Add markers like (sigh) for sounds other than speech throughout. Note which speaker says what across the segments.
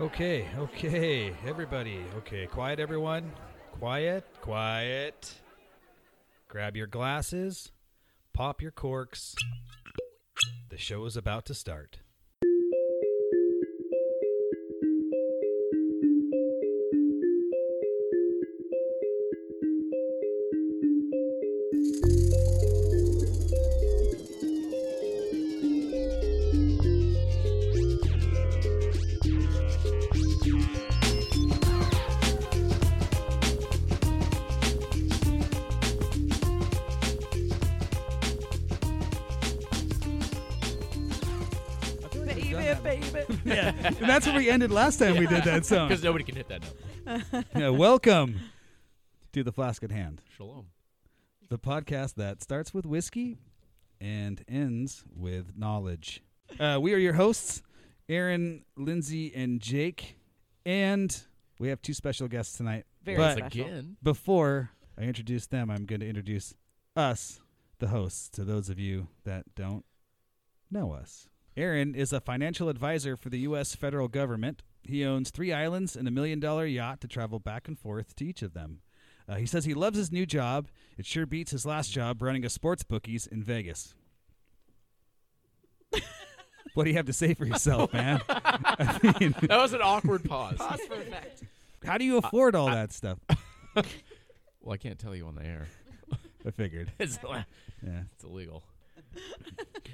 Speaker 1: Okay, okay, everybody. Okay, quiet, everyone. Quiet, quiet. Grab your glasses, pop your corks. The show is about to start. I feel like we've done that before.
Speaker 2: yeah, and that's where we ended last time we did that song. (laughs)
Speaker 3: (laughs) Because nobody can hit that note.
Speaker 2: Yeah, welcome to the flask at hand,
Speaker 3: Shalom.
Speaker 2: the podcast that starts with whiskey and ends with knowledge. Uh, we are your hosts, Aaron, Lindsay, and Jake, and we have two special guests tonight.
Speaker 4: (laughs) Very
Speaker 2: but
Speaker 4: special.
Speaker 2: (laughs)
Speaker 3: Again,
Speaker 2: before I introduce them, I'm going to introduce us, the hosts, to those of you that don't know us. Aaron is a financial advisor for the U.S. federal government. He owns three islands and a million dollar yacht to travel back and forth to each of them. Uh, he says he loves his new job. It sure beats his last job running a sports bookies in Vegas. what do you have to say for yourself, man? I mean,
Speaker 3: that was an awkward pause.
Speaker 2: how do you afford all that stuff?
Speaker 3: (laughs) well, I can't tell you on the air.
Speaker 2: I figured.
Speaker 3: (laughs) It's, ill-
Speaker 2: Yeah.
Speaker 3: it's illegal.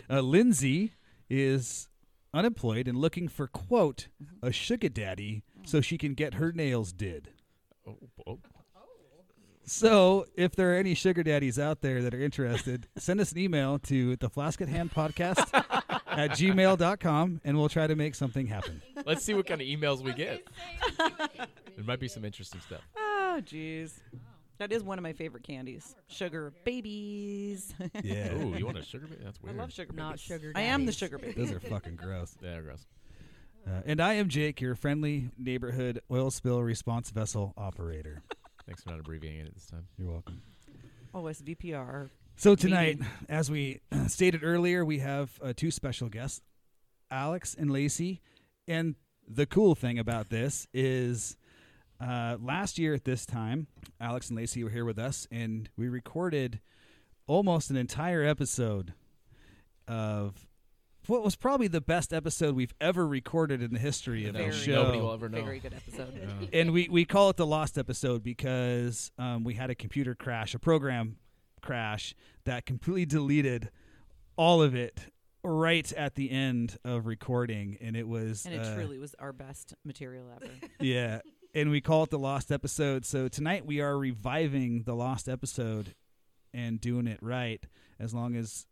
Speaker 2: Uh, Lindsay is unemployed and looking for quote a sugar daddy so she can get her nails did.
Speaker 3: Oh, oh.
Speaker 2: So, if there are any sugar daddies out there that are interested, (laughs) send us an email to the flask at hand podcast at gmail.com and we'll try to make something happen.
Speaker 3: Let's see what kind of emails we get. (laughs) There might be some interesting stuff.
Speaker 4: (laughs) Oh, jeez. That is one of my favorite candies. Sugar babies. (laughs)
Speaker 2: Yeah.
Speaker 3: Oh, (laughs) you want a sugar? ba- That's
Speaker 4: I
Speaker 3: weird.
Speaker 4: love sugar babies.
Speaker 5: Not sugar
Speaker 4: I am the
Speaker 5: daddies.
Speaker 4: sugar baby.
Speaker 2: Those are fucking gross.
Speaker 3: There goes.
Speaker 2: Uh, and I am Jake, your friendly neighborhood oil spill response vessel operator.
Speaker 3: Thanks for not abbreviating it this time.
Speaker 2: You're welcome.
Speaker 4: Oh, OSVPR.
Speaker 3: (laughs)
Speaker 2: So tonight, as we (clears throat) stated earlier, we have uh, two special guests, Alex and Lacey. And the cool thing about this is uh, last year at this time, Alex and Lacey were here with us, and we recorded almost an entire episode of what was probably the best episode we've ever recorded in the history of
Speaker 3: Very
Speaker 2: the
Speaker 4: Nobody
Speaker 2: show
Speaker 3: will ever know.
Speaker 4: Very good episode.
Speaker 3: Yeah.
Speaker 2: and we, we call it the lost episode because um, we had a computer crash, a program crash that completely deleted all of it right at the end of recording, and it was
Speaker 4: And it
Speaker 2: uh,
Speaker 4: truly (laughs) was our best material
Speaker 3: (laughs)
Speaker 4: ever.
Speaker 2: yeah, and we call it the lost episode. So tonight we are reviving the lost episode and doing it right, as long
Speaker 4: (laughs)
Speaker 2: as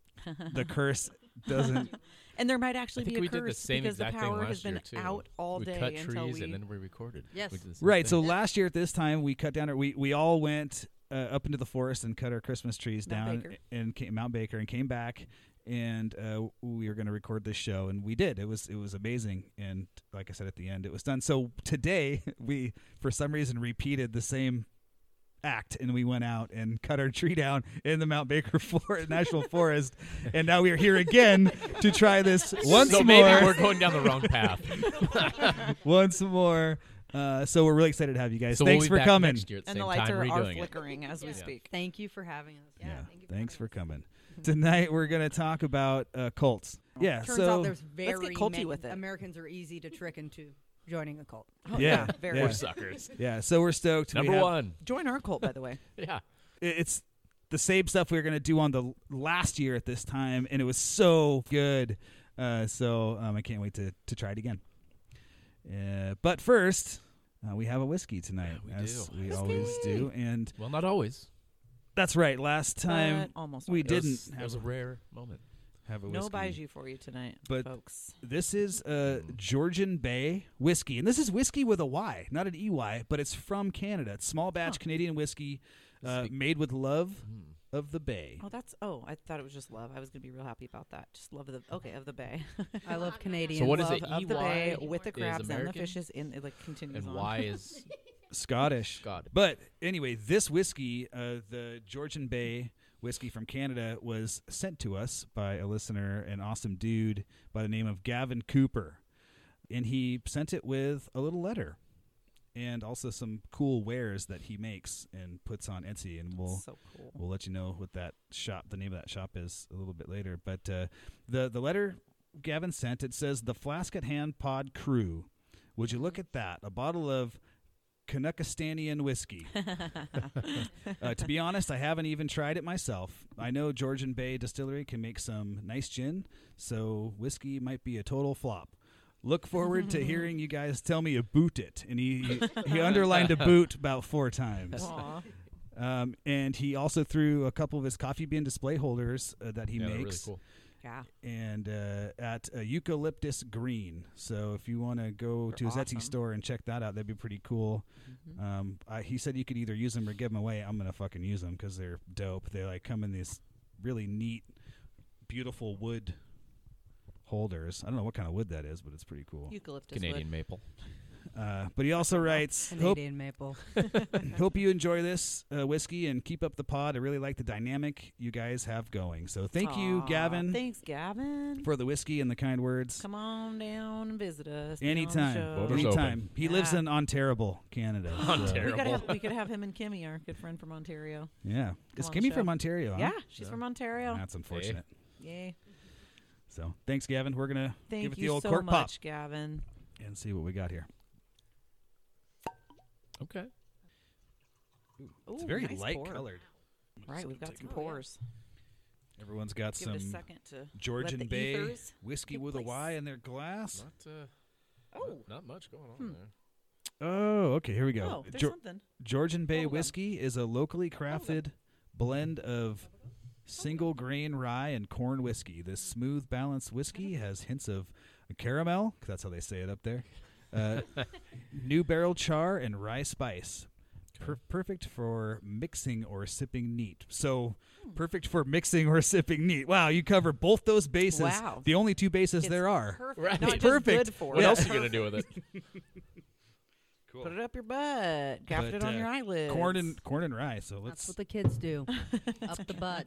Speaker 2: the curse doesn't.
Speaker 4: And there might actually
Speaker 3: I think
Speaker 4: be a
Speaker 3: we
Speaker 4: curse
Speaker 3: did the same
Speaker 4: because
Speaker 3: exact
Speaker 4: the power
Speaker 3: thing
Speaker 4: has
Speaker 3: last
Speaker 4: been
Speaker 3: year too.
Speaker 4: out (laughs) all
Speaker 3: we
Speaker 4: day
Speaker 3: cut
Speaker 4: until
Speaker 3: trees
Speaker 4: we.
Speaker 3: and then we recorded.
Speaker 5: Yes.
Speaker 3: We did the same
Speaker 2: right. So
Speaker 3: thing.
Speaker 2: last year at this time we cut down our we we all went uh, up into the forest and cut our Christmas trees
Speaker 4: Mount
Speaker 2: down
Speaker 4: Baker.
Speaker 2: and came, Mount Baker and came back and uh, we were going to record this show and we did. It was it was amazing and like I said at the end it was done. So today (laughs) we for some reason repeated the same act and we went out and cut our tree down in the Mount Baker (laughs) for- National Forest and now we are here again to try this (laughs) once
Speaker 3: so
Speaker 2: more
Speaker 3: maybe we're going down the wrong path.
Speaker 2: once more. Uh, so we're really excited to have you (laughs) guys.
Speaker 3: so
Speaker 2: Thanks
Speaker 3: we'll be
Speaker 2: for
Speaker 3: back
Speaker 2: coming.
Speaker 3: Next year at the
Speaker 4: And
Speaker 3: same
Speaker 4: the lights
Speaker 3: time,
Speaker 4: are, are
Speaker 3: redoing it.
Speaker 4: flickering as we
Speaker 3: Yeah.
Speaker 4: speak.
Speaker 5: Thank you for having us. Yeah. Thank you for
Speaker 2: Thanks
Speaker 5: having
Speaker 2: for
Speaker 5: us. Mm-hmm.
Speaker 2: coming. Tonight we're going to talk about uh, cults. Yeah.
Speaker 5: Oh, Turns
Speaker 2: so
Speaker 5: out there's very
Speaker 4: get culty
Speaker 5: many
Speaker 4: with it.
Speaker 5: Americans are easy to trick into joining a cult.
Speaker 4: Oh,
Speaker 2: yeah,
Speaker 4: Very.
Speaker 2: yeah. (laughs)
Speaker 3: We're suckers.
Speaker 2: yeah. So we're stoked. We
Speaker 3: Number
Speaker 2: have-
Speaker 3: one.
Speaker 4: Join our cult, by the way.
Speaker 3: Yeah.
Speaker 2: i- It's the same stuff we were going to do on the l- last year at this time, and it was so good. Uh, so um, I can't wait to to try it again. Uh, but first. Uh, we have a whiskey tonight,
Speaker 3: Yeah, we
Speaker 2: as
Speaker 3: do.
Speaker 2: we always do, and
Speaker 3: Well, not always.
Speaker 2: that's right. Last time
Speaker 4: But almost.
Speaker 2: we
Speaker 4: always.
Speaker 3: It was-
Speaker 2: didn't
Speaker 3: It was a
Speaker 2: have-
Speaker 3: rare moment.
Speaker 2: have a whiskey.
Speaker 4: No buys you for you tonight,
Speaker 2: But-
Speaker 4: folks.
Speaker 2: This is uh, Georgian Bay whiskey, and this is whiskey with a Y, not an EY, but it's from Canada. It's small batch Canadian whiskey uh,
Speaker 3: Speak-
Speaker 2: made with love
Speaker 3: Mm.
Speaker 2: of the Bay.
Speaker 4: Oh, that's oh! I thought it was just love. I was gonna be real happy about that. Just love of the okay of the bay. (laughs)
Speaker 5: I love Canadians.
Speaker 3: So what is
Speaker 4: love
Speaker 3: it?
Speaker 4: of the bay
Speaker 3: EY
Speaker 4: with the
Speaker 3: is
Speaker 4: crabs and the
Speaker 3: American?
Speaker 4: fishes in it like continues
Speaker 3: And
Speaker 4: on. (laughs)
Speaker 3: why is
Speaker 2: Scottish.
Speaker 3: God?
Speaker 2: But anyway, this whiskey, uh, the Georgian Bay whiskey from Canada, was sent to us by a listener, an awesome dude by the name of Gavin Cooper. and he sent it with a little letter and also some cool wares that he makes and puts on Etsy and we'll
Speaker 4: so cool.
Speaker 2: (laughs) we'll let you know what that shop the name of that shop is a little bit later but uh, the the letter gavin sent it says the flask at hand pod crew would you look at that a bottle of Canuckistanian whiskey. uh, to be honest, I haven't even tried it myself. I know Georgian Bay Distillery can make some nice gin, so whiskey might be a total flop. Look forward to hearing you guys tell me about it. And he he underlined a boot about four
Speaker 4: (laughs)
Speaker 2: times.
Speaker 4: Aw.
Speaker 2: Um, and he also threw a couple of his coffee bean display holders uh, that he
Speaker 3: yeah, they're
Speaker 2: makes,
Speaker 3: really cool.
Speaker 4: Yeah.
Speaker 2: and uh, at uh, Eucalyptus Green. So if you want to go to his
Speaker 4: awesome.
Speaker 2: Etsy store and check that out, that'd be pretty cool. Um, I, he said you could either use them or give them away. I'm gonna fucking use them because they're dope. They like come in these really neat, beautiful wood holders. I don't know what kind of wood that is, but it's pretty cool.
Speaker 4: Eucalyptus. wood.
Speaker 3: Canadian maple.
Speaker 2: Uh, but he also writes, hope
Speaker 5: Canadian maple.
Speaker 2: hope you enjoy this uh, whiskey and keep up the pod. I really like the dynamic you guys have going. So thank you,
Speaker 4: Aw,
Speaker 2: Gavin,
Speaker 4: Thanks, Gavin.
Speaker 2: for the whiskey and the kind words.
Speaker 4: Come on down and visit us. be on the show.
Speaker 2: Anytime,
Speaker 3: Borders
Speaker 2: anytime. He lives
Speaker 4: Yeah.
Speaker 2: in Ontario,
Speaker 4: (laughs)
Speaker 2: Canada. so-
Speaker 3: Ontario.
Speaker 4: We could,
Speaker 3: Terrible.
Speaker 4: have, we could have him and Kimmy, our good friend from Ontario.
Speaker 2: Yeah, is
Speaker 4: on the
Speaker 2: Kimmy from
Speaker 4: show.
Speaker 2: Ontario? huh?
Speaker 4: Yeah, she's
Speaker 3: Yeah.
Speaker 4: from Ontario.
Speaker 2: that's unfortunate.
Speaker 4: Yay.
Speaker 2: So thanks, Gavin. We're gonna
Speaker 4: Thank
Speaker 2: give it
Speaker 4: you
Speaker 2: the old
Speaker 4: so
Speaker 2: cork pop
Speaker 4: much, Gavin.
Speaker 2: and see what we got here.
Speaker 3: Okay.
Speaker 1: It's
Speaker 4: Ooh,
Speaker 1: very
Speaker 4: nice
Speaker 1: light
Speaker 4: pour.
Speaker 1: colored.
Speaker 4: Right, we've got some pours.
Speaker 2: Everyone's got
Speaker 4: Give it a
Speaker 2: Oh, some
Speaker 4: second to.
Speaker 2: Georgian
Speaker 4: the
Speaker 2: Bay
Speaker 4: ethers
Speaker 2: whiskey
Speaker 4: take
Speaker 2: with a
Speaker 4: place.
Speaker 2: Y in their glass.
Speaker 3: Not, uh,
Speaker 4: Oh,
Speaker 3: not much going on there.
Speaker 2: Oh, okay. Here we
Speaker 4: oh,
Speaker 2: go.
Speaker 4: there's
Speaker 2: Geor- (laughs)
Speaker 4: something.
Speaker 2: Georgian Bay
Speaker 4: Hold on.
Speaker 2: whiskey is a locally crafted blend of single grain rye and corn whiskey. This smooth, balanced whiskey has hints of caramel. 'cause That's how they say it up there.
Speaker 4: (laughs)
Speaker 2: Uh, new barrel char and rye spice. Per- perfect for mixing or sipping neat. So,
Speaker 4: Hmm.
Speaker 2: perfect for mixing or sipping neat. Wow, you cover both those bases.
Speaker 4: Wow.
Speaker 2: The only two bases
Speaker 4: It's
Speaker 2: there are.
Speaker 4: Perfect. (laughs)
Speaker 3: Right.
Speaker 4: Not just
Speaker 2: Perfect.
Speaker 4: good for
Speaker 3: What
Speaker 4: it.
Speaker 3: else are you gonna do
Speaker 4: (laughs)
Speaker 3: with it?
Speaker 4: Put it up your butt. Graft
Speaker 2: But,
Speaker 4: it on
Speaker 2: uh,
Speaker 4: your eyelids.
Speaker 2: Corn and corn and rye. So
Speaker 5: That's
Speaker 2: let's
Speaker 5: what the kids do. Up the butt.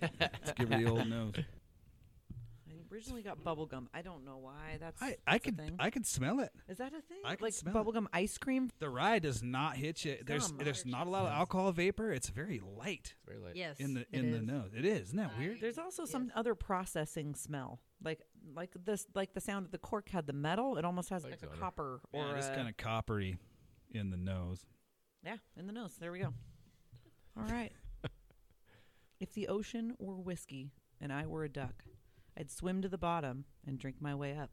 Speaker 2: let's give
Speaker 4: (laughs)
Speaker 2: her the old nose.
Speaker 4: I originally got bubble gum. I don't know why. That's
Speaker 2: I, I
Speaker 4: that's a
Speaker 2: could
Speaker 4: thing.
Speaker 2: I could smell it.
Speaker 4: Is that a thing?
Speaker 2: I can
Speaker 4: like
Speaker 2: smell it.
Speaker 4: bubble gum ice cream?
Speaker 2: The rye does not hit you. There's
Speaker 4: Some
Speaker 2: there's not a lot of alcohol vapor. It's very light
Speaker 3: Very late.
Speaker 5: Yes.
Speaker 2: in the
Speaker 5: it
Speaker 2: in the
Speaker 5: is.
Speaker 2: nose. It is. Isn't that weird?
Speaker 4: There's also some other processing smell, like like this, like the sound of the cork had the metal. It almost has like,
Speaker 3: Like
Speaker 4: a
Speaker 3: soda.
Speaker 4: copper or
Speaker 2: Yeah, it's
Speaker 3: uh,
Speaker 4: a-
Speaker 2: kind of coppery in the nose.
Speaker 4: yeah in the nose. There we go. All right. if the ocean were whiskey and I were a duck, I'd swim to the bottom and drink my way up.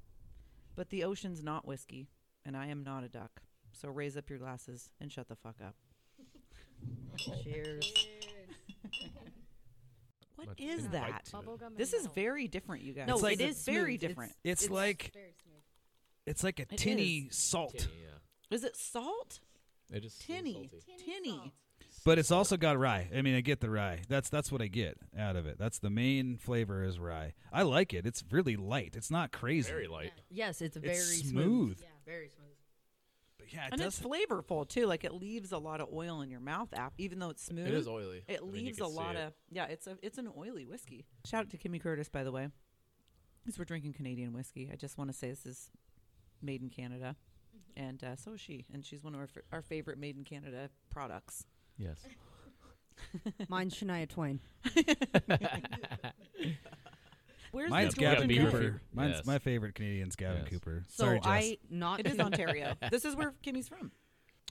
Speaker 4: But the ocean's not whiskey, and I am not a duck. So raise up your glasses and shut the fuck up.
Speaker 5: Cheers.
Speaker 4: What
Speaker 3: Much
Speaker 4: is
Speaker 3: bite
Speaker 4: that?
Speaker 3: to it.
Speaker 4: This is very different, you guys.
Speaker 5: Oh, No,
Speaker 2: It's like
Speaker 5: it is
Speaker 4: very
Speaker 5: smooth. It's-
Speaker 4: different.
Speaker 2: It's, like it's like a
Speaker 4: It
Speaker 2: tinny salt,
Speaker 3: Tinny,
Speaker 4: Is it salt?
Speaker 3: yeah. It is a little
Speaker 4: Tinny.
Speaker 3: salty.
Speaker 4: Tinny.
Speaker 2: but it's also got rye. I mean, I get the rye. That's that's what I get out of it. That's the main flavor is rye. I like it. It's really light. It's not crazy.
Speaker 3: Very light.
Speaker 5: Yes, it's very
Speaker 2: It's
Speaker 5: smooth.
Speaker 2: smooth.
Speaker 5: Yeah, very smooth.
Speaker 2: But yeah, it
Speaker 4: and
Speaker 2: does.
Speaker 4: it's flavorful too. Like it leaves a lot of oil in your mouth, app, even though it's smooth.
Speaker 3: It is oily.
Speaker 4: It
Speaker 3: I mean, you
Speaker 4: leaves
Speaker 3: can
Speaker 4: a
Speaker 3: see
Speaker 4: lot
Speaker 3: it.
Speaker 4: of yeah. It's a it's an oily whiskey. Shout out to Kimmy Curtis, by the way, because we're drinking Canadian whiskey. I just want to say this is made in Canada, and uh, so is she, and she's one of our f- our favorite made in Canada products.
Speaker 3: Yes.
Speaker 5: Mine's Shania Twain.
Speaker 4: Where's
Speaker 2: Mine's
Speaker 4: the
Speaker 3: gotta
Speaker 2: Gavin
Speaker 4: Georgian
Speaker 3: be your
Speaker 2: Cooper.
Speaker 4: Bay?
Speaker 3: favorite.
Speaker 2: Mine's
Speaker 3: Yes.
Speaker 2: my favorite Canadian's Gavin
Speaker 3: Yes.
Speaker 2: Cooper.
Speaker 5: So
Speaker 2: Sorry, Jess.
Speaker 5: I not
Speaker 4: It is
Speaker 3: (laughs)
Speaker 5: (laughs)
Speaker 4: Ontario. this is where Kimmy's from.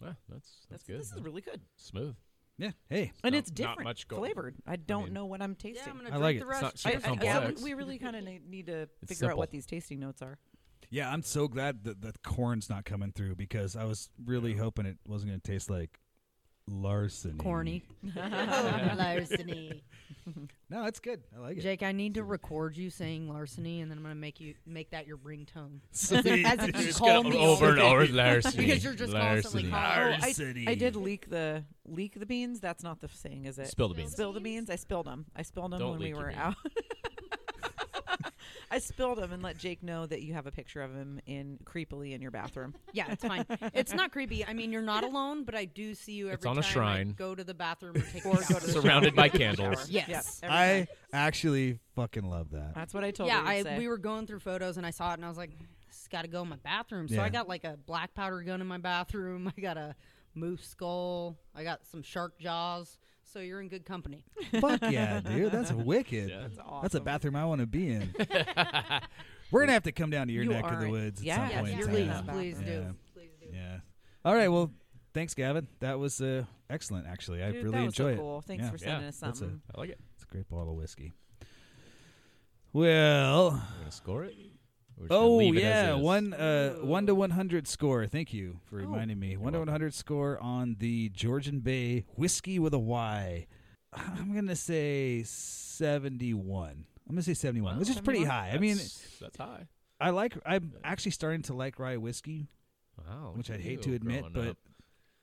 Speaker 3: Ah, that's, that's
Speaker 4: That's,
Speaker 3: good.
Speaker 4: This is
Speaker 3: huh?
Speaker 4: really good,
Speaker 3: smooth.
Speaker 2: yeah. Hey,
Speaker 4: and
Speaker 3: Not-
Speaker 4: it's
Speaker 3: not
Speaker 4: different
Speaker 3: much going- (laughs)
Speaker 4: flavored. I don't
Speaker 3: mean-
Speaker 4: know what I'm
Speaker 5: Yeah,
Speaker 4: tasting.
Speaker 5: I'm gonna
Speaker 2: I
Speaker 5: drink
Speaker 2: like
Speaker 5: the
Speaker 2: it.
Speaker 3: It's
Speaker 5: rest.
Speaker 4: I,
Speaker 3: not (laughs) super
Speaker 4: I- yeah,
Speaker 3: complex.
Speaker 4: we, we really kind of need to
Speaker 3: It's
Speaker 4: figure out what
Speaker 3: simple.
Speaker 4: these tasting notes are.
Speaker 2: Yeah, I'm so glad that the corn's not coming through because I was really hoping it wasn't going to taste like larceny. (laughs)
Speaker 5: Corny. (laughs) Oh, larceny.
Speaker 2: No, it's good. I like it. (laughs)
Speaker 5: Jake, I need to record you saying larceny, and then I'm gonna make you make that your ringtone.
Speaker 2: Sweet.
Speaker 5: As if you call me
Speaker 3: over and over,
Speaker 4: (laughs)
Speaker 3: larceny.
Speaker 5: because you're just constantly
Speaker 3: larceny.
Speaker 5: calling.
Speaker 4: I,
Speaker 2: City.
Speaker 4: I did leak the leak the beans. That's not the saying, is it?
Speaker 3: Spill the beans.
Speaker 4: Spill the beans. I spilled them. I spilled them
Speaker 3: Don't
Speaker 4: when we
Speaker 3: leak your
Speaker 4: were
Speaker 3: beans.
Speaker 4: out. (laughs) I spilled them and let Jake know that you have a picture of him in creepily in your bathroom.
Speaker 5: Yeah, it's fine. It's not creepy. I mean, you're not alone, but I do see you every
Speaker 3: on a
Speaker 5: time I
Speaker 3: shrine.
Speaker 5: go to the bathroom or take
Speaker 4: (laughs)
Speaker 5: a
Speaker 4: Or go
Speaker 5: shower.
Speaker 4: to the
Speaker 3: Surrounded by candles.
Speaker 5: Yes.
Speaker 4: Yep, every time.
Speaker 2: I actually fucking love that.
Speaker 4: That's what I told
Speaker 5: (laughs) yeah,
Speaker 4: her.
Speaker 5: I we were going through photos and I saw it and I was like, it's got to go in my bathroom. So
Speaker 2: Yeah.
Speaker 5: I got like a black powder gun in my bathroom. (laughs) I got a moose skull. I got some shark jaws. So you're in good company.
Speaker 2: (laughs) Fuck yeah, dude. That's wicked.
Speaker 3: Yeah.
Speaker 4: That's awesome.
Speaker 2: That's a bathroom I want to be
Speaker 4: (laughs)
Speaker 2: in. We're gonna have to come down to your
Speaker 4: You
Speaker 2: neck of
Speaker 4: are
Speaker 2: the
Speaker 4: in-
Speaker 2: woods at
Speaker 4: Yeah,
Speaker 2: some point
Speaker 4: you're
Speaker 2: in
Speaker 5: please,
Speaker 4: leaving.
Speaker 2: time.
Speaker 4: Yeah.
Speaker 5: please do.
Speaker 2: Yeah.
Speaker 5: Please do.
Speaker 2: Yeah. All right. Well, thanks, Gavin. That was uh, excellent. Actually, I
Speaker 4: Dude,
Speaker 2: really
Speaker 4: that was so
Speaker 2: enjoy it.
Speaker 4: cool. Thanks
Speaker 2: Yeah.
Speaker 4: for sending
Speaker 3: Yeah,
Speaker 4: us
Speaker 2: that's a-
Speaker 4: something.
Speaker 3: I like it.
Speaker 2: It's a great bottle of whiskey. Well,
Speaker 3: We're gonna score it. We're just gonna
Speaker 2: oh
Speaker 3: leave it as
Speaker 2: yeah,
Speaker 3: is.
Speaker 2: one uh, one to one hundred score. Thank you for
Speaker 5: Oh.
Speaker 2: reminding me. One to one
Speaker 3: welcome.
Speaker 2: hundred score on the Georgian Bay whiskey with a Y. (sighs) I'm gonna say seventy one. I'm gonna say seventy one,
Speaker 3: Wow.
Speaker 2: which is pretty
Speaker 4: 71?
Speaker 2: high. I mean,
Speaker 3: That's- that's high.
Speaker 2: I like. I'm actually starting to like rye whiskey,
Speaker 3: Wow.
Speaker 2: which I hate to admit, but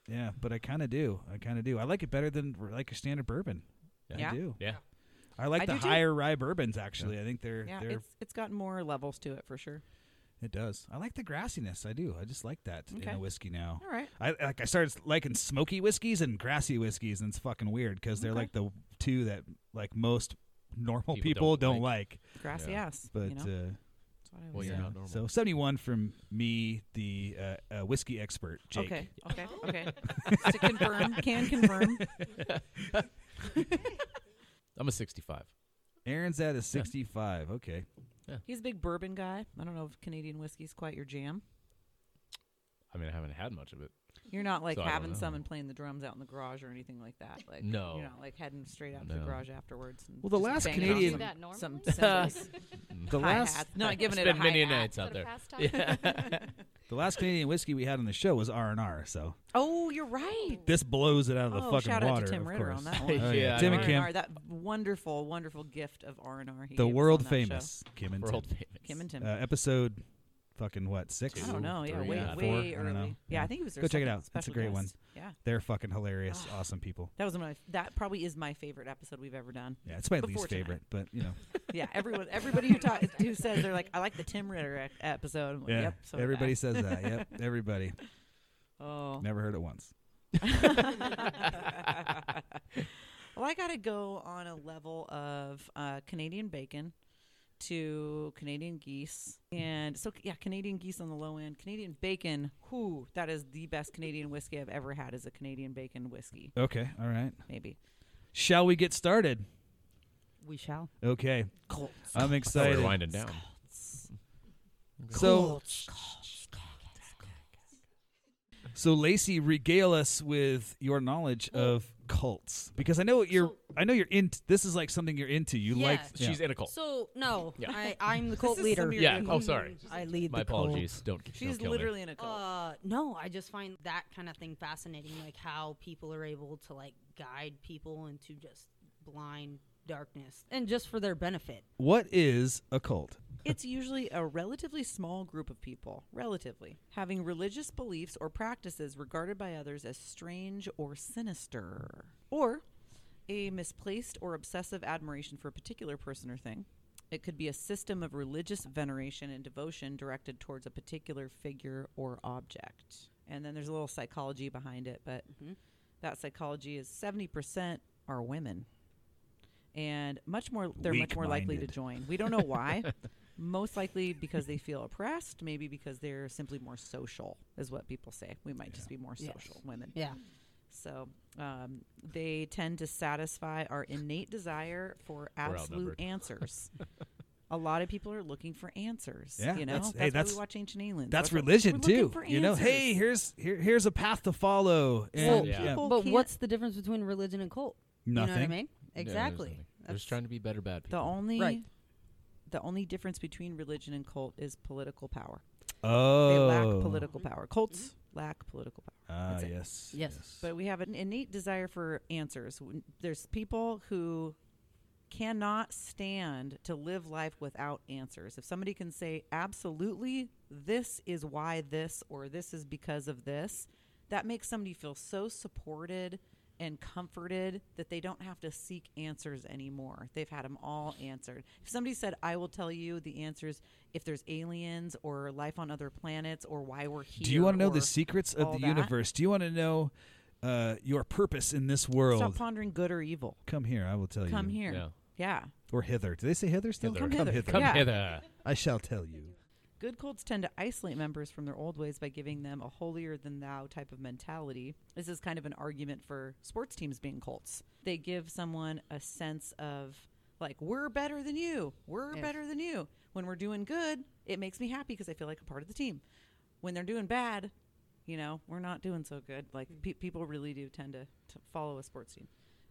Speaker 2: yeah, but I kind of do. I kind of do. I like it better than like your standard bourbon.
Speaker 4: Yeah.
Speaker 2: I do.
Speaker 3: yeah,
Speaker 2: I like
Speaker 4: I
Speaker 2: the
Speaker 4: do too.
Speaker 2: higher rye bourbons. Actually, I think they're
Speaker 4: Yeah,
Speaker 2: they're
Speaker 4: it's it's got more levels to it for sure.
Speaker 2: It does. I like the grassiness. I do. I just like that in
Speaker 4: Okay.
Speaker 2: a whiskey now.
Speaker 4: All right.
Speaker 2: I like. I started liking smoky whiskeys and grassy whiskeys, and it's fucking weird because they're
Speaker 4: Okay.
Speaker 2: like the two that like most normal people,
Speaker 3: People
Speaker 2: don't,
Speaker 3: don't
Speaker 2: like.
Speaker 4: Grassy
Speaker 3: Yeah.
Speaker 4: ass.
Speaker 2: But
Speaker 4: you know?
Speaker 2: uh,
Speaker 4: That's what I
Speaker 3: Well,
Speaker 4: always
Speaker 3: you're
Speaker 4: say.
Speaker 2: yeah.
Speaker 3: not normal.
Speaker 2: So seventy-one from me, the uh, uh, whiskey expert, Jake.
Speaker 4: Okay. Okay. Okay. (laughs) Just to confirm, can confirm.
Speaker 3: I'm a 65.
Speaker 2: Aaron's at a sixty-five. Okay.
Speaker 4: He's a big bourbon guy. I don't know if Canadian whiskey's quite your jam.
Speaker 3: I mean, I haven't had much of it.
Speaker 4: You're not like
Speaker 3: So I don't
Speaker 4: having some
Speaker 3: know.
Speaker 4: and playing the drums out in the garage or anything like that. Like
Speaker 3: No.
Speaker 4: you're not like heading straight out to the
Speaker 3: No.
Speaker 4: garage afterwards. And
Speaker 2: Well, the last
Speaker 4: just banging
Speaker 5: Do
Speaker 4: on
Speaker 5: you
Speaker 2: Canadian-
Speaker 5: do
Speaker 4: some-
Speaker 5: that normally? (laughs)
Speaker 4: some cymbals, (laughs)
Speaker 2: The last
Speaker 4: hi-hats. No, I'm
Speaker 3: (laughs)
Speaker 4: giving it a
Speaker 3: Spend many
Speaker 4: hi-hat.
Speaker 3: nights out
Speaker 6: Is that a
Speaker 3: there.
Speaker 6: fast time?
Speaker 4: (laughs)
Speaker 3: Yeah. (laughs)
Speaker 2: the last Canadian whiskey we had on the show was R and R. So
Speaker 4: Oh, you're right.
Speaker 2: this blows it out of the
Speaker 4: oh,
Speaker 2: fucking
Speaker 4: shout
Speaker 2: water.
Speaker 4: out to Tim
Speaker 2: of
Speaker 4: Ritter
Speaker 2: course.
Speaker 4: on that
Speaker 2: Oh,
Speaker 4: one.
Speaker 3: (laughs) Yeah,
Speaker 2: yeah,
Speaker 3: I
Speaker 2: Tim
Speaker 3: know.
Speaker 2: and Kim,
Speaker 4: R&R, that wonderful, wonderful gift of R and R.
Speaker 2: the world famous Kim and Tim.
Speaker 3: World famous.
Speaker 4: Kim and Tim.
Speaker 2: uh, episode fucking what six?
Speaker 4: I don't know. Yeah,
Speaker 3: three,
Speaker 4: way,
Speaker 3: yeah,
Speaker 4: way
Speaker 2: four,
Speaker 4: early.
Speaker 2: I don't know.
Speaker 4: Yeah,
Speaker 2: Yeah.
Speaker 4: I think it was. Their
Speaker 2: Go check it
Speaker 4: second
Speaker 2: out. It's a
Speaker 4: special
Speaker 2: great one.
Speaker 4: guest. Yeah,
Speaker 2: They're fucking hilarious,
Speaker 4: Ah.
Speaker 2: awesome people.
Speaker 4: that was one of my. That probably is my favorite episode we've ever done.
Speaker 2: Yeah, it's my
Speaker 4: Before
Speaker 2: least
Speaker 4: tonight.
Speaker 2: favorite, but
Speaker 4: (laughs)
Speaker 2: you know,
Speaker 4: Yeah, everyone, everybody who talks, who says they're like, I like the Tim Ritter ec- episode. I'm like,
Speaker 2: yeah,
Speaker 4: yep. So did I."
Speaker 2: everybody says that. Yep,
Speaker 4: (laughs)
Speaker 2: everybody.
Speaker 4: Oh.
Speaker 2: Never heard it once.
Speaker 4: (laughs) well, I gotta go on a level of uh, Canadian bacon to Canadian geese, and so yeah, Canadian geese on the low end, Canadian bacon. Whoo, that is the best Canadian whiskey I've ever had. Is a Canadian bacon whiskey,
Speaker 2: Okay, all right.
Speaker 4: maybe.
Speaker 2: Shall we get started?
Speaker 5: We shall.
Speaker 2: Okay,
Speaker 4: Colts.
Speaker 2: I'm
Speaker 3: So we're
Speaker 2: excited.
Speaker 3: winding down.
Speaker 2: So, so Lacey, regale us with your knowledge of cults because I know what you're.
Speaker 5: So-
Speaker 2: I know you're into. This is like something you're into. You like.
Speaker 5: Yeah.
Speaker 3: She's in a cult.
Speaker 5: So no,
Speaker 3: Yeah.
Speaker 5: I,
Speaker 4: (laughs)
Speaker 5: I'm the cult
Speaker 4: is
Speaker 5: leader.
Speaker 4: some weird
Speaker 3: Yeah. Oh, sorry.
Speaker 5: I lead
Speaker 3: My
Speaker 5: the cult.
Speaker 3: apologies. Don't. don't
Speaker 4: She's
Speaker 3: kill me.
Speaker 4: literally in a cult.
Speaker 5: Uh, no, I just find that kind of thing fascinating, like how people are able to like guide people into just blind darkness and just for their benefit.
Speaker 2: What is a cult?
Speaker 4: It's usually a relatively small group of people, relatively, having religious beliefs or practices regarded by others as strange or sinister, or a misplaced or obsessive admiration for a particular person or thing. It could be a system of religious veneration and devotion directed towards a particular figure or object. And then there's a little psychology behind it, but that psychology is 70% are women. And much more, they're much more likely to
Speaker 2: Weak-minded.
Speaker 4: join. We don't know why. Most likely because they feel oppressed, maybe because they're simply more social, is what people say. We might just be more
Speaker 5: Yes.
Speaker 4: social women.
Speaker 5: Yeah.
Speaker 4: So um, they tend to satisfy our innate desire for absolute
Speaker 3: outnumbered.
Speaker 4: answers. A lot of people are looking for answers.
Speaker 2: Yeah,
Speaker 4: you know,
Speaker 2: that's-
Speaker 4: that's,
Speaker 2: hey,
Speaker 4: why
Speaker 2: that's-
Speaker 4: we watch Ancient Aliens.
Speaker 2: That's
Speaker 4: what-
Speaker 2: religion
Speaker 4: we're looking
Speaker 2: too.
Speaker 4: for
Speaker 2: You know,
Speaker 4: answers.
Speaker 2: hey, here's here, here's a path to follow.
Speaker 5: Well,
Speaker 2: And,
Speaker 3: Yeah.
Speaker 2: yeah.
Speaker 4: people
Speaker 5: But
Speaker 4: can't-
Speaker 5: what's the difference between religion and cult? You know what I
Speaker 2: Nothing.
Speaker 5: mean?
Speaker 3: Yeah, there's
Speaker 5: Exactly.
Speaker 3: nothing. They're
Speaker 5: That's-
Speaker 3: just trying to be better bad
Speaker 4: the
Speaker 3: people.
Speaker 4: only
Speaker 5: Right.
Speaker 4: the only difference between religion and cult is political power.
Speaker 2: Oh,
Speaker 4: They lack political power. Cults lack political power.
Speaker 2: Ah,
Speaker 4: That's it.
Speaker 2: yes,
Speaker 5: Yes.
Speaker 4: But we have an innate desire for answers. When- There's people who cannot stand to live life without answers. If somebody can say, absolutely, this is why this, or this is because of this, that makes somebody feel so supported and comforted that they don't have to seek answers anymore. They've had them all answered. If somebody said, I will tell you the answers if there's aliens or life on other planets or why we're here.
Speaker 2: Do you want to know the
Speaker 4: or-
Speaker 2: secrets of
Speaker 4: all
Speaker 2: the
Speaker 4: that.
Speaker 2: universe? Do you want to know uh, your purpose in this world?
Speaker 4: Stop pondering good or evil.
Speaker 2: Come here, I will tell
Speaker 4: Come
Speaker 2: you.
Speaker 4: here.
Speaker 3: Yeah.
Speaker 4: Yeah.
Speaker 2: Or hither. Do they say hither still?
Speaker 3: Hither. Come
Speaker 4: hither.
Speaker 3: Come
Speaker 4: Yeah.
Speaker 3: hither.
Speaker 2: I shall tell you.
Speaker 4: Good cults tend to isolate members from their old ways by giving them a holier than thou type of mentality. This is kind of an argument for sports teams being cults. They give someone a sense of, like, we're better than you. We're
Speaker 5: Yes.
Speaker 4: better than you. When we're doing good, it makes me happy because I feel like I'm part of the team. When they're doing bad, you know, we're not doing so good. Like, pe- people really do tend to, to follow a sports team.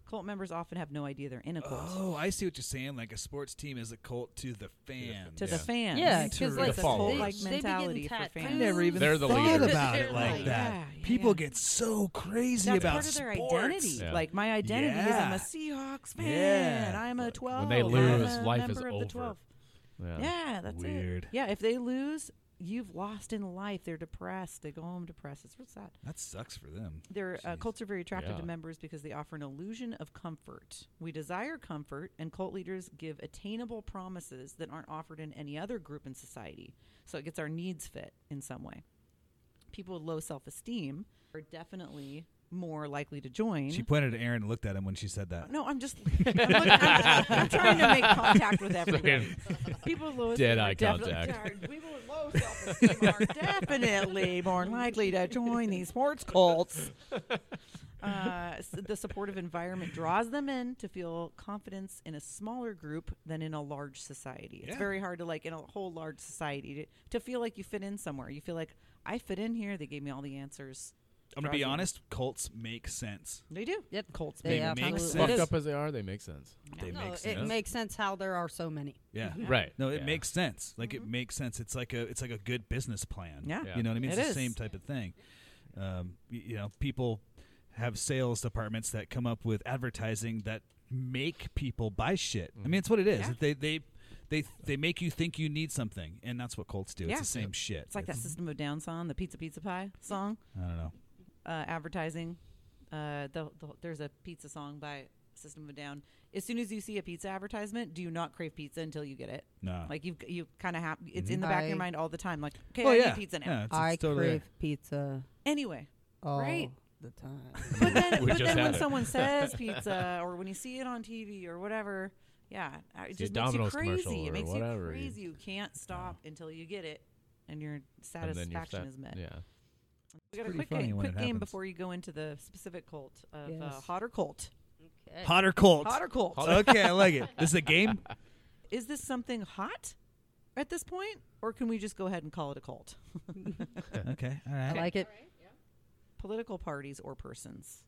Speaker 4: Cult members often have no idea they're in a cult.
Speaker 2: Oh, I see what you're saying. Like a sports team is a cult to the fans.
Speaker 4: to the
Speaker 3: Yeah.
Speaker 4: fans.
Speaker 5: Yeah,
Speaker 2: because,
Speaker 5: because
Speaker 2: like,
Speaker 5: like
Speaker 2: The
Speaker 4: followers.
Speaker 5: they, they be
Speaker 4: mentality
Speaker 5: getting
Speaker 4: for
Speaker 5: tattoos.
Speaker 4: fans. I never
Speaker 2: even
Speaker 3: They're the
Speaker 2: thought
Speaker 3: leaders.
Speaker 2: about
Speaker 4: (laughs)
Speaker 5: They're
Speaker 2: it like
Speaker 5: like-
Speaker 2: that.
Speaker 4: Yeah, yeah,
Speaker 2: People
Speaker 4: yeah.
Speaker 2: get so crazy
Speaker 4: That's
Speaker 2: about
Speaker 4: part of their
Speaker 2: sports.
Speaker 4: identity.
Speaker 3: Yeah.
Speaker 4: Like my identity
Speaker 2: Yeah.
Speaker 4: is I'm a Seahawks
Speaker 2: Yeah.
Speaker 4: fan. I'm a twelve.
Speaker 3: When they
Speaker 4: I'm
Speaker 3: lose,
Speaker 4: a
Speaker 3: life is
Speaker 4: member of
Speaker 3: over.
Speaker 4: The 12.
Speaker 3: Yeah.
Speaker 4: Yeah.
Speaker 3: (laughs)
Speaker 4: that's
Speaker 2: Weird.
Speaker 4: it. Yeah, if they lose, you've lost in life. They're depressed. They go home depressed. It's real sad.
Speaker 2: That sucks for them.
Speaker 4: Their uh,
Speaker 2: Jeez.
Speaker 4: cults are very attractive
Speaker 3: Yeah.
Speaker 4: to members because they offer an illusion of comfort. We desire comfort, and cult leaders give attainable promises that aren't offered in any other group in society. So it gets our needs fit in some way. People with low self esteem are definitely more likely to join.
Speaker 2: She pointed at Aaron and looked at him when she said that.
Speaker 4: no, I'm just (laughs) I'm, looking- I'm- I'm trying to make
Speaker 2: (laughs)
Speaker 4: contact with everyone. (laughs) People with low
Speaker 3: Dead
Speaker 4: esteem are
Speaker 3: eye
Speaker 4: definitely-
Speaker 3: contact.
Speaker 4: are- People with low self esteem are definitely more likely to join these sports cults. Uh, s- the supportive environment draws them in to feel confidence in a smaller group than in a large society. It's
Speaker 2: Yeah.
Speaker 4: very hard to like in a whole large society to, to feel like you fit in somewhere. You feel like I fit in here. They gave me all the answers.
Speaker 2: I'm gonna be
Speaker 4: Draws you in.
Speaker 2: honest. Cults make sense.
Speaker 4: They do.
Speaker 5: Yep.
Speaker 4: Cults make
Speaker 5: They
Speaker 2: It makes
Speaker 5: absolutely-
Speaker 2: sense.
Speaker 3: Fucked up as they are, they make sense.
Speaker 2: They
Speaker 5: No,
Speaker 2: make
Speaker 5: it
Speaker 2: sense.
Speaker 5: makes sense how there are so many.
Speaker 2: yeah.
Speaker 4: (laughs)
Speaker 3: Right.
Speaker 2: No, it
Speaker 3: Yeah.
Speaker 2: makes sense. Like it makes sense. It's like a it's like a good business plan.
Speaker 4: Mm-hmm. Yeah.
Speaker 3: Yeah.
Speaker 2: You know what I mean?
Speaker 4: It
Speaker 2: It's the
Speaker 4: is.
Speaker 2: same type of thing. Um, y- you know, people have sales departments that come up with advertising that make people buy shit. I mean, it's what it is.
Speaker 4: Yeah.
Speaker 2: They they they they make you think you need something, and that's what cults do.
Speaker 4: Yeah.
Speaker 2: It's the same shit.
Speaker 4: It's like that System of Down song, the Pizza Pizza Pie song,
Speaker 2: I don't know.
Speaker 4: uh, advertising. Uh, the, the, there's a pizza song by System of a Down. As soon as you see a pizza advertisement, do not crave pizza until you get it.
Speaker 2: No.
Speaker 3: Oh.
Speaker 4: Like you, you kind of have. It's in the back of your
Speaker 5: I-
Speaker 4: mind all the time. Like, okay,
Speaker 2: Well,
Speaker 4: I
Speaker 2: yeah.
Speaker 4: need pizza now.
Speaker 2: Yeah, it's, it's totally
Speaker 5: pizza
Speaker 3: (laughs)
Speaker 4: Anyway,
Speaker 5: all
Speaker 4: Right.
Speaker 5: the (laughs) time.
Speaker 4: but then,
Speaker 3: We
Speaker 4: but
Speaker 3: just
Speaker 4: then when
Speaker 3: had it. (laughs)
Speaker 4: someone says pizza, or when you see it on TV or whatever, yeah, uh, it
Speaker 3: See a
Speaker 4: just makes you
Speaker 3: Domino's commercial
Speaker 4: crazy.
Speaker 3: or
Speaker 4: It makes
Speaker 3: whatever,
Speaker 4: you
Speaker 3: you-
Speaker 4: crazy. You can't stop until you get it, and your
Speaker 3: And then
Speaker 4: satisfaction
Speaker 3: you're set.
Speaker 4: is met.
Speaker 3: Yeah.
Speaker 4: We got a
Speaker 2: pretty
Speaker 4: quick,
Speaker 2: funny
Speaker 4: game,
Speaker 2: when
Speaker 4: quick
Speaker 2: it
Speaker 4: game
Speaker 2: happens.
Speaker 4: before you go into the specific cult of uh,
Speaker 5: Yes.
Speaker 4: hotter cult.
Speaker 2: hotter cult.
Speaker 4: Hotter
Speaker 2: (laughs)
Speaker 4: cult.
Speaker 2: okay, I like it. This is a game.
Speaker 4: Is this something hot at this point, or can we just go ahead and call it a cult? (laughs)
Speaker 2: okay, all right.
Speaker 5: I like it.
Speaker 4: Political parties or persons.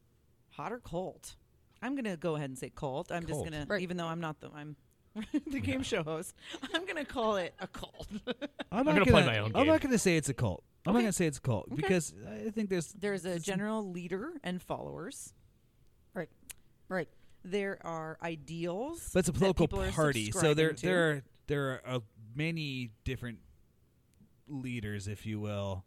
Speaker 4: Hotter cult. I'm gonna go ahead and say cult. I'm
Speaker 3: Cult.
Speaker 4: just gonna,
Speaker 5: Right.
Speaker 4: even though I'm not the I'm (laughs) the game show host. I'm gonna call it a cult.
Speaker 2: (laughs) I'm,
Speaker 3: I'm
Speaker 2: not
Speaker 3: gonna play my own
Speaker 2: I'm not
Speaker 3: game.
Speaker 2: going to say it's a cult. I'm not
Speaker 4: Okay.
Speaker 2: going to say it's a cult because I think there's
Speaker 4: There's a
Speaker 2: It's-
Speaker 4: general leader and followers.
Speaker 5: Right. Right.
Speaker 4: There are ideals.
Speaker 2: But it's a
Speaker 4: that
Speaker 2: political
Speaker 4: people are
Speaker 2: party, so there
Speaker 4: subscribing to.
Speaker 2: there are there are uh, many different leaders, if you will,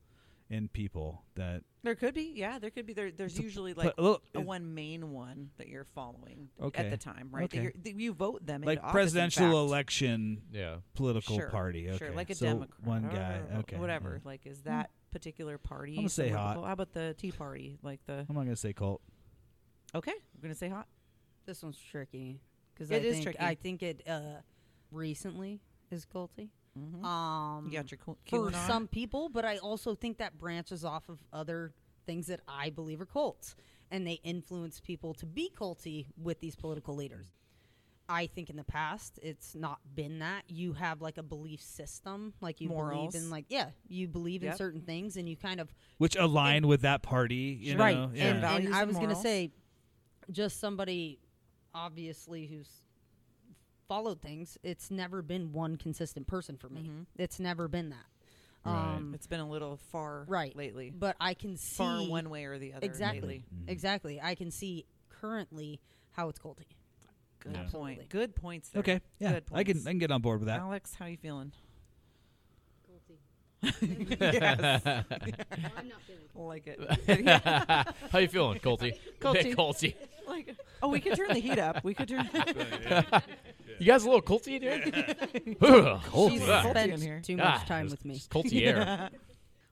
Speaker 2: and people that
Speaker 4: There could be, yeah. There could be. There, there's usually
Speaker 2: but
Speaker 4: like
Speaker 2: a little-
Speaker 4: a
Speaker 2: it-
Speaker 4: one main one that you're following
Speaker 2: Okay.
Speaker 4: at the time, right?
Speaker 2: Okay.
Speaker 4: That you're, that you vote them
Speaker 2: like
Speaker 4: into office,
Speaker 2: presidential
Speaker 4: in fact.
Speaker 2: election
Speaker 3: Yeah.
Speaker 4: (laughs)
Speaker 2: political
Speaker 4: Sure,
Speaker 2: party. Okay,
Speaker 4: Sure, like a
Speaker 2: so
Speaker 4: Democrat,
Speaker 2: one
Speaker 4: or
Speaker 2: guy. Okay,
Speaker 4: whatever.
Speaker 2: yeah.
Speaker 4: Like, is that particular party?
Speaker 2: gonna say
Speaker 4: somewhere
Speaker 2: hot.
Speaker 4: below- How about the Tea Party? Like the
Speaker 2: I'm not going to say cult.
Speaker 4: okay, I'm gonna say hot.
Speaker 5: This one's tricky because I
Speaker 4: It is
Speaker 5: think
Speaker 4: tricky.
Speaker 5: I think it uh, recently is culty.
Speaker 4: Mhm.
Speaker 5: Um,
Speaker 4: you got your cool
Speaker 5: for some people, but I also think that branches off of other things that I believe are cults, and they influence people to be culty with these political leaders. I think in the past it's not been that you have like a belief system, like you
Speaker 4: Morals.
Speaker 5: believe in like yeah, you believe in
Speaker 4: Yep.
Speaker 5: certain things, and you kind of
Speaker 2: Which align with that party, you
Speaker 5: right.
Speaker 2: know?
Speaker 4: yeah.
Speaker 5: And, and
Speaker 4: Values
Speaker 5: I
Speaker 4: and
Speaker 5: was going to
Speaker 4: morals.
Speaker 5: say, just somebody obviously who's followed things, it's never been one consistent person for me.
Speaker 4: Mm-hmm.
Speaker 5: It's never been that.
Speaker 3: Right.
Speaker 5: Um,
Speaker 4: It's been a little far
Speaker 5: Right.
Speaker 4: lately,
Speaker 5: but I can see
Speaker 4: far one way or the other.
Speaker 5: exactly,
Speaker 4: Lately.
Speaker 5: exactly. I can see currently how it's culty.
Speaker 4: Good
Speaker 2: Yeah.
Speaker 5: Absolutely.
Speaker 4: point. Good points. There.
Speaker 2: Okay, yeah,
Speaker 4: Good
Speaker 2: I can
Speaker 4: points.
Speaker 2: I can get on board with that.
Speaker 4: Alex, how you feeling? (laughs)
Speaker 5: (laughs)
Speaker 4: Like it. (laughs)
Speaker 3: How you feeling, Colty? (laughs)
Speaker 4: Colty.
Speaker 3: Colty.
Speaker 4: like, oh, we could turn the heat up. We
Speaker 2: (laughs)
Speaker 4: could turn.
Speaker 3: You guys a little Colty in here? (laughs)
Speaker 5: She
Speaker 3: Colty.
Speaker 4: Culty in here.
Speaker 5: spent too much
Speaker 3: Ah,
Speaker 5: time
Speaker 3: there's
Speaker 5: with me.
Speaker 3: just Colty air.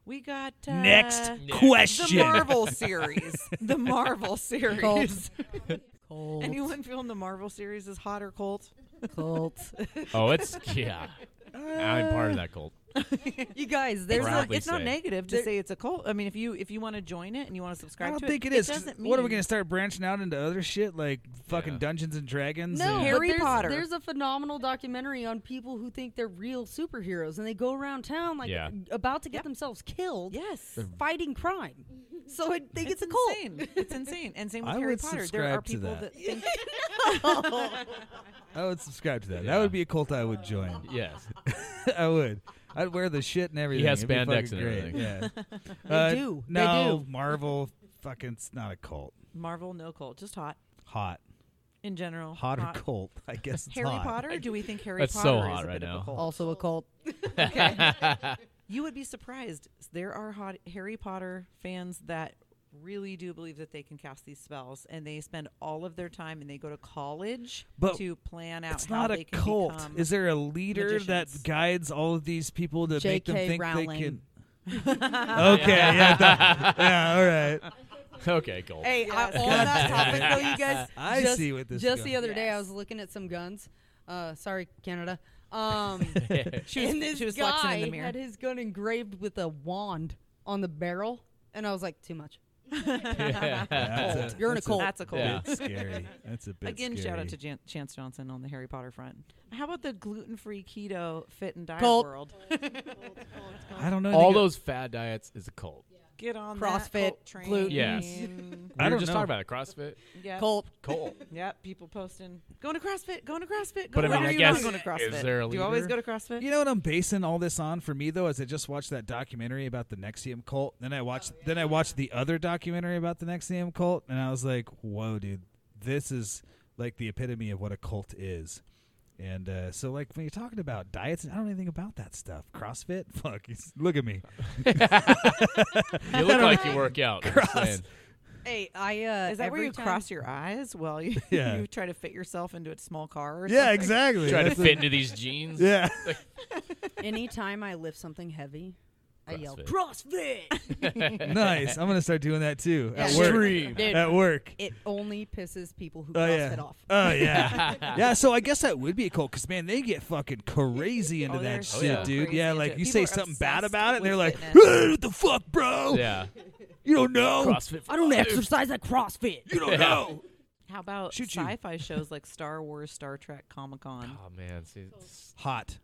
Speaker 4: We got uh,
Speaker 2: Next
Speaker 3: Yeah.
Speaker 2: question. (laughs)
Speaker 4: The Marvel series. the Marvel series.
Speaker 5: Cult. Cult.
Speaker 4: Anyone feeling the Marvel series
Speaker 5: (laughs)
Speaker 4: is hot or cold?
Speaker 5: Cult.
Speaker 3: Oh, it's yeah. I'm part of that cult.
Speaker 5: you
Speaker 4: (laughs)
Speaker 5: guys, there's
Speaker 4: It's not,
Speaker 3: Proudly
Speaker 4: it's not
Speaker 3: say.
Speaker 4: negative to
Speaker 2: There-
Speaker 4: say it's a cult. I mean, if you if you want to join it and you want to subscribe
Speaker 2: I don't
Speaker 4: to
Speaker 2: think
Speaker 4: it,
Speaker 2: it is. 'cause
Speaker 4: doesn't mean
Speaker 2: what are we going to start branching out into other shit like fucking
Speaker 3: Yeah.
Speaker 2: Dungeons and Dragons?
Speaker 5: No,
Speaker 2: and-
Speaker 5: but
Speaker 4: Harry
Speaker 5: there's,
Speaker 4: Potter.
Speaker 5: There's a phenomenal documentary on people who think they're real superheroes and they go around town like
Speaker 3: Yeah.
Speaker 5: about to get
Speaker 4: Yeah.
Speaker 5: themselves killed,
Speaker 4: Yes.
Speaker 5: fighting crime.
Speaker 4: (laughs)
Speaker 5: So I think
Speaker 4: it's
Speaker 5: it's, a cult.
Speaker 4: insane. (laughs) It's insane. And same with
Speaker 2: I
Speaker 4: Harry
Speaker 2: would
Speaker 4: Potter. There are
Speaker 2: subscribe to
Speaker 4: people
Speaker 2: that.
Speaker 4: that, think
Speaker 2: I would subscribe to that.
Speaker 3: Yeah.
Speaker 2: That would be a cult I would join.
Speaker 4: (laughs)
Speaker 2: (laughs)
Speaker 3: Yes.
Speaker 2: I would. I'd wear the shit and everything.
Speaker 3: has
Speaker 2: It'd be
Speaker 3: spandex
Speaker 2: fucking
Speaker 3: and
Speaker 2: great.
Speaker 3: everything.
Speaker 4: (laughs)
Speaker 2: Yeah. Uh,
Speaker 5: They do. They
Speaker 2: No,
Speaker 5: do.
Speaker 2: Marvel, fucking, it's not a cult.
Speaker 4: Marvel no cult, just hot
Speaker 2: Hot,
Speaker 4: in general.
Speaker 2: hot,
Speaker 4: hot.
Speaker 2: or cult? I guess it's
Speaker 4: Harry
Speaker 2: hot.
Speaker 4: Potter? Do we think Harry
Speaker 3: That's so
Speaker 4: Potter
Speaker 3: hot
Speaker 4: is a
Speaker 3: right
Speaker 4: bit of
Speaker 3: now.
Speaker 4: a cult?
Speaker 5: Also a cult.
Speaker 2: (laughs)
Speaker 4: You would be surprised. There are hot Harry Potter fans that really do believe that they can cast these spells, and they spend all of their time and they go to college
Speaker 2: But
Speaker 4: to plan out.
Speaker 2: It's not
Speaker 4: how they
Speaker 2: a
Speaker 4: can
Speaker 2: cult.
Speaker 4: become-
Speaker 2: Is there a leader
Speaker 4: magicians.
Speaker 2: that guides all of these people to make them
Speaker 5: J.K.
Speaker 2: think
Speaker 5: Rowling.
Speaker 2: they
Speaker 4: (laughs)
Speaker 2: can? okay, yeah, that- yeah, all right.
Speaker 3: (laughs) okay, cool.
Speaker 5: Hey,
Speaker 4: Yes.
Speaker 5: I, on
Speaker 2: (laughs)
Speaker 5: that topic though, you guys.
Speaker 2: I
Speaker 5: just,
Speaker 2: see what this
Speaker 5: Just
Speaker 2: is
Speaker 5: the other day, I
Speaker 4: Yes.
Speaker 5: was looking at some guns. Uh, sorry, Canada.
Speaker 2: (laughs)
Speaker 5: Um,
Speaker 4: She was,
Speaker 5: and this
Speaker 4: she was flexing
Speaker 5: guy
Speaker 4: in the mirror.
Speaker 5: had his gun engraved with a wand on the barrel, and I was like, too much.
Speaker 2: That's
Speaker 5: You're in a
Speaker 2: that's
Speaker 5: cult.
Speaker 4: That's a cult.
Speaker 3: Yeah.
Speaker 2: bit
Speaker 3: (laughs)
Speaker 2: scary. That's a bit
Speaker 4: (laughs) Again, shout
Speaker 2: scary.
Speaker 4: out to Jan- Chance Johnson on the Harry Potter front. How about the gluten-free keto fit and diet
Speaker 5: Cult.
Speaker 4: world?
Speaker 2: I don't know.
Speaker 3: All
Speaker 2: anything-
Speaker 3: those fad diets is a cult.
Speaker 4: Get on that
Speaker 5: CrossFit,
Speaker 4: cult train.
Speaker 5: gluten.
Speaker 3: Yes.
Speaker 2: I
Speaker 3: We were
Speaker 2: don't
Speaker 3: just
Speaker 2: know.
Speaker 3: talking about it. CrossFit.
Speaker 4: Yep.
Speaker 5: Cult.
Speaker 3: Cult.
Speaker 4: Yep, people posting going to CrossFit, going to CrossFit.
Speaker 3: But I
Speaker 4: going
Speaker 3: mean,
Speaker 4: to
Speaker 3: I
Speaker 4: CrossFit."
Speaker 3: guess-
Speaker 4: going to CrossFit.
Speaker 3: is there a
Speaker 4: Do you always go
Speaker 3: leader?
Speaker 4: to CrossFit?
Speaker 2: You know what I'm basing all this on for me though is I just watched that documentary about the Nexium cult, then I watched then I watched the other documentary about the Nexium cult, and I was like, "Whoa, dude, this is like the epitome of what a cult is." And uh, so, like when you're talking about diets, I don't know anything about that stuff. CrossFit, (laughs) fuck, he's- look at me.
Speaker 3: You look like you work out. I'm just saying.
Speaker 5: Hey, I uh,
Speaker 4: Is that where
Speaker 5: every
Speaker 4: you
Speaker 5: time-
Speaker 4: cross your eyes while you,
Speaker 2: (laughs) Yeah.
Speaker 4: you try to fit yourself into a small car? Or
Speaker 2: Yeah,
Speaker 4: something?
Speaker 2: exactly.
Speaker 3: Trying to
Speaker 2: That's the-
Speaker 3: fit into these jeans.
Speaker 2: Yeah, (laughs)
Speaker 5: (laughs) Anytime I lift something heavy, I yell
Speaker 3: CrossFit.
Speaker 5: CrossFit. (laughs)
Speaker 2: nice. I'm gonna start doing that too at
Speaker 5: Yeah.
Speaker 2: work.
Speaker 3: Extreme.
Speaker 5: Dude.
Speaker 2: At work.
Speaker 5: it only pisses people who
Speaker 2: Oh
Speaker 5: CrossFit
Speaker 2: yeah.
Speaker 5: off.
Speaker 2: Oh
Speaker 4: (laughs)
Speaker 2: yeah. yeah. So I guess that would be a cult because man, they get fucking crazy into
Speaker 4: Oh, they're
Speaker 2: that
Speaker 4: so
Speaker 2: shit,
Speaker 3: yeah.
Speaker 2: dude.
Speaker 4: crazy
Speaker 2: Yeah,
Speaker 4: into
Speaker 2: like
Speaker 4: it.
Speaker 2: you
Speaker 4: People
Speaker 2: say
Speaker 4: are
Speaker 2: something bad
Speaker 4: obsessed
Speaker 2: about it, and they're
Speaker 4: with
Speaker 2: like,
Speaker 4: fitness.
Speaker 2: "Hey, "What the fuck, bro?
Speaker 3: Yeah.
Speaker 2: You don't know.
Speaker 3: CrossFit.
Speaker 5: I don't
Speaker 3: for life.
Speaker 5: exercise at CrossFit.
Speaker 2: (laughs) Oh, You don't know."
Speaker 4: How about
Speaker 2: Shoot you.
Speaker 4: sci-fi shows like Star Wars, Star Trek, Comic Con?
Speaker 3: Oh man, see, it's
Speaker 2: Hot,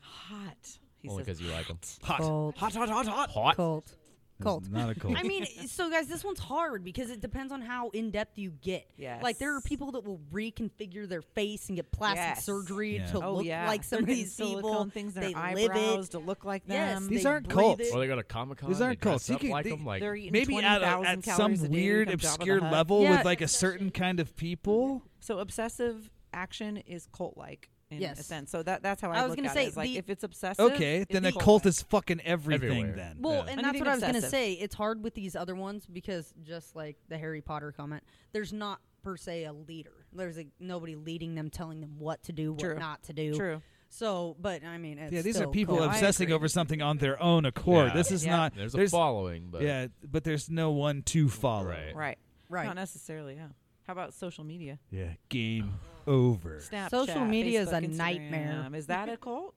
Speaker 4: Hot. He
Speaker 3: only
Speaker 4: says,
Speaker 3: because you like them.
Speaker 2: hot,
Speaker 5: Cold.
Speaker 2: (laughs) hot, hot, hot, hot.
Speaker 3: Hot.
Speaker 5: Cult. Cult.
Speaker 2: It's Not a cult.
Speaker 5: I mean, so guys, this one's hard because it depends on how in depth you get.
Speaker 4: Yes.
Speaker 5: Like there are people that will reconfigure their face and get plastic
Speaker 4: Yes.
Speaker 5: surgery
Speaker 2: Yeah.
Speaker 5: to
Speaker 4: "Oh
Speaker 5: look
Speaker 4: yeah,
Speaker 5: like
Speaker 4: (laughs)
Speaker 5: some
Speaker 4: they're
Speaker 5: of
Speaker 4: getting
Speaker 5: these people.
Speaker 4: silicone things in
Speaker 5: they
Speaker 4: their
Speaker 5: live
Speaker 4: eyebrows
Speaker 5: it.
Speaker 4: to look like
Speaker 5: Yes,
Speaker 4: them.
Speaker 2: These
Speaker 5: they
Speaker 2: aren't
Speaker 5: breathe
Speaker 2: cults.
Speaker 5: it.
Speaker 3: Or they go to Comic Con.
Speaker 2: These aren't
Speaker 3: they dress
Speaker 2: cults. You
Speaker 3: up
Speaker 2: can-
Speaker 3: like
Speaker 2: they-
Speaker 3: them, like
Speaker 4: They're
Speaker 2: (laughs)
Speaker 4: eating
Speaker 2: Maybe at, a,
Speaker 4: 20,000
Speaker 2: at some
Speaker 4: calories a day to
Speaker 2: weird,
Speaker 4: become Jabba the
Speaker 2: obscure
Speaker 4: Hutt.
Speaker 2: level
Speaker 5: Yeah.
Speaker 2: with like a certain kind of people.
Speaker 4: So obsessive action is cult-like in
Speaker 5: Yes.
Speaker 4: a sense. So that that's how I,
Speaker 5: I was
Speaker 4: look
Speaker 5: gonna
Speaker 4: at
Speaker 5: say
Speaker 4: it. It's like
Speaker 5: the-
Speaker 4: if it's obsessive,
Speaker 2: Okay,
Speaker 4: it's
Speaker 2: then a
Speaker 4: cult-like.
Speaker 2: cult is fucking everything.
Speaker 3: Everywhere.
Speaker 2: Then
Speaker 5: Well,
Speaker 3: Yeah.
Speaker 5: and that's
Speaker 4: Anything
Speaker 5: what I was going to
Speaker 4: obsessive.
Speaker 5: say. It's hard with these other ones because just like the Harry Potter comment, there's not per se a leader. There's like nobody leading them, telling them what to do, what
Speaker 4: True.
Speaker 5: not to do.
Speaker 4: true.
Speaker 5: So, but I mean, it's
Speaker 2: yeah, these are
Speaker 5: still
Speaker 2: people
Speaker 5: cool.
Speaker 4: cult. I
Speaker 2: obsessing
Speaker 4: agree.
Speaker 2: over something on their own accord.
Speaker 3: Yeah.
Speaker 2: This is
Speaker 4: Yeah.
Speaker 2: not.
Speaker 3: there's, a following, but
Speaker 2: yeah, but there's no one to follow.
Speaker 3: Right.
Speaker 4: Right.
Speaker 5: Right.
Speaker 4: Not necessarily. Yeah. How about social media?
Speaker 2: Yeah, game over.
Speaker 4: Snapchat.
Speaker 5: Social media is a
Speaker 4: Facebook,
Speaker 5: nightmare.
Speaker 4: Instagram. Is that a cult?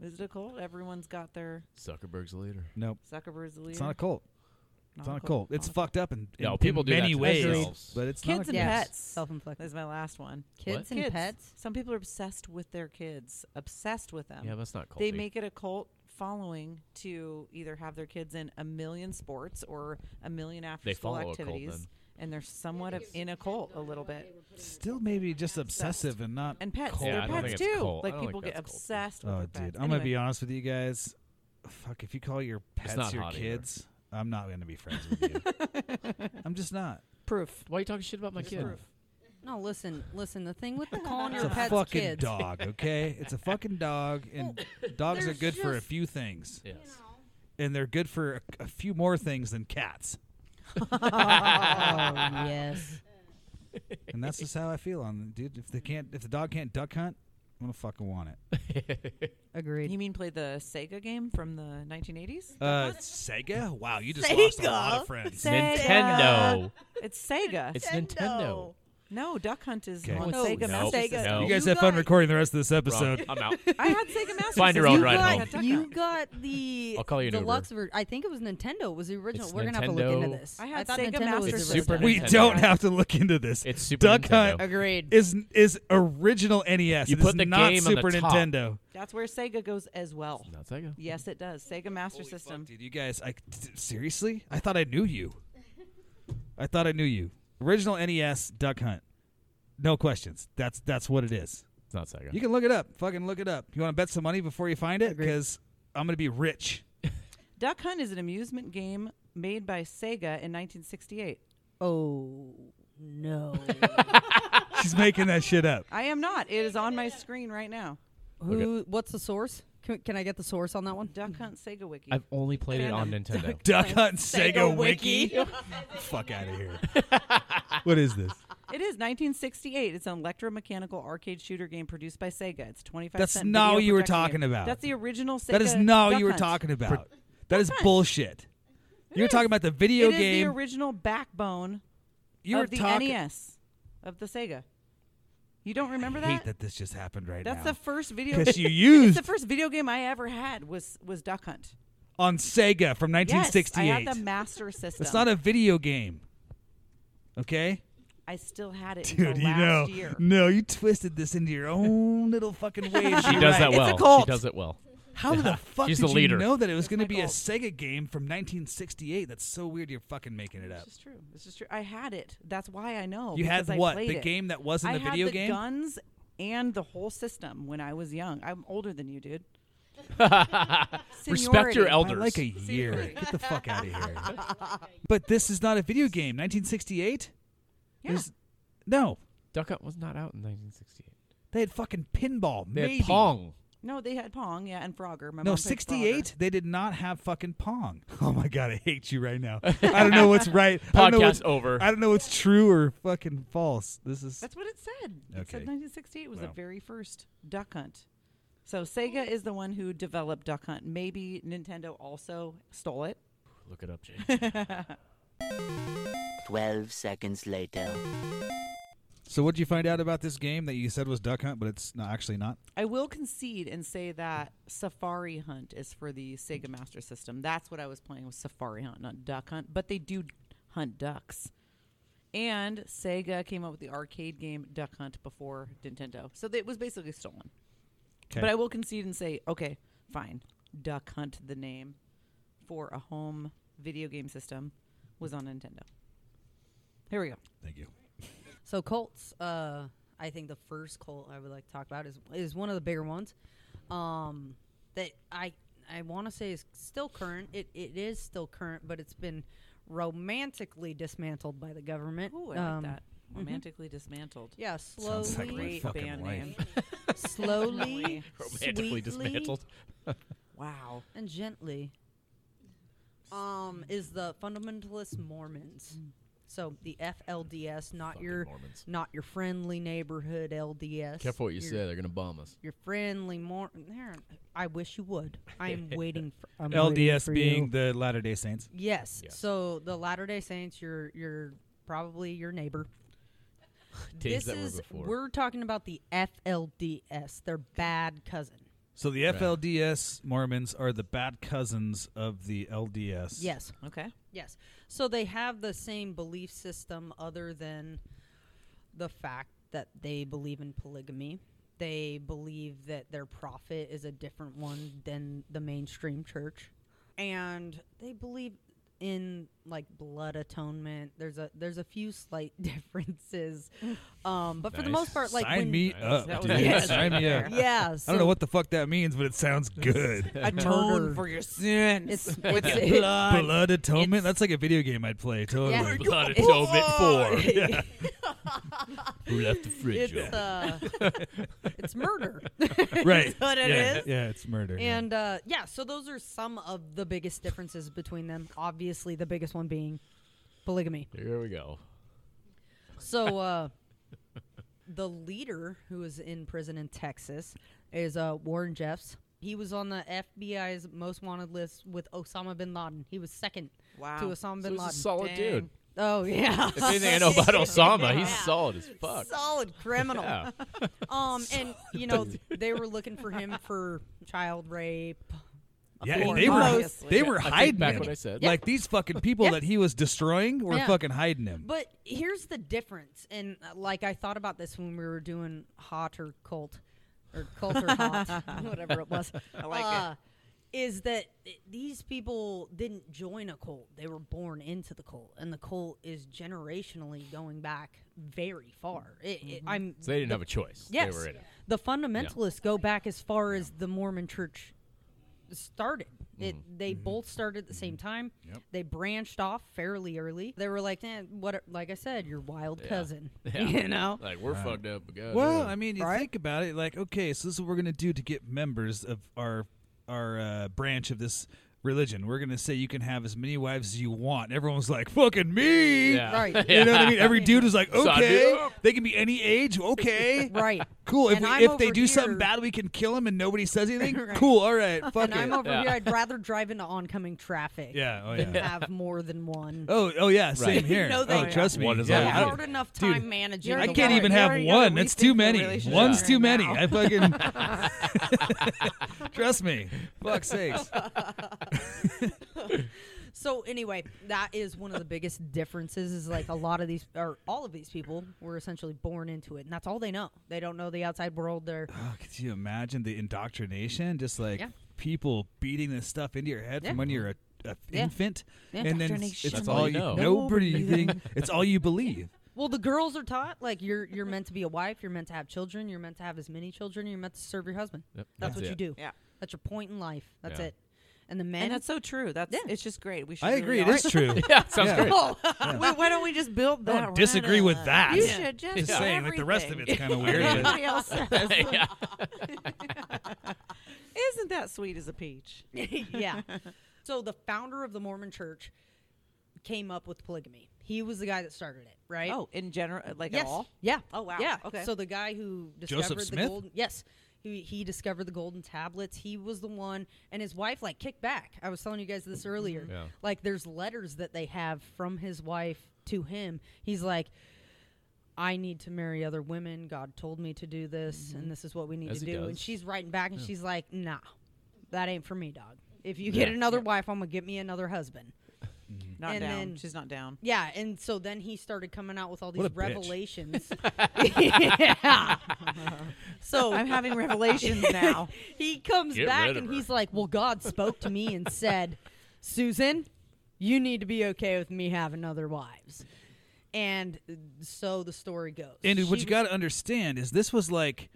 Speaker 4: Is it a cult? Everyone's got their
Speaker 3: Zuckerberg's the leader.
Speaker 2: Nope,
Speaker 4: Zuckerberg's the leader.
Speaker 2: it's not a cult. It's not a cult. It's
Speaker 4: Not a
Speaker 2: fucked up in, in,
Speaker 3: No, people
Speaker 2: in
Speaker 3: do that
Speaker 2: many
Speaker 3: to
Speaker 2: ways,
Speaker 3: themselves.
Speaker 2: but it's
Speaker 4: Kids
Speaker 2: not a
Speaker 4: and
Speaker 2: cult.
Speaker 5: Yes.
Speaker 4: pets.
Speaker 5: Self-inflicted.
Speaker 4: This is my last one.
Speaker 5: Kids
Speaker 3: What?
Speaker 5: and pets.
Speaker 4: Some people are obsessed with their kids. Obsessed with them.
Speaker 3: Yeah, that's not
Speaker 4: Um,
Speaker 3: cult.
Speaker 4: they make it a cult following to either have their kids in a million sports or a million after school
Speaker 3: follow a cult,
Speaker 4: activities.
Speaker 3: then.
Speaker 4: and they're somewhat of in a cult a little bit.
Speaker 2: Still, maybe just obsessive and not.
Speaker 4: And pets,
Speaker 2: Cult.
Speaker 3: Yeah, I
Speaker 4: they're
Speaker 3: don't
Speaker 4: pets
Speaker 3: think it's
Speaker 4: too.
Speaker 3: cult. I
Speaker 4: Like
Speaker 3: don't think
Speaker 4: people get
Speaker 3: that's cult.
Speaker 4: obsessed
Speaker 2: oh,
Speaker 4: with
Speaker 2: dude,
Speaker 4: their pets.
Speaker 2: I'm gonna
Speaker 4: Anyway.
Speaker 2: be honest with you guys. Fuck, if you call your pets
Speaker 3: not
Speaker 2: your
Speaker 3: hot either.
Speaker 2: kids, I'm not gonna be friends with you. I'm just not.
Speaker 4: proof.
Speaker 3: Why are you talking shit about my kid?
Speaker 5: No, listen, listen. The thing
Speaker 3: (laughs)
Speaker 5: with the calling
Speaker 2: It's
Speaker 5: your
Speaker 2: a
Speaker 5: pets
Speaker 2: fucking
Speaker 5: kids.
Speaker 2: dog, okay? It's a fucking dog, and dogs are
Speaker 5: there's
Speaker 2: good for a
Speaker 5: just-
Speaker 2: few things,
Speaker 3: Yes.
Speaker 2: and they're good for a, a few more things than cats.
Speaker 5: Oh yes.
Speaker 2: And that's just how I feel on it, dude. If they can't, if the dog can't duck hunt, I'm gonna fucking want it.
Speaker 5: Agreed.
Speaker 4: You mean play the Sega game from the 1980s?
Speaker 2: Uh, Sega? Wow, you just lost a lot of friends.
Speaker 4: Sega.
Speaker 3: Nintendo. (laughs)
Speaker 4: It's Sega.
Speaker 3: It's Nintendo.
Speaker 4: No, Duck Hunt is
Speaker 2: Okay.
Speaker 4: on
Speaker 5: No,
Speaker 4: Sega
Speaker 3: Nope.
Speaker 4: Master
Speaker 5: Sega.
Speaker 4: System.
Speaker 3: No.
Speaker 2: You guys have fun recording the rest of this
Speaker 3: Wrong.
Speaker 2: episode.
Speaker 3: I'm out.
Speaker 4: I had Sega Master
Speaker 3: Find
Speaker 4: System.
Speaker 3: your own
Speaker 5: you
Speaker 3: ride
Speaker 4: I
Speaker 5: got,
Speaker 3: home.
Speaker 4: had Duck
Speaker 5: You
Speaker 4: Hunt.
Speaker 5: got the
Speaker 3: (laughs) I'll call you an
Speaker 5: deluxe version. I think it was Nintendo was the original.
Speaker 3: It's
Speaker 5: We're gonna have to look into
Speaker 3: Nintendo.
Speaker 5: this.
Speaker 4: I had
Speaker 5: thought
Speaker 4: Sega
Speaker 5: Nintendo was
Speaker 4: Master
Speaker 5: the
Speaker 3: It's
Speaker 5: original.
Speaker 3: Super
Speaker 2: We
Speaker 3: Nintendo.
Speaker 2: don't have to look into this.
Speaker 3: It's Super
Speaker 2: Duck
Speaker 3: Nintendo.
Speaker 2: Hunt
Speaker 5: Agreed.
Speaker 2: is is original NES.
Speaker 3: You
Speaker 2: It
Speaker 3: put
Speaker 2: is
Speaker 3: the
Speaker 2: not
Speaker 3: game on the
Speaker 2: Super
Speaker 3: top.
Speaker 2: Nintendo.
Speaker 4: That's where Sega goes as well.
Speaker 3: Not Sega.
Speaker 4: Yes, it does. Sega Master
Speaker 2: Holy fuck,
Speaker 4: System.
Speaker 2: dude, you guys, I t- seriously? I thought I knew you. I thought I knew you. Original NES Duck Hunt. No questions. That's that's what it is.
Speaker 3: It's not Sega.
Speaker 2: You can look it up. Fucking look it up. You want to bet some money before you find it?
Speaker 5: Agreed.
Speaker 2: Because I'm gonna be rich.
Speaker 4: Duck Hunt is an amusement game made by Sega in 1968.
Speaker 5: Oh
Speaker 3: (laughs)
Speaker 5: no.
Speaker 2: She's making that shit
Speaker 4: (laughs)
Speaker 2: up.
Speaker 4: I am not. It is on my screen right now.
Speaker 5: Who? What's the source? Can, can I get the source on that one?
Speaker 4: Duck Hunt Sega Wiki.
Speaker 3: Hmm. I've only played it on Nintendo.
Speaker 2: Duck Hunt Sega, Wiki.
Speaker 4: (laughs)
Speaker 2: Fuck out of here. what is this?
Speaker 4: It is 1968. It's an electromechanical arcade shooter game produced by Sega. It's 25.
Speaker 2: That's
Speaker 4: cent
Speaker 2: not
Speaker 4: video
Speaker 2: what you were
Speaker 4: projection
Speaker 2: talking
Speaker 4: game.
Speaker 2: about.
Speaker 4: That's the original Sega.
Speaker 2: That is not what
Speaker 4: Duck
Speaker 2: you were
Speaker 4: Hunt.
Speaker 2: talking about. That is
Speaker 4: Hunt.
Speaker 2: bullshit. You were talking about the video
Speaker 4: It is the
Speaker 2: game.
Speaker 4: original backbone
Speaker 2: you were
Speaker 4: of the E
Speaker 2: talking.
Speaker 4: NES of the Sega. You don't remember
Speaker 2: I hate
Speaker 4: that?
Speaker 2: that this just happened right
Speaker 4: That's
Speaker 2: now.
Speaker 4: the first video.
Speaker 2: because you
Speaker 4: (laughs) it's
Speaker 2: used
Speaker 4: the first video game I ever had was was Duck Hunt.
Speaker 2: on Sega from
Speaker 4: Yes, I
Speaker 2: 1968.
Speaker 4: had the Master System.
Speaker 2: That's not a video game. Okay,
Speaker 4: I still had it until last year.
Speaker 2: no, you twisted this into your own little fucking way.
Speaker 4: (laughs)
Speaker 3: She does that
Speaker 4: It's a
Speaker 3: well.
Speaker 4: cult.
Speaker 3: She does it well.
Speaker 2: How the fuck
Speaker 3: She's
Speaker 2: did
Speaker 3: the leader.
Speaker 2: you know that it was
Speaker 4: It's
Speaker 2: going to
Speaker 4: my
Speaker 2: be a
Speaker 4: goal.
Speaker 2: Sega game from 1968? That's so weird. You're fucking making it up.
Speaker 4: This is true. This is true. I had it. That's why I know.
Speaker 2: You had
Speaker 4: because I
Speaker 2: what?
Speaker 4: played
Speaker 2: The
Speaker 4: it.
Speaker 2: game that wasn't
Speaker 4: I
Speaker 2: a
Speaker 4: had
Speaker 2: video
Speaker 4: the
Speaker 2: game.
Speaker 4: guns and the whole system when I was young. I'm older than
Speaker 2: (laughs)
Speaker 4: you, dude.
Speaker 3: Respect your
Speaker 4: Seniority.
Speaker 2: By
Speaker 3: elders.
Speaker 2: like a
Speaker 4: (laughs)
Speaker 2: year. Get the fuck out of here. but this is not a video game. 1968.
Speaker 4: Yeah.
Speaker 2: There's- No,
Speaker 3: Duck Hunt was not out in 1968.
Speaker 2: they had fucking pinball.
Speaker 3: They
Speaker 2: maybe.
Speaker 3: had Pong.
Speaker 4: No, they had Pong, yeah, and Frogger. My
Speaker 2: No,
Speaker 4: mom played
Speaker 2: 68, they did not have fucking Pong. (laughs) Oh my God, I hate you right now. I don't know what's right. I don't know what's,
Speaker 3: Podcast over.
Speaker 2: I don't know what's true or fucking false. This is.
Speaker 4: That's what it said. It said
Speaker 2: Okay.
Speaker 4: 1968 was
Speaker 2: Wow.
Speaker 4: the very first Duck Hunt. So Sega is the one who developed Duck Hunt. Maybe Nintendo also stole it.
Speaker 3: Look it up, James.
Speaker 6: 12 seconds later.
Speaker 2: So, what did you find out about this game that you said was Duck Hunt, but it's not, actually not?
Speaker 4: I will concede and say that Safari Hunt is for the Sega Master System. That's what I was playing with Safari Hunt, not Duck Hunt. But they do hunt ducks. And Sega came up with the arcade game Duck Hunt before Nintendo. So they- it was basically stolen. But I will concede and say, okay, fine. Duck Hunt, the name for a home video game system, was on Nintendo. Here we go.
Speaker 2: Thank you.
Speaker 5: So Colts, uh, I think the first Colt I would like to talk about is is one of the bigger ones, um, that I I want to say is still current. It it is still current, but it's been romantically dismantled by the government.
Speaker 4: Ooh, I
Speaker 5: Um,
Speaker 4: like that. Mm-hmm. Romantically dismantled.
Speaker 5: Yeah,
Speaker 2: Sounds like my
Speaker 5: slowly,
Speaker 4: Great
Speaker 2: fucking
Speaker 4: band
Speaker 2: life.
Speaker 4: name. (laughs)
Speaker 5: slowly,
Speaker 3: (laughs) (laughs) Romantically
Speaker 5: sweetly,
Speaker 3: dismantled.
Speaker 4: Wow.
Speaker 5: and gently. Um, is the fundamentalist Mormons. So the FLDS, not
Speaker 3: Fucking
Speaker 5: your (laughs)
Speaker 3: Mormons.
Speaker 5: not your friendly neighborhood LDS.
Speaker 3: Careful what you
Speaker 5: your-
Speaker 3: say. They're gonna bomb
Speaker 5: (laughs)
Speaker 3: us.
Speaker 5: Your friendly more. There, I wish you would. I
Speaker 3: (laughs)
Speaker 5: am waiting for I'm waiting
Speaker 2: LDS
Speaker 5: for
Speaker 2: being
Speaker 5: you.
Speaker 2: the Latter day Saints.
Speaker 5: yes.
Speaker 3: Yes.
Speaker 5: So the Latter Day Saints, you're you're probably your neighbor.
Speaker 3: Days
Speaker 5: this
Speaker 3: that were
Speaker 5: is
Speaker 3: before.
Speaker 5: we're talking about the FLDS. Their bad cousin.
Speaker 2: So, the FLDS Mormons are the bad cousins of the LDS.
Speaker 5: Yes.
Speaker 4: Okay.
Speaker 5: Yes. So they have the same belief system other than the fact that they believe in polygamy. They believe that their prophet is a different one than the mainstream church. And they believe in like blood atonement. There's a there's a few slight (laughs) differences. Um but for the
Speaker 3: Nice.
Speaker 5: most part like
Speaker 2: Sign
Speaker 5: when
Speaker 2: me
Speaker 4: That
Speaker 2: up,
Speaker 4: was
Speaker 2: dude.
Speaker 4: yes.
Speaker 2: Sign me up.
Speaker 5: (laughs) Yeah.
Speaker 2: I
Speaker 5: So
Speaker 2: don't know what the fuck that means, but it sounds good.
Speaker 4: (laughs)
Speaker 5: Murder.
Speaker 4: Atone for your sins. (laughs)
Speaker 5: it's, it's,
Speaker 2: Blood, atonement. That's like a video game I'd play.
Speaker 3: (laughs)
Speaker 2: Totally.
Speaker 3: Blood Atonement Four.
Speaker 5: (laughs) it's-
Speaker 2: (laughs)
Speaker 3: Who
Speaker 5: (laughs)
Speaker 3: left the fridge
Speaker 5: it's uh, it's murder. (laughs)
Speaker 2: right.
Speaker 5: what it
Speaker 2: yeah.
Speaker 5: is.
Speaker 2: Yeah, it's murder. yeah.
Speaker 5: And uh, yeah, so those are some of the biggest differences between them. Obviously, the biggest one being polygamy.
Speaker 3: Here we go. (laughs)
Speaker 5: So uh, the leader who is in prison in Texas is uh, Warren Jeffs. He was on the FBI's most wanted list with Osama bin Laden. He was second
Speaker 4: wow.
Speaker 5: to
Speaker 3: So
Speaker 5: Osama bin
Speaker 3: he's a
Speaker 5: Laden.
Speaker 3: solid
Speaker 4: Dang.
Speaker 3: dude.
Speaker 5: Oh yeah. (laughs)
Speaker 3: If anything I know about Osama, he's
Speaker 5: Yeah.
Speaker 3: solid as fuck.
Speaker 5: Solid criminal.
Speaker 3: Yeah.
Speaker 5: Um,
Speaker 3: (laughs)
Speaker 5: and you know they were looking for him for child rape.
Speaker 2: Yeah,
Speaker 5: course.
Speaker 2: and they were
Speaker 4: Obviously.
Speaker 2: they were
Speaker 3: I take
Speaker 2: hiding
Speaker 3: back
Speaker 2: him.
Speaker 3: what I said.
Speaker 2: Like these fucking people that he was destroying were
Speaker 5: Yeah.
Speaker 2: fucking hiding him.
Speaker 5: But here's the difference, and uh, like I thought about this when we were doing hot or cult, or cult or hot, (laughs) whatever it was. I
Speaker 4: like it.
Speaker 5: it. Is that i- these people didn't join a cult; they were born into the cult, and the cult is generationally going back very far. It, it, I'm
Speaker 3: So they didn't have a choice.
Speaker 5: yes,
Speaker 3: They were in it.
Speaker 5: the fundamentalists go back as far as the Mormon Church started. It, they
Speaker 2: Mm-hmm.
Speaker 5: both started at the same time. They branched off fairly early. They were like, eh, what? Like I said, your wild cousin. (laughs) You know,
Speaker 3: Like we're fucked up. but God,
Speaker 2: Well,
Speaker 3: damn.
Speaker 2: I mean, you think about it. Like, okay, so this is what we're gonna do to get members of our our uh, branch of this religion. We're gonna say you can have as many wives as you want. Everyone's like, "Fucking me!"
Speaker 3: Yeah.
Speaker 5: Right.
Speaker 2: You know what I
Speaker 5: (laughs)
Speaker 2: mean? Every dude is like,
Speaker 3: Sign me
Speaker 2: "Okay,
Speaker 3: up."
Speaker 2: they can be any age. (laughs) Okay,
Speaker 5: (laughs) right?
Speaker 2: cool. If,
Speaker 5: And
Speaker 2: we,
Speaker 5: I'm
Speaker 2: if they
Speaker 5: over
Speaker 2: do something
Speaker 5: here-
Speaker 2: bad, we can kill them, and nobody
Speaker 5: (laughs)
Speaker 2: says anything. Cool. All right, fuck
Speaker 5: And
Speaker 2: it.
Speaker 5: I'm over
Speaker 3: Yeah.
Speaker 5: here. I'd rather drive into oncoming traffic.
Speaker 2: Yeah, oh,
Speaker 5: than
Speaker 2: yeah.
Speaker 5: have more than
Speaker 2: (laughs)
Speaker 5: one.
Speaker 2: Oh, oh yeah, same here.
Speaker 5: (laughs) No,
Speaker 2: oh,
Speaker 5: they-
Speaker 2: trust me.
Speaker 3: One is all
Speaker 2: yeah,
Speaker 3: you
Speaker 2: I
Speaker 3: need.
Speaker 2: don't-
Speaker 5: hard enough time
Speaker 2: dude,
Speaker 5: managing.
Speaker 4: you're
Speaker 5: the
Speaker 2: I can't
Speaker 4: You're-
Speaker 2: even
Speaker 5: wild.
Speaker 2: have
Speaker 4: you're
Speaker 2: one. That's too
Speaker 4: rethinking your
Speaker 2: many.
Speaker 4: relationship
Speaker 2: One's
Speaker 4: right
Speaker 2: too many.
Speaker 4: now.
Speaker 2: I fucking
Speaker 5: (laughs)
Speaker 2: trust me. Fuck sakes.
Speaker 5: So anyway, that is one of the biggest differences. Is like a lot of these, or all of these people, were essentially born into it, and that's all they know. They don't know the outside world. They're
Speaker 2: Oh, could you imagine the indoctrination? Just like
Speaker 5: Yeah.
Speaker 2: people beating this stuff into your head
Speaker 5: Yeah.
Speaker 2: from when you're a, a
Speaker 5: Yeah.
Speaker 2: infant,
Speaker 5: Yeah.
Speaker 2: and then it's, it's
Speaker 3: That's
Speaker 2: all you know.
Speaker 5: (laughs)
Speaker 2: Nobody thing. It's all you believe.
Speaker 5: Well, the girls are taught like you're you're meant to be a wife, you're meant to have children, you're meant to have as many children, you're meant to serve your husband.
Speaker 3: Yep,
Speaker 5: That's,
Speaker 3: that's
Speaker 5: what you
Speaker 3: it.
Speaker 5: do.
Speaker 4: Yeah.
Speaker 5: That's your point in life. That's
Speaker 3: Yeah.
Speaker 5: it. And the men
Speaker 4: And that's so true. That's
Speaker 5: Yeah.
Speaker 4: it's just great. We should.
Speaker 2: I
Speaker 4: really
Speaker 2: agree. It
Speaker 4: all-
Speaker 2: is
Speaker 4: (laughs)
Speaker 5: (laughs)
Speaker 2: true.
Speaker 3: yeah, sounds
Speaker 2: Yeah.
Speaker 3: great.
Speaker 5: Oh,
Speaker 4: Wait, why don't we just build that?
Speaker 2: I don't disagree
Speaker 4: right
Speaker 2: with
Speaker 4: up?
Speaker 2: that.
Speaker 4: You
Speaker 2: Yeah.
Speaker 4: should just,
Speaker 2: Just saying, like the rest of it's
Speaker 4: (laughs)
Speaker 2: kind of weird. but- (laughs)
Speaker 4: Everybody else says.
Speaker 3: Yeah.
Speaker 4: (laughs) Isn't that sweet as a peach?
Speaker 5: (laughs) yeah. So the founder of the Mormon church came up with polygamy. He was the guy that started it, right?
Speaker 4: Oh, in general, like
Speaker 5: yes.
Speaker 4: at all.
Speaker 5: Yeah.
Speaker 4: Oh, wow.
Speaker 5: Yeah.
Speaker 4: Okay.
Speaker 5: So the guy who discovered
Speaker 2: Joseph
Speaker 5: the
Speaker 2: Smith?
Speaker 5: golden yes. He, he discovered the golden tablets. He was the one, and his wife like kicked back. I was telling you guys this earlier.
Speaker 3: Yeah.
Speaker 5: Like, there's letters that they have from his wife to him. He's like, "I need to marry other women. God told me to do this,
Speaker 4: Mm-hmm.
Speaker 5: and this is what we need
Speaker 3: As
Speaker 5: to
Speaker 3: he
Speaker 5: do." And
Speaker 3: does.
Speaker 5: she's writing back, and she's like, "Nah, that ain't for me, dog. If you get
Speaker 3: Yeah.
Speaker 5: another wife, I'm gonna get me another husband."
Speaker 4: Not
Speaker 5: And
Speaker 4: down.
Speaker 5: then-
Speaker 4: She's not (laughs) down.
Speaker 5: Yeah, and so then he started coming out with all these
Speaker 2: What a bitch.
Speaker 5: revelations.
Speaker 2: (laughs)
Speaker 5: yeah. So
Speaker 4: I'm having (laughs) revelations
Speaker 2: (laughs)
Speaker 4: now.
Speaker 5: he comes
Speaker 3: Get
Speaker 5: back
Speaker 3: rid of
Speaker 5: and
Speaker 3: her.
Speaker 5: he's like, "Well, God spoke to me and said, Susan, you need to be okay with me having other wives." And uh, so the story goes.
Speaker 2: And dude, what
Speaker 5: She
Speaker 2: you got to understand is this was like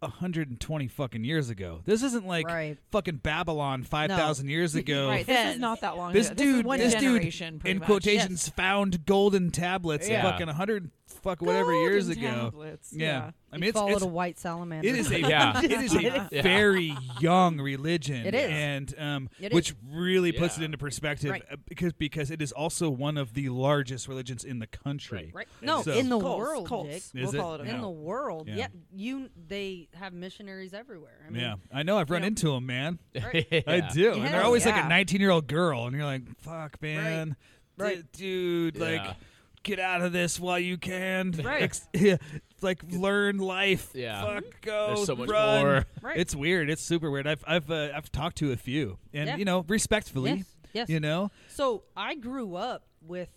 Speaker 2: 120 fucking years ago. This isn't like
Speaker 5: Right.
Speaker 2: fucking Babylon 5,000 years
Speaker 4: (laughs)
Speaker 2: ago.
Speaker 4: Right. This is not that long
Speaker 2: This
Speaker 4: ago.
Speaker 2: dude,
Speaker 4: is one
Speaker 2: this
Speaker 4: generation,
Speaker 2: dude,
Speaker 4: pretty
Speaker 2: in
Speaker 4: much.
Speaker 2: quotations, found golden tablets
Speaker 3: Yeah.
Speaker 2: fucking 100 fuck whatever
Speaker 4: Golden
Speaker 2: years
Speaker 4: tablets,
Speaker 2: ago. Yeah.
Speaker 4: yeah.
Speaker 2: I mean, it's,
Speaker 5: followed
Speaker 2: it's
Speaker 5: a white salamander.
Speaker 2: it is a
Speaker 3: (laughs) Yeah.
Speaker 2: it is a
Speaker 3: Yeah.
Speaker 2: very young religion.
Speaker 5: It is.
Speaker 2: and um,
Speaker 5: It
Speaker 2: which
Speaker 5: is.
Speaker 2: really puts it
Speaker 3: Yeah.
Speaker 2: into perspective
Speaker 5: Right.
Speaker 2: uh, because because it is also one of the largest religions in the country.
Speaker 5: (laughs) right? No,
Speaker 2: So-
Speaker 5: in the
Speaker 4: Cults,
Speaker 5: world,
Speaker 4: cults.
Speaker 5: Jake.
Speaker 4: We'll
Speaker 2: Is it?
Speaker 4: call it a
Speaker 2: Yeah.
Speaker 5: In the world,
Speaker 2: Yeah.
Speaker 5: yeah. You, they have missionaries everywhere. I mean,
Speaker 2: Yeah, I know. I've run
Speaker 5: You know.
Speaker 2: into them,
Speaker 3: (laughs)
Speaker 2: man.
Speaker 5: Right.
Speaker 2: I
Speaker 3: Yeah.
Speaker 2: do, and they're
Speaker 5: Hell
Speaker 2: always like a
Speaker 4: yeah.
Speaker 2: 19 year old girl, and you're like, "Fuck, man, D-
Speaker 5: Right.
Speaker 2: dude,
Speaker 3: Yeah.
Speaker 2: like, get out of this while you can, (laughs)
Speaker 5: Right.
Speaker 2: Ex- yeah, like, learn life,
Speaker 3: Yeah.
Speaker 2: fuck, go,
Speaker 3: There's so much
Speaker 2: run.
Speaker 3: more.
Speaker 5: Right.
Speaker 2: It's weird. It's super weird. I've I've uh, I've talked to a few, and
Speaker 5: Yeah.
Speaker 2: you know, respectfully,
Speaker 5: Yes, yes.
Speaker 2: you know,
Speaker 5: So I grew up with,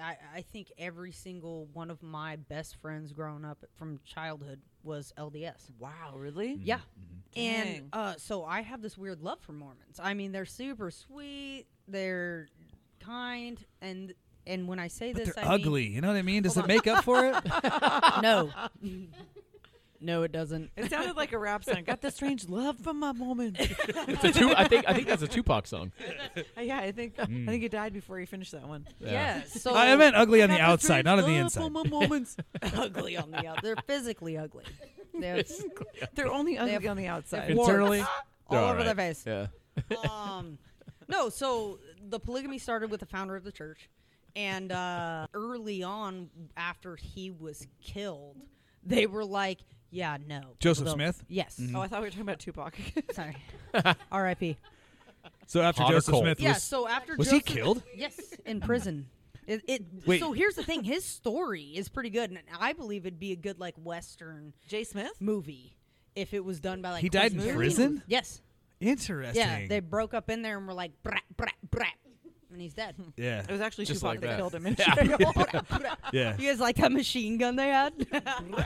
Speaker 5: I, I think every single one of my best friends growing up from childhood was
Speaker 2: Mm-hmm.
Speaker 5: LDS.
Speaker 4: Wow, really?
Speaker 2: Mm.
Speaker 5: Yeah.
Speaker 4: Dang.
Speaker 5: And uh, so I have this weird love for Mormons. I mean, they're super sweet, they're kind, and and when I say
Speaker 2: but
Speaker 5: this,
Speaker 2: they're
Speaker 5: I mean-
Speaker 2: ugly. you know what I mean? Does it make up for it?
Speaker 5: (laughs) no, (laughs) no, it doesn't.
Speaker 4: It sounded like a rap song. Got the strange love from my
Speaker 5: (laughs)
Speaker 4: woman.
Speaker 3: It's a two, I think I think that's a Tupac song.
Speaker 4: Uh, yeah, I think I think he died before he finished that one.
Speaker 5: Yeah. so
Speaker 2: I meant ugly Mm. on
Speaker 4: Got
Speaker 2: the outside, not on the
Speaker 4: strange
Speaker 2: inside.
Speaker 4: love from my
Speaker 2: (laughs)
Speaker 4: woman's.
Speaker 5: ugly on the out. They're physically ugly. They're
Speaker 4: They're only ugly
Speaker 5: have-
Speaker 4: on the outside.
Speaker 5: warts
Speaker 2: Internally,
Speaker 5: (laughs) all,
Speaker 3: They're
Speaker 5: over
Speaker 3: alright.
Speaker 5: their face.
Speaker 3: Yeah.
Speaker 5: (laughs) um, no, so the polygamy started with the founder of the church, and uh, early on, after he was killed, they were like, "Yeah, no."
Speaker 2: Joseph
Speaker 5: They'll-
Speaker 2: Smith? Mm-hmm.
Speaker 5: Yes.
Speaker 4: Oh, I thought we were talking about
Speaker 5: (laughs)
Speaker 4: Tupac.
Speaker 5: Oh,
Speaker 2: (laughs)
Speaker 5: sorry. R.I.P.
Speaker 2: so after
Speaker 3: Hot or
Speaker 2: Joseph
Speaker 3: cold?
Speaker 2: Smith,
Speaker 5: Yeah.
Speaker 2: was,
Speaker 5: So after
Speaker 2: was he
Speaker 5: Joseph,
Speaker 2: killed?
Speaker 5: Yes, in prison. It, it
Speaker 2: Wait.
Speaker 5: so here's the thing. His story is pretty good, and I believe it'd be a good like Western
Speaker 4: Jay Smith?
Speaker 5: movie if it was done by like
Speaker 2: He died in
Speaker 5: Quentin Tarantino.
Speaker 2: prison?
Speaker 5: Yes.
Speaker 2: Interesting.
Speaker 5: Yeah, they broke up in there and were like brat brat brat, and he's dead.
Speaker 2: yeah.
Speaker 5: (laughs)
Speaker 4: It was actually
Speaker 3: Just
Speaker 4: Tupac
Speaker 2: (laughs)
Speaker 4: that, (laughs)
Speaker 3: like that.
Speaker 4: killed him. in
Speaker 3: Yeah.
Speaker 4: jail.
Speaker 2: Yeah.
Speaker 5: You guys like that machine gun they (laughs) had?
Speaker 2: (laughs)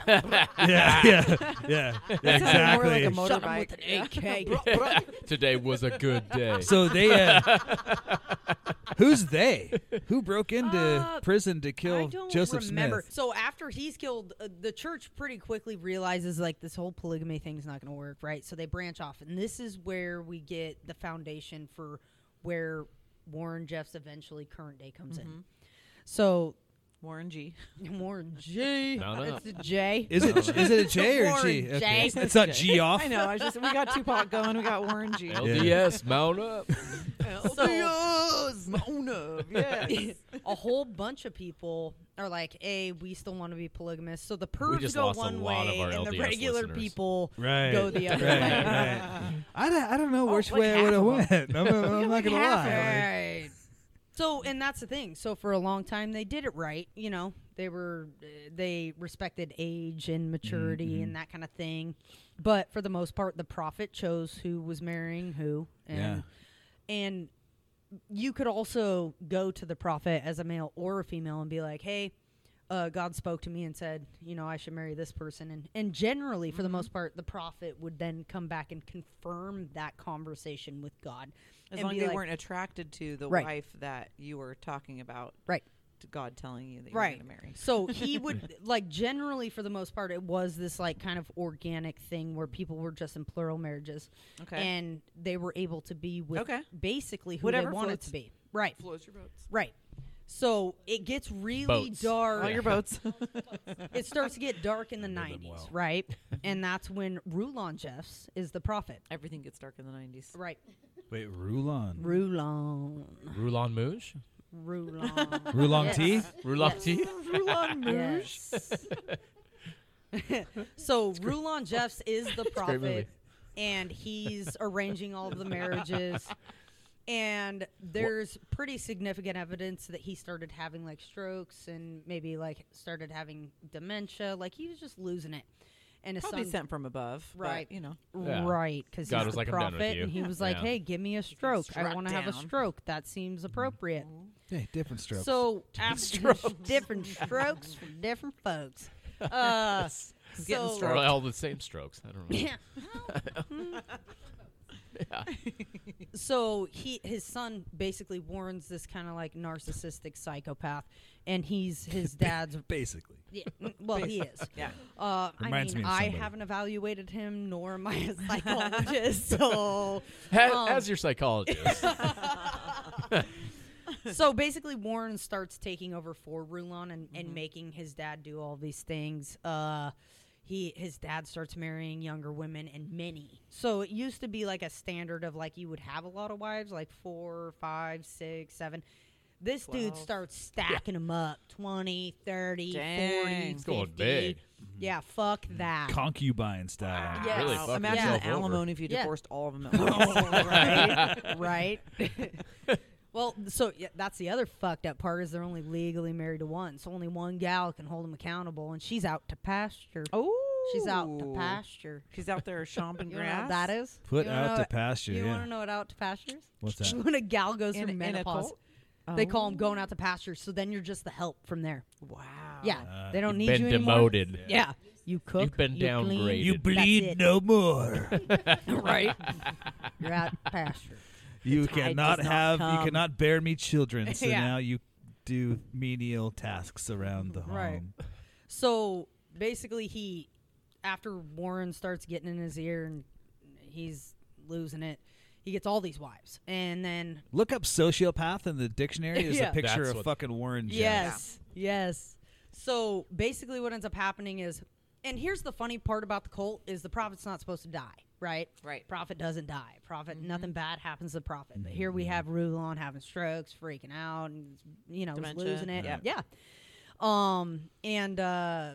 Speaker 2: Yeah. Yeah.
Speaker 5: (laughs)
Speaker 2: Yeah. yeah
Speaker 4: That sounded more like
Speaker 2: exactly.
Speaker 4: a
Speaker 5: Shot him with
Speaker 4: motorbike.
Speaker 5: an
Speaker 4: (laughs)
Speaker 5: AK.
Speaker 3: Today was a good
Speaker 5: (laughs)
Speaker 3: day.
Speaker 2: so they. Uh, who's they? Who broke into
Speaker 5: Uh,
Speaker 2: prison to
Speaker 5: I
Speaker 2: kill
Speaker 5: don't
Speaker 2: Joseph
Speaker 5: remember.
Speaker 2: Smith?
Speaker 5: So after he's killed, uh, the church pretty quickly realizes like this whole polygamy thing's not going to work, right? So they branch off, and this is where we get the foundation for where Warren Jeff's eventually current day comes in. So (laughs)
Speaker 4: Warren G.
Speaker 5: Warren J,
Speaker 3: No, no.
Speaker 5: it's a J.
Speaker 2: Is
Speaker 5: (laughs)
Speaker 2: it is it a J or
Speaker 5: Warren
Speaker 2: G?
Speaker 5: J.
Speaker 2: Okay.
Speaker 5: It's
Speaker 2: It's not
Speaker 5: (laughs)
Speaker 2: G off.
Speaker 4: I know. I just we got Tupac going. We got Warren G.
Speaker 3: LDS, mount up. Oh,
Speaker 5: (laughs)
Speaker 4: yes.
Speaker 5: a whole bunch of people are like, "Hey, we still want to be polygamous." So the pervs
Speaker 3: just
Speaker 5: go
Speaker 3: lost a
Speaker 5: one
Speaker 3: lot of
Speaker 5: way,
Speaker 3: our
Speaker 5: and the
Speaker 3: LDS
Speaker 5: regular
Speaker 3: listeners.
Speaker 5: people
Speaker 2: Right.
Speaker 3: (laughs)
Speaker 5: go the other
Speaker 2: right,
Speaker 5: way.
Speaker 2: right.
Speaker 5: (laughs)
Speaker 2: I don't, I don't know
Speaker 4: Oh,
Speaker 2: which
Speaker 4: like
Speaker 2: way I
Speaker 4: half
Speaker 2: would have
Speaker 4: of
Speaker 2: went. (laughs) I'm, I'm not gonna lie.
Speaker 5: Right. So, and that's the thing. So for a long time, they did it right. You know, they were uh, they respected age and maturity
Speaker 2: Mm-hmm.
Speaker 5: and that kind of thing. But for the most part, the prophet chose who was marrying who, and and you could also go to the prophet as a male or a female and be like, hey. Uh, God spoke to me and said, you know, I should marry this person, and and generally,
Speaker 4: Mm-hmm.
Speaker 5: for the most part, the prophet would then come back and confirm that conversation with God.
Speaker 4: As
Speaker 5: and
Speaker 4: long
Speaker 5: be
Speaker 4: as they
Speaker 5: like-
Speaker 4: weren't attracted to the
Speaker 5: Right.
Speaker 4: wife that you were talking about,
Speaker 5: Right.
Speaker 4: to God telling you that you're
Speaker 5: Right.
Speaker 4: going to marry. (laughs)
Speaker 5: So he would like generally for the most part it was this like kind of organic thing where people were just in plural marriages
Speaker 4: Okay.
Speaker 5: and they were able to be with
Speaker 4: Okay.
Speaker 5: basically who
Speaker 4: Whatever
Speaker 5: they wanted
Speaker 4: floats.
Speaker 5: to be. Right.
Speaker 4: Float your boats.
Speaker 5: Right. So it gets really
Speaker 3: Boats.
Speaker 5: dark.
Speaker 4: All your boats.
Speaker 5: (laughs) it starts to get dark in the
Speaker 1: know them
Speaker 5: nineties,
Speaker 1: well.
Speaker 5: right? and that's when Rulon Jeffs is the prophet.
Speaker 4: Everything gets dark in the 90s.
Speaker 5: Right.
Speaker 2: Wait, Rulon.
Speaker 5: Rulon.
Speaker 3: Rulon Mouge?
Speaker 5: Rulon.
Speaker 2: Rulon
Speaker 5: Yes.
Speaker 2: tea.
Speaker 3: Rulon tea?
Speaker 4: Rulon
Speaker 5: Yes. (laughs) so Rulon Jeffs is
Speaker 3: (laughs)
Speaker 5: the
Speaker 3: great movie.
Speaker 5: prophet, and he's arranging all of the marriages. And there's pretty significant evidence that he started having like strokes and maybe like started having dementia. Like he was just losing it. And his
Speaker 4: Probably
Speaker 5: son,
Speaker 4: sent from above. but,
Speaker 5: Right.
Speaker 4: you know.
Speaker 3: Yeah.
Speaker 5: right? Because
Speaker 3: God
Speaker 5: he's
Speaker 3: was
Speaker 5: the
Speaker 3: like, "I'm done
Speaker 5: prophet,
Speaker 3: with you."
Speaker 5: and he was like,
Speaker 3: Yeah.
Speaker 5: "Hey, give me a stroke. I
Speaker 4: struck
Speaker 5: want to have a
Speaker 4: down.
Speaker 5: stroke. That seems appropriate."
Speaker 2: Hey, (laughs) different strokes.
Speaker 5: So after (laughs) different strokes for different
Speaker 2: (laughs)
Speaker 5: folks. Uh,
Speaker 4: Getting
Speaker 5: so-
Speaker 3: Or
Speaker 5: (coughs)
Speaker 4: stroked.
Speaker 3: all the same strokes.
Speaker 5: (laughs)
Speaker 3: I don't know.
Speaker 5: so he his son basically warns this kind of like narcissistic psychopath, and
Speaker 2: (laughs)
Speaker 5: he's his dad's.
Speaker 2: basically,
Speaker 5: yeah, mm, well,
Speaker 2: (laughs)
Speaker 5: he is.
Speaker 4: Yeah.
Speaker 5: Uh, I
Speaker 2: Reminds
Speaker 5: mean,
Speaker 2: me of
Speaker 5: I
Speaker 2: somebody.
Speaker 5: haven't evaluated him, nor am
Speaker 2: (laughs)
Speaker 5: I a psychologist. so,
Speaker 3: As,
Speaker 5: Um,
Speaker 3: as your
Speaker 5: (laughs)
Speaker 3: psychologist.
Speaker 4: (laughs)
Speaker 5: so basically, Warren starts taking over for Rulon and,
Speaker 4: Mm-hmm.
Speaker 5: and making his dad do all these things. Uh, he his dad starts marrying younger women and many. So it used to be like a standard of like you would have a lot of wives, like four, five, six, seven. This dude
Speaker 4: Twelve.
Speaker 5: starts stacking them up 20, 30, 40,
Speaker 4: Dang. Mm-hmm. It's
Speaker 5: 50.
Speaker 3: going big.
Speaker 5: Yeah, fuck that.
Speaker 2: concubine style.
Speaker 5: Yeah.
Speaker 3: Really
Speaker 5: Wow.
Speaker 3: fuck
Speaker 4: Imagine
Speaker 5: Yeah.
Speaker 3: yourself
Speaker 4: the
Speaker 3: over.
Speaker 4: alimony if you
Speaker 5: Yeah.
Speaker 4: divorced all of them at once.
Speaker 2: (laughs)
Speaker 5: right? right? (laughs) well, so yeah, that's the other fucked up part is they're only legally married to one. So only one gal can hold them accountable, and she's out to pasture.
Speaker 4: oh.
Speaker 5: She's out to pasture.
Speaker 4: She's out there chomping
Speaker 5: You know
Speaker 4: grass.
Speaker 5: what that is?
Speaker 2: Put
Speaker 5: You wanna
Speaker 2: out
Speaker 5: know-
Speaker 2: to pasture.
Speaker 5: You
Speaker 2: yeah.
Speaker 5: want to know what out to pasture is?
Speaker 2: What's that?
Speaker 5: (laughs) When a gal goes
Speaker 4: In-
Speaker 5: through
Speaker 4: in a
Speaker 5: menopause,
Speaker 4: cult?
Speaker 5: they call
Speaker 4: Oh.
Speaker 5: them going out to pasture. So then you're just the help from there.
Speaker 4: Wow.
Speaker 5: Yeah,
Speaker 2: Ah.
Speaker 5: they don't need
Speaker 3: Been
Speaker 5: you anymore.
Speaker 3: demoted.
Speaker 5: Yeah, you cook.
Speaker 3: You've been
Speaker 5: you clean,
Speaker 3: downgraded.
Speaker 2: You
Speaker 3: That's
Speaker 2: bleed
Speaker 5: it.
Speaker 2: no
Speaker 5: (laughs)
Speaker 2: more.
Speaker 5: right? You're out to pasture.
Speaker 2: you
Speaker 4: tide
Speaker 2: cannot
Speaker 4: does not
Speaker 2: have. You
Speaker 4: come.
Speaker 2: cannot bear me children. So
Speaker 5: (laughs) Yeah.
Speaker 2: now you do menial tasks around the home.
Speaker 5: Right. So basically, he after Warren starts getting in his ear and he's losing it, he gets all these wives, and then
Speaker 2: Look up sociopath in the dictionary. There's
Speaker 5: Yeah.
Speaker 2: a picture
Speaker 3: That's
Speaker 2: of
Speaker 3: what-
Speaker 2: fucking Warren. Jeffs.
Speaker 5: yes, yes. So basically, what ends up happening is, and here's the funny part about the cult is the prophet's not supposed to die, right?
Speaker 4: Right. Mm-hmm.
Speaker 5: Prophet doesn't die. Prophet, nothing bad happens to the prophet. But here
Speaker 2: Mm-hmm.
Speaker 5: we have Rulon having strokes, freaking out, and you know, he's
Speaker 4: Dementia.
Speaker 5: losing it.
Speaker 4: Yep.
Speaker 5: Yeah. Um, and uh,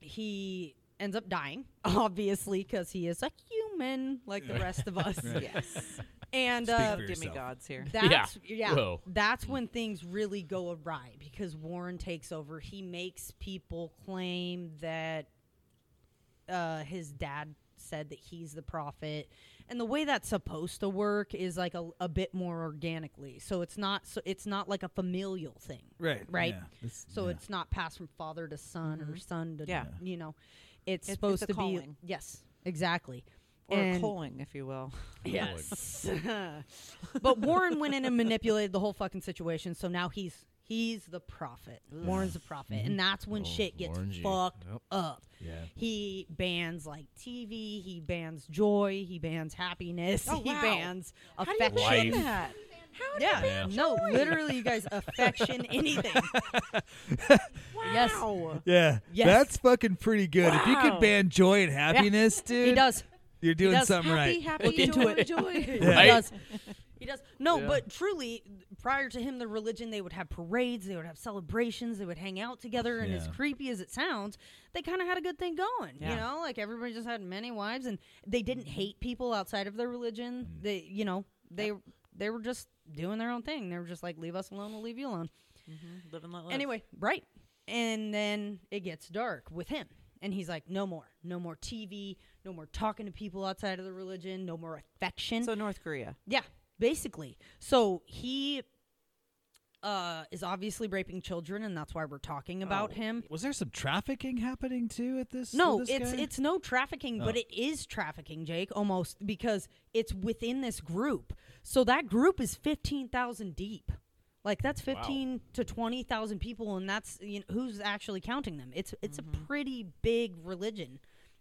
Speaker 5: he
Speaker 2: (laughs)
Speaker 5: ends (laughs) up dying, obviously, because he is a human like the rest of us.
Speaker 4: Yes.
Speaker 5: And
Speaker 2: Speak
Speaker 5: uh,
Speaker 2: for yourself.
Speaker 4: demigods (laughs) here.
Speaker 5: that's yeah,
Speaker 3: Yeah. Whoa.
Speaker 5: that's when things really go awry because Warren takes over. He makes people claim that uh, his dad said that he's the prophet, and the way that's supposed to work is like a, a bit more organically. So it's not so it's not like a familial thing,
Speaker 2: Right.
Speaker 5: Right.
Speaker 2: Yeah. This-
Speaker 5: so
Speaker 2: yeah.
Speaker 5: it's not passed from father to son or son to
Speaker 4: Mm-hmm. Yeah.
Speaker 5: you know.
Speaker 4: It's-
Speaker 5: It's,
Speaker 4: it's
Speaker 5: supposed
Speaker 4: a
Speaker 5: to
Speaker 4: calling.
Speaker 5: be yes, exactly.
Speaker 4: Or
Speaker 5: And-
Speaker 4: a calling, if you will.
Speaker 5: Yes. (laughs) but Warren went in and manipulated the whole fucking situation, so now he's he's the prophet. Warren's the prophet, and that's when
Speaker 3: Oh,
Speaker 5: shit gets
Speaker 3: Warren G.
Speaker 5: fucked
Speaker 3: Yep.
Speaker 5: up.
Speaker 3: Yeah.
Speaker 5: He bans like TV, he bans joy, he bans happiness,
Speaker 4: Oh,
Speaker 5: he
Speaker 4: wow.
Speaker 5: bans affection.
Speaker 3: ban Life.
Speaker 4: that?
Speaker 5: Yeah.
Speaker 3: Yeah.
Speaker 5: No, literally you guys
Speaker 4: (laughs)
Speaker 5: affection anything. Yes.
Speaker 4: Wow.
Speaker 2: Yeah,
Speaker 5: Yes.
Speaker 2: that's fucking pretty good. If you
Speaker 4: Wow.
Speaker 2: can ban joy and happiness, dude,
Speaker 5: (laughs) He does.
Speaker 2: You're doing
Speaker 5: does.
Speaker 2: something
Speaker 4: Happy,
Speaker 2: right.
Speaker 4: happy,
Speaker 5: Look into
Speaker 4: joy,
Speaker 5: it.
Speaker 4: joy.
Speaker 2: Yeah.
Speaker 5: (laughs) He
Speaker 3: Right?
Speaker 5: does. He does. No,
Speaker 3: Yeah.
Speaker 5: but truly, prior to him, the religion, they would have parades, they would have celebrations, they would hang out together. And as
Speaker 2: Yeah.
Speaker 5: creepy as it sounds, they kind of had a good thing going. You
Speaker 4: Yeah.
Speaker 5: know, like everybody just had many wives and they didn't hate people outside of their religion. They, you know, they. They were just doing their own thing. They were just like, leave us alone, we'll leave you alone.
Speaker 4: Live and let live.
Speaker 5: Anyway, right. And then it gets dark with him. And he's like, no more. No more TV, no more talking to people outside of the religion, no more affection.
Speaker 4: so North Korea.
Speaker 5: Yeah, basically. So he uh, is obviously raping children, and that's why we're talking about him.
Speaker 2: Was there some trafficking happening too at this?
Speaker 5: No,
Speaker 2: with this
Speaker 5: it's
Speaker 2: guy?
Speaker 5: it's no trafficking, but
Speaker 2: Oh.
Speaker 5: it is trafficking, Jake, almost because it's within this group. So that group is fifteen thousand deep. Like that's fifteen to twenty thousand people, and that's you know, who's actually counting them. It's it's a pretty big religion.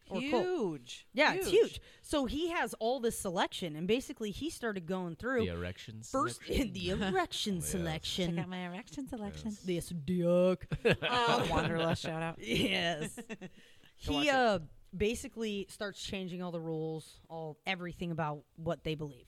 Speaker 5: Or
Speaker 4: huge.
Speaker 5: cult. Yeah, it's huge. So he has all this selection, and basically he started going through.
Speaker 3: The erections.
Speaker 5: First in the erection
Speaker 4: Check
Speaker 5: selection.
Speaker 4: out my erection selection. (laughs)
Speaker 5: This duck. Um,
Speaker 4: Wanderlust shout out.
Speaker 5: yes. he uh, basically starts changing all the rules, all everything about what they believe.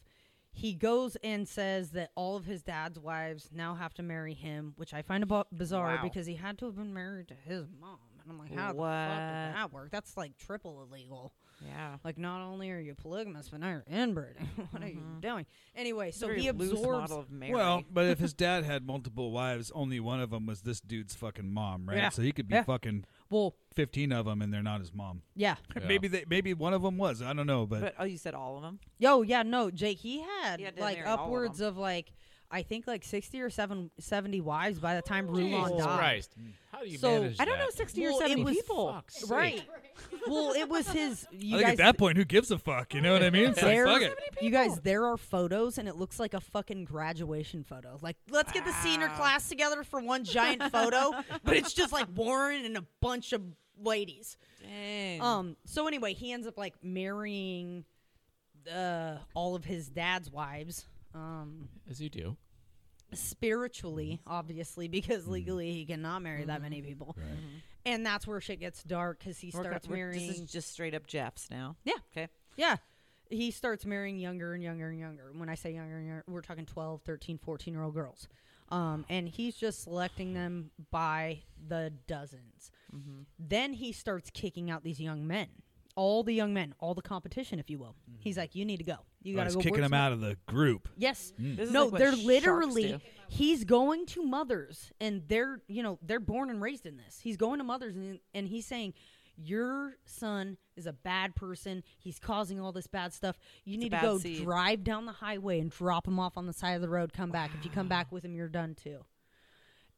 Speaker 5: He goes and says that all of his dad's wives now have to marry him, which I find about bizarre
Speaker 4: Wow.
Speaker 5: because he had to have been married to his mom. And I'm like, how the fuck
Speaker 4: What?
Speaker 5: did that work? That's like triple illegal.
Speaker 4: Yeah.
Speaker 5: Like, not only are you polygamous, but now you're inbreeding. (laughs) what are you doing? Anyway, so
Speaker 4: Very
Speaker 5: he absorbs.
Speaker 4: Mm-hmm. loose model of Mary.
Speaker 5: (laughs)
Speaker 2: well, but if his dad had multiple wives, only one of them was this dude's fucking mom, right?
Speaker 5: Yeah.
Speaker 2: So he could be
Speaker 5: Yeah.
Speaker 2: fucking
Speaker 5: Well,
Speaker 2: fifteen of them, and they're not his mom.
Speaker 5: yeah.
Speaker 3: Yeah.
Speaker 2: Maybe they, maybe one of them was. I don't know, but,
Speaker 4: but oh, you said all of them.
Speaker 5: Yo, Oh, yeah, no, Jake, he had
Speaker 4: He had to
Speaker 5: like
Speaker 4: marry all of
Speaker 5: upwards of, like I think like sixty or seven, 70 wives by the
Speaker 4: Oh,
Speaker 5: time Rulon
Speaker 3: Jesus
Speaker 5: died.
Speaker 3: Christ. How do you
Speaker 5: Mm. So-
Speaker 3: manage
Speaker 4: I don't know,
Speaker 3: that?
Speaker 4: sixty
Speaker 5: Well,
Speaker 4: or
Speaker 5: it
Speaker 4: seventy
Speaker 5: was-
Speaker 4: people.
Speaker 3: Fuck's sake.
Speaker 5: Right. well, it was
Speaker 4: (laughs)
Speaker 5: his.
Speaker 2: I
Speaker 5: You
Speaker 2: think
Speaker 5: guys,
Speaker 2: at that point, who gives a fuck? You know what I mean? It's like,
Speaker 5: there,
Speaker 2: fuck it.
Speaker 5: you guys, there are photos, and it looks like a fucking graduation photo. Like, let's get the senior class together for one giant photo, but it's
Speaker 4: (laughs)
Speaker 5: just like Warren and a bunch of ladies.
Speaker 4: Dang.
Speaker 5: Um. So anyway, he ends up like marrying uh, all of his dad's wives. Um.
Speaker 3: As you
Speaker 5: (laughs)
Speaker 3: do.
Speaker 5: spiritually,
Speaker 4: Mm-hmm.
Speaker 5: obviously, because legally he cannot marry that many people. And that's where shit gets dark because he
Speaker 4: We're go-
Speaker 5: starts
Speaker 4: we're-
Speaker 5: marrying.
Speaker 4: This is just straight up Jeff's now.
Speaker 5: Yeah.
Speaker 4: Okay.
Speaker 5: yeah. He starts marrying younger and younger and younger. When I say younger and younger, we're talking 12, 13, 14 year old girls. Um, and he's just selecting them by the dozens.
Speaker 4: Mm-hmm.
Speaker 5: Then he starts kicking out these young men. All the young men, all the competition, if you will. He's like, you need to go. You
Speaker 2: Mm-hmm. Oh,
Speaker 5: got
Speaker 2: he's
Speaker 5: to go.
Speaker 2: kicking
Speaker 5: work
Speaker 2: him
Speaker 5: some-
Speaker 2: out of the group.
Speaker 5: Yes.
Speaker 4: Mm. This is
Speaker 5: no,
Speaker 4: like what
Speaker 5: they're
Speaker 4: sharks
Speaker 5: literally
Speaker 4: do.
Speaker 5: he's going to mothers and they're, you know, they're born and raised in this. He's going to mothers and and he's saying your son is a bad person. He's causing all this bad stuff. You need to
Speaker 4: bad
Speaker 5: go
Speaker 4: seed."
Speaker 5: drive down the highway and drop him off on the side of the road. Come back. If you come back with him, you're done too.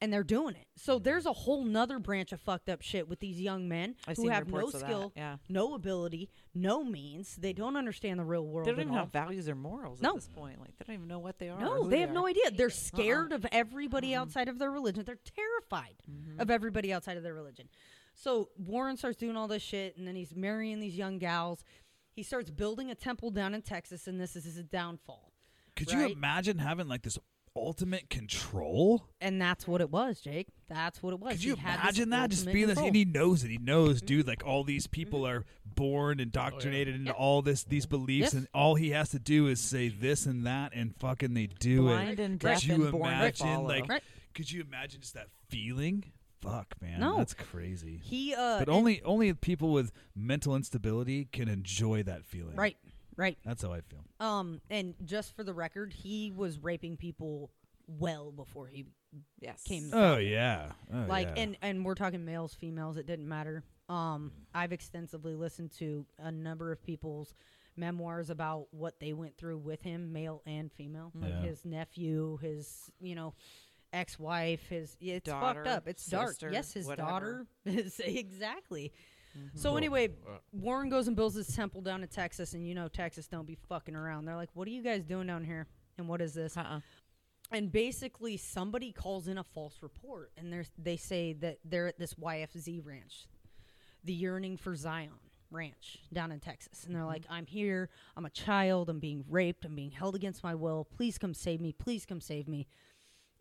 Speaker 5: And they're doing it. So
Speaker 4: Mm.
Speaker 5: there's a whole nother branch of fucked up shit with these young men
Speaker 4: I've
Speaker 5: who
Speaker 4: seen
Speaker 5: have no
Speaker 4: reports of that,
Speaker 5: skill,
Speaker 4: yeah.
Speaker 5: no ability, no means. They don't understand the real world.
Speaker 4: They don't
Speaker 5: at
Speaker 4: even
Speaker 5: all.
Speaker 4: have values or morals
Speaker 5: No.
Speaker 4: at this point. Like they don't even know what they are. or
Speaker 5: No,
Speaker 4: who
Speaker 5: they have
Speaker 4: are. Uh-huh. Mm-hmm.
Speaker 5: no idea. They're scared of everybody outside of their religion. They're terrified of everybody outside of their religion. So Warren starts doing all this shit, and then he's marrying these young gals. He starts building a temple down in Texas, and this is his downfall.
Speaker 2: Could you
Speaker 5: Right.
Speaker 2: imagine having like this ultimate control?
Speaker 5: And that's what it was, Jake. That's what it was.
Speaker 2: Could
Speaker 5: He
Speaker 2: you
Speaker 5: had this
Speaker 2: imagine that? Just
Speaker 5: ultimate
Speaker 2: being this,
Speaker 5: control. Mm-hmm.
Speaker 2: and he knows it. He knows, dude. Like all these people are born indoctrinated into all this, these beliefs,
Speaker 5: Oh, Yes.
Speaker 2: and all he has to do is say this and that, and fucking they do it.
Speaker 4: Blind and
Speaker 2: could
Speaker 4: deaf
Speaker 2: you
Speaker 4: and born to
Speaker 2: imagine,
Speaker 4: follow.
Speaker 2: like,
Speaker 5: Right.
Speaker 2: could you imagine just that feeling? Fuck, man,
Speaker 5: No.
Speaker 2: that's crazy.
Speaker 5: He uh,
Speaker 2: But
Speaker 5: and-
Speaker 2: only, only people with mental instability can enjoy that feeling.
Speaker 5: right, Right.
Speaker 2: That's how I feel.
Speaker 5: Um, and just for the record, he was raping people well before he
Speaker 4: Yes. Uh-uh.
Speaker 5: Came-
Speaker 4: (laughs)
Speaker 2: Oh yeah. Oh,
Speaker 5: like
Speaker 2: yeah. Mm.
Speaker 5: and and we're talking males females it didn't matter um i've extensively listened to a number of people's memoirs about what they went through with him male and female like
Speaker 2: Mm. Yeah.
Speaker 5: his nephew his you know ex-wife his yeah, it's
Speaker 4: Daughter,
Speaker 5: fucked up it's
Speaker 4: sister,
Speaker 5: dark yes his
Speaker 4: whatever.
Speaker 5: daughter (laughs) is exactly
Speaker 2: Mm-hmm.
Speaker 5: so anyway
Speaker 2: uh,
Speaker 5: warren goes and builds his temple down in texas and you know texas don't be fucking around they're like what are you guys doing down here and what is this
Speaker 4: Uh-uh.
Speaker 5: and basically somebody calls in a false report and they they say that they're at this YFZ ranch, the Yearning for Zion ranch down in Texas. And they're like, "I'm here. I'm a child. I'm being raped. I'm being held against my will. Please come save me. Please come save me."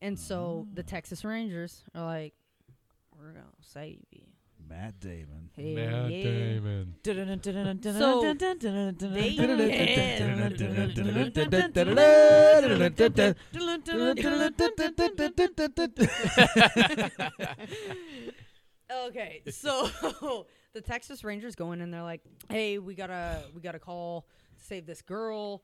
Speaker 5: And so the Texas Rangers are like, "We're going to save you."
Speaker 2: Matt Damon.
Speaker 5: Hey,
Speaker 3: Matt
Speaker 5: yeah.
Speaker 3: Damon.
Speaker 4: (laughs)
Speaker 5: So, they
Speaker 4: (laughs)
Speaker 5: (laughs) Okay, so (laughs) the Texas Rangers go in and they're like, "Hey, we got to we got to call to save this girl,"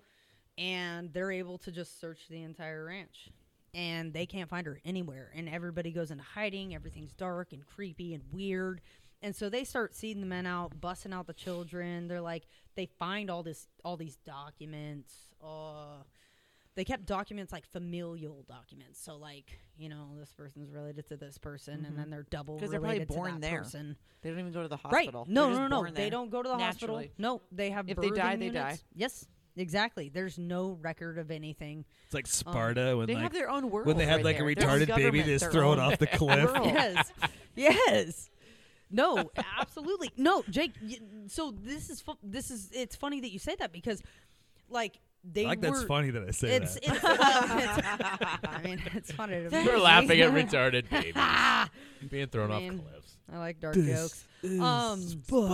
Speaker 5: and they're able to just search the entire ranch, and they can't find her anywhere. And everybody goes into hiding. Everything's dark and creepy and weird, and so they start seeding the men out, busting out the children. They're like, they find all this all these documents. Uh, they kept documents like familial documents. So like, you know, this person's related to this person, and then they're double
Speaker 4: 'Cause
Speaker 5: related
Speaker 4: Mm-hmm. they're probably
Speaker 5: to
Speaker 4: born
Speaker 5: that
Speaker 4: there.
Speaker 5: person.
Speaker 4: They don't even go to the hospital.
Speaker 5: Right? No,
Speaker 4: They're
Speaker 5: no,
Speaker 4: just
Speaker 5: no, no.
Speaker 4: born
Speaker 5: They
Speaker 4: there.
Speaker 5: don't go to the
Speaker 4: Naturally.
Speaker 5: hospital. No, they have.
Speaker 4: If they die,
Speaker 5: birthing
Speaker 4: they
Speaker 5: units.
Speaker 4: die.
Speaker 5: Yes, exactly. There's no record of anything.
Speaker 2: It's like Sparta when
Speaker 4: They
Speaker 2: like
Speaker 4: have their own world.
Speaker 2: when they had
Speaker 4: right
Speaker 2: like
Speaker 4: there.
Speaker 2: a
Speaker 4: Their own
Speaker 2: retarded baby,
Speaker 4: government,
Speaker 2: they just
Speaker 4: their
Speaker 2: throw it
Speaker 4: own-
Speaker 2: off the cliff.
Speaker 4: World.
Speaker 5: Yes,
Speaker 4: (laughs)
Speaker 5: yes. No, absolutely. No, Jake. Y- so this is fu- this is. It's funny that you say that because, like, they
Speaker 2: I like
Speaker 5: were.
Speaker 2: that's funny that I say
Speaker 5: It's,
Speaker 2: that.
Speaker 5: it's, well, it's- (laughs) I mean, it's funny. To
Speaker 3: You're laughing
Speaker 5: (laughs)
Speaker 3: at retarded babies being thrown
Speaker 5: I
Speaker 3: off
Speaker 5: mean-
Speaker 3: cliffs. (laughs)
Speaker 5: I like dark
Speaker 2: This
Speaker 5: jokes. Um,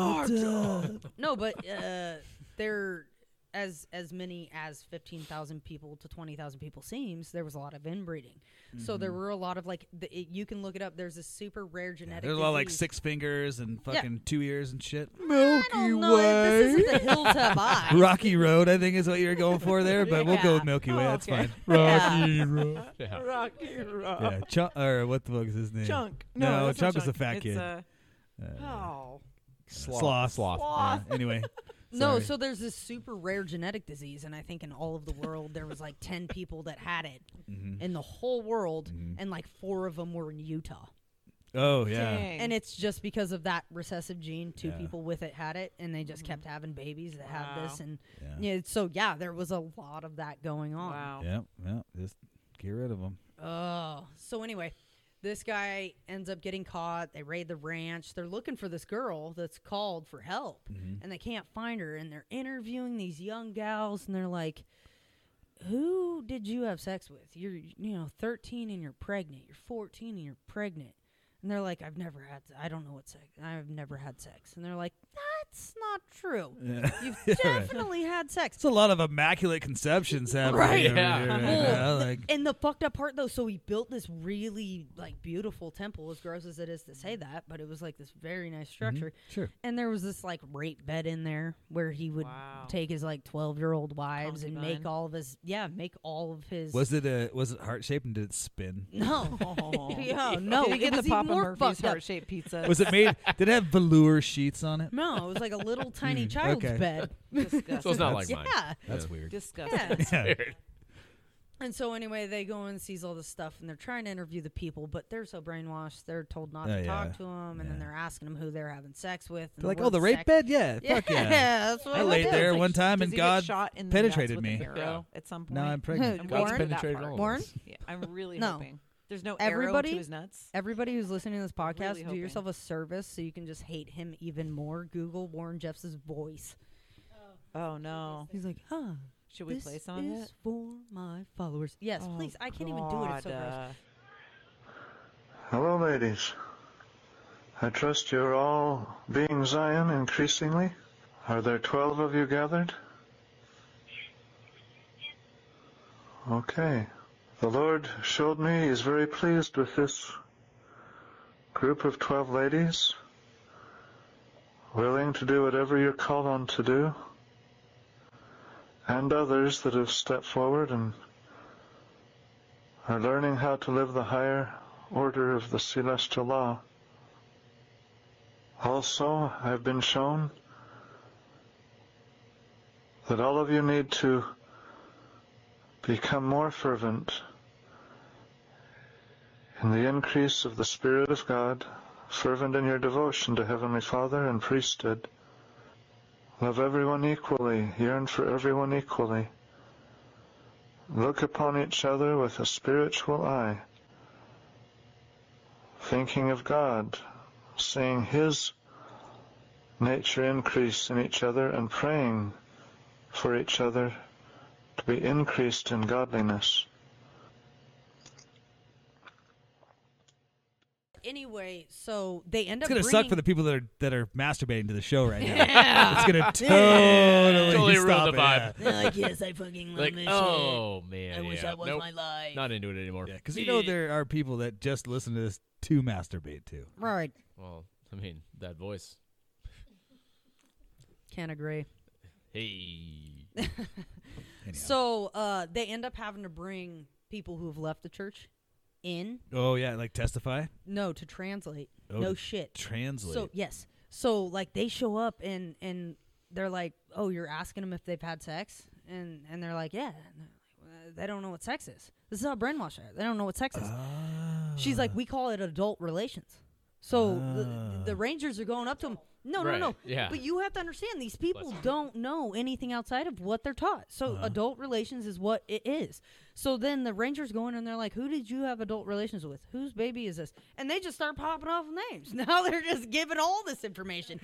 Speaker 2: Sparta.
Speaker 5: No, but uh, there, as as many as fifteen thousand people to twenty thousand people seems there was a lot of inbreeding. So
Speaker 2: Mm-hmm.
Speaker 5: there were a lot of like the, it, you can look it up. There's a super rare genetic.
Speaker 2: There's a lot of, like
Speaker 5: disease.
Speaker 2: six fingers and fucking two ears and shit.
Speaker 5: I don't know. This isn't the
Speaker 2: (laughs)
Speaker 5: hill to buy.
Speaker 2: Rocky Road, I think, is what you're going for there, but we'll go
Speaker 5: Yeah.
Speaker 2: with Milky Way.
Speaker 4: Oh,
Speaker 2: That's
Speaker 4: okay.
Speaker 2: fine.
Speaker 3: Rocky Road. Yeah.
Speaker 4: Rocky Rock.
Speaker 2: Yeah, Chunk or what the fuck is his name?
Speaker 4: Chunk.
Speaker 2: No,
Speaker 4: that's
Speaker 2: Chunk
Speaker 4: not
Speaker 2: was the fat
Speaker 4: It's,
Speaker 2: kid.
Speaker 4: uh,
Speaker 2: Uh,
Speaker 4: oh.
Speaker 2: Sloth.
Speaker 3: Sloth.
Speaker 2: Yeah, (laughs) anyway,
Speaker 5: No,
Speaker 2: Sorry.
Speaker 5: so there's this super rare genetic disease, and I think in all of the world there was like ten people that had it
Speaker 2: Mm-hmm.
Speaker 5: in the whole world, and like four of them were in Utah.
Speaker 2: oh yeah,
Speaker 4: Dang.
Speaker 5: And it's just because of that recessive gene, two
Speaker 2: Yeah. Mm-hmm.
Speaker 5: people with it had it, and they just kept having babies that have this,
Speaker 4: Wow.
Speaker 5: and
Speaker 2: Yeah.
Speaker 5: yeah. So yeah, there was a lot of that going on.
Speaker 4: wow.
Speaker 2: yeah, yeah. Just get rid of (laughs) them.
Speaker 5: Oh, so anyway, this guy ends up getting caught. They raid the ranch. They're looking for this girl that's called for help, and they can't find her. And they're interviewing these young gals, and they're like, "Who did you have sex with? You're, you know, 13 and you're pregnant. You're 14 and you're pregnant." And they're like, "I've never had. I don't know what sex. I've never had sex." And they're like, "That's not true.
Speaker 2: Yeah.
Speaker 5: You've
Speaker 2: right.
Speaker 5: definitely had sex."
Speaker 2: It's a lot of immaculate (laughs) conceptions happening.
Speaker 5: Right.
Speaker 2: over
Speaker 3: Yeah.
Speaker 2: here right
Speaker 5: Well,
Speaker 2: now,
Speaker 5: the-
Speaker 2: (laughs) like,
Speaker 5: and the fucked up part though, so he built this really like beautiful temple, as gross as it is to say
Speaker 2: Mm-hmm.
Speaker 5: that, but it was like this very nice structure.
Speaker 2: sure.
Speaker 5: And there was this like rape bed in there where he would
Speaker 4: Wow.
Speaker 5: take his like twelve year old wives and make
Speaker 4: Concubine.
Speaker 5: all of his yeah, make all of his
Speaker 2: Was it a was it heart shaped and did it spin?
Speaker 5: (laughs) no.
Speaker 4: Oh.
Speaker 5: Yeah, no,
Speaker 4: Did he
Speaker 5: it
Speaker 4: get
Speaker 5: was
Speaker 4: the
Speaker 5: even
Speaker 4: Papa
Speaker 5: more
Speaker 4: Murphy's
Speaker 5: fucked up.
Speaker 4: heart shaped pizza?
Speaker 2: Was it (laughs) made? did it have velour sheets on (laughs) it?
Speaker 5: No, it was like a little tiny child's
Speaker 2: Mm, okay.
Speaker 5: bed.
Speaker 4: disgusting?
Speaker 3: So it's not like mine.
Speaker 5: Yeah.
Speaker 2: That's weird.
Speaker 4: disgusting.
Speaker 5: Yeah.
Speaker 2: Yeah.
Speaker 5: And so anyway, they go and sees all this stuff, and they're trying to interview the people, but they're so brainwashed, they're told not
Speaker 2: Oh,
Speaker 5: to
Speaker 2: yeah.
Speaker 5: talk to them, and
Speaker 2: Yeah.
Speaker 5: then they're asking them who they're having sex with. and
Speaker 2: They're like,
Speaker 5: what
Speaker 2: oh, the rape
Speaker 5: sex-
Speaker 2: bed, (laughs) yeah,
Speaker 5: (laughs) Yeah,
Speaker 2: fuck yeah.
Speaker 5: that's what
Speaker 2: I
Speaker 5: it
Speaker 2: laid
Speaker 5: is.
Speaker 2: there
Speaker 4: Like,
Speaker 2: one time
Speaker 4: does
Speaker 2: and
Speaker 4: he get
Speaker 2: God
Speaker 4: shot in the
Speaker 2: penetrated
Speaker 4: nuts with
Speaker 2: me.
Speaker 4: An arrow at some point.
Speaker 2: Now I'm pregnant.
Speaker 5: I'm
Speaker 4: Warren?
Speaker 3: God's
Speaker 4: That
Speaker 3: penetrated
Speaker 4: part.
Speaker 3: all
Speaker 5: Warren?
Speaker 3: of us.
Speaker 4: Yeah, I'm really
Speaker 5: No.
Speaker 4: hoping there's no arrow
Speaker 5: Everybody-
Speaker 4: to his nuts.
Speaker 5: Everybody who's listening to this podcast, do
Speaker 4: hoping.
Speaker 5: yourself a service so you can just hate him even more. Google Warren Jeffs' voice.
Speaker 4: Oh no!
Speaker 5: He's like, huh.
Speaker 4: Should we
Speaker 5: this
Speaker 4: play some of
Speaker 5: is
Speaker 4: it?
Speaker 5: for my followers. Yes,
Speaker 4: Oh,
Speaker 5: please. I can't even do it. It's
Speaker 4: God,
Speaker 5: so gross.
Speaker 4: uh,
Speaker 7: Hello, ladies. I trust you're all being Zion increasingly. Are there 12 of you gathered? Okay. The Lord showed me He's very pleased with this group of 12 ladies, willing to do whatever you're called on to do. and others that have stepped forward and are learning how to live the higher order of the celestial law. Also, I've been shown that all of you need to become more fervent in the increase of the Spirit of God, fervent in your devotion to Heavenly Father and priesthood. Love everyone equally, yearn for everyone equally. Look upon each other with a spiritual eye, thinking of God, seeing His nature increase in each other, and praying for each other to be increased in godliness.
Speaker 5: Anyway, so they end
Speaker 2: It's
Speaker 5: up
Speaker 2: gonna
Speaker 5: bringing,
Speaker 2: suck for the people that are that are masturbating to the show right now.
Speaker 5: Yeah.
Speaker 2: It's (laughs) gonna totally,
Speaker 3: Totally ruined
Speaker 2: stop
Speaker 3: the vibe.
Speaker 2: it. Yeah.
Speaker 5: like, yes, (laughs) I fucking love
Speaker 3: Like,
Speaker 5: this shit.
Speaker 3: oh man,
Speaker 5: I wish
Speaker 3: yeah.
Speaker 5: I was
Speaker 3: nope,
Speaker 5: my life.
Speaker 3: not into it anymore.
Speaker 2: Yeah, because you know there are people that just listen to this to masturbate to.
Speaker 5: right.
Speaker 3: Well, I mean that voice.
Speaker 5: Can't agree.
Speaker 3: Hey,
Speaker 2: Anyhow.
Speaker 5: So uh, they end up having to bring people who have left the church in,
Speaker 2: oh yeah, like testify,
Speaker 5: no, to translate.
Speaker 2: Oh,
Speaker 5: no
Speaker 2: to
Speaker 5: shit.
Speaker 2: translate.
Speaker 5: So yes, so like they show up and and they're like, oh, you're asking them if they've had sex, and and they're like, yeah. And they're like, "Well, they don't know what sex is. This is how brainwash are. They don't know what sex is. She's like, we call it adult relations. So the, the Rangers are going up to them. No,
Speaker 3: Right,
Speaker 5: no, no.
Speaker 3: yeah.
Speaker 5: But you have to understand these people don't know anything outside of what they're taught. So
Speaker 2: Uh-huh.
Speaker 5: adult relations is what it is. So then the Rangers go in and they're like, "Who did you have adult relations with? Whose baby is this?" And they just start popping off names. (laughs) Now they're just giving all this information,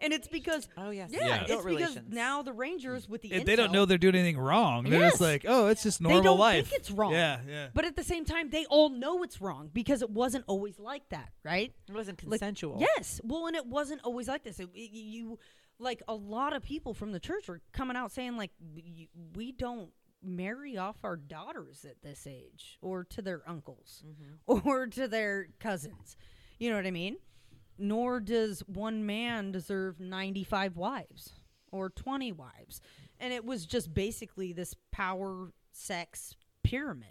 Speaker 5: and it's because
Speaker 4: Oh, yes.
Speaker 5: yeah,
Speaker 3: Yeah.
Speaker 5: it's
Speaker 4: Adult
Speaker 5: because
Speaker 4: relations.
Speaker 5: now the Rangers with the
Speaker 2: If they don't
Speaker 5: incel-
Speaker 2: know they're doing anything wrong. They're
Speaker 5: Yes.
Speaker 2: just like, oh, it's just normal
Speaker 5: they don't
Speaker 2: life.
Speaker 5: think it's wrong.
Speaker 2: Yeah, yeah.
Speaker 5: But at the same time, they all know it's wrong because it wasn't always like that, right?
Speaker 4: It wasn't
Speaker 5: Like-
Speaker 4: consensual.
Speaker 5: yes. Well, and it wasn't always like this. It- y- you, like, a lot of people from the church were coming out saying, like, "We- we don't marry off our daughters at this age or to their uncles
Speaker 4: Mm-hmm.
Speaker 5: (laughs) or to their cousins. You know what I mean? Nor does one man deserve 95 wives or 20 wives. And it was just basically this power sex pyramid.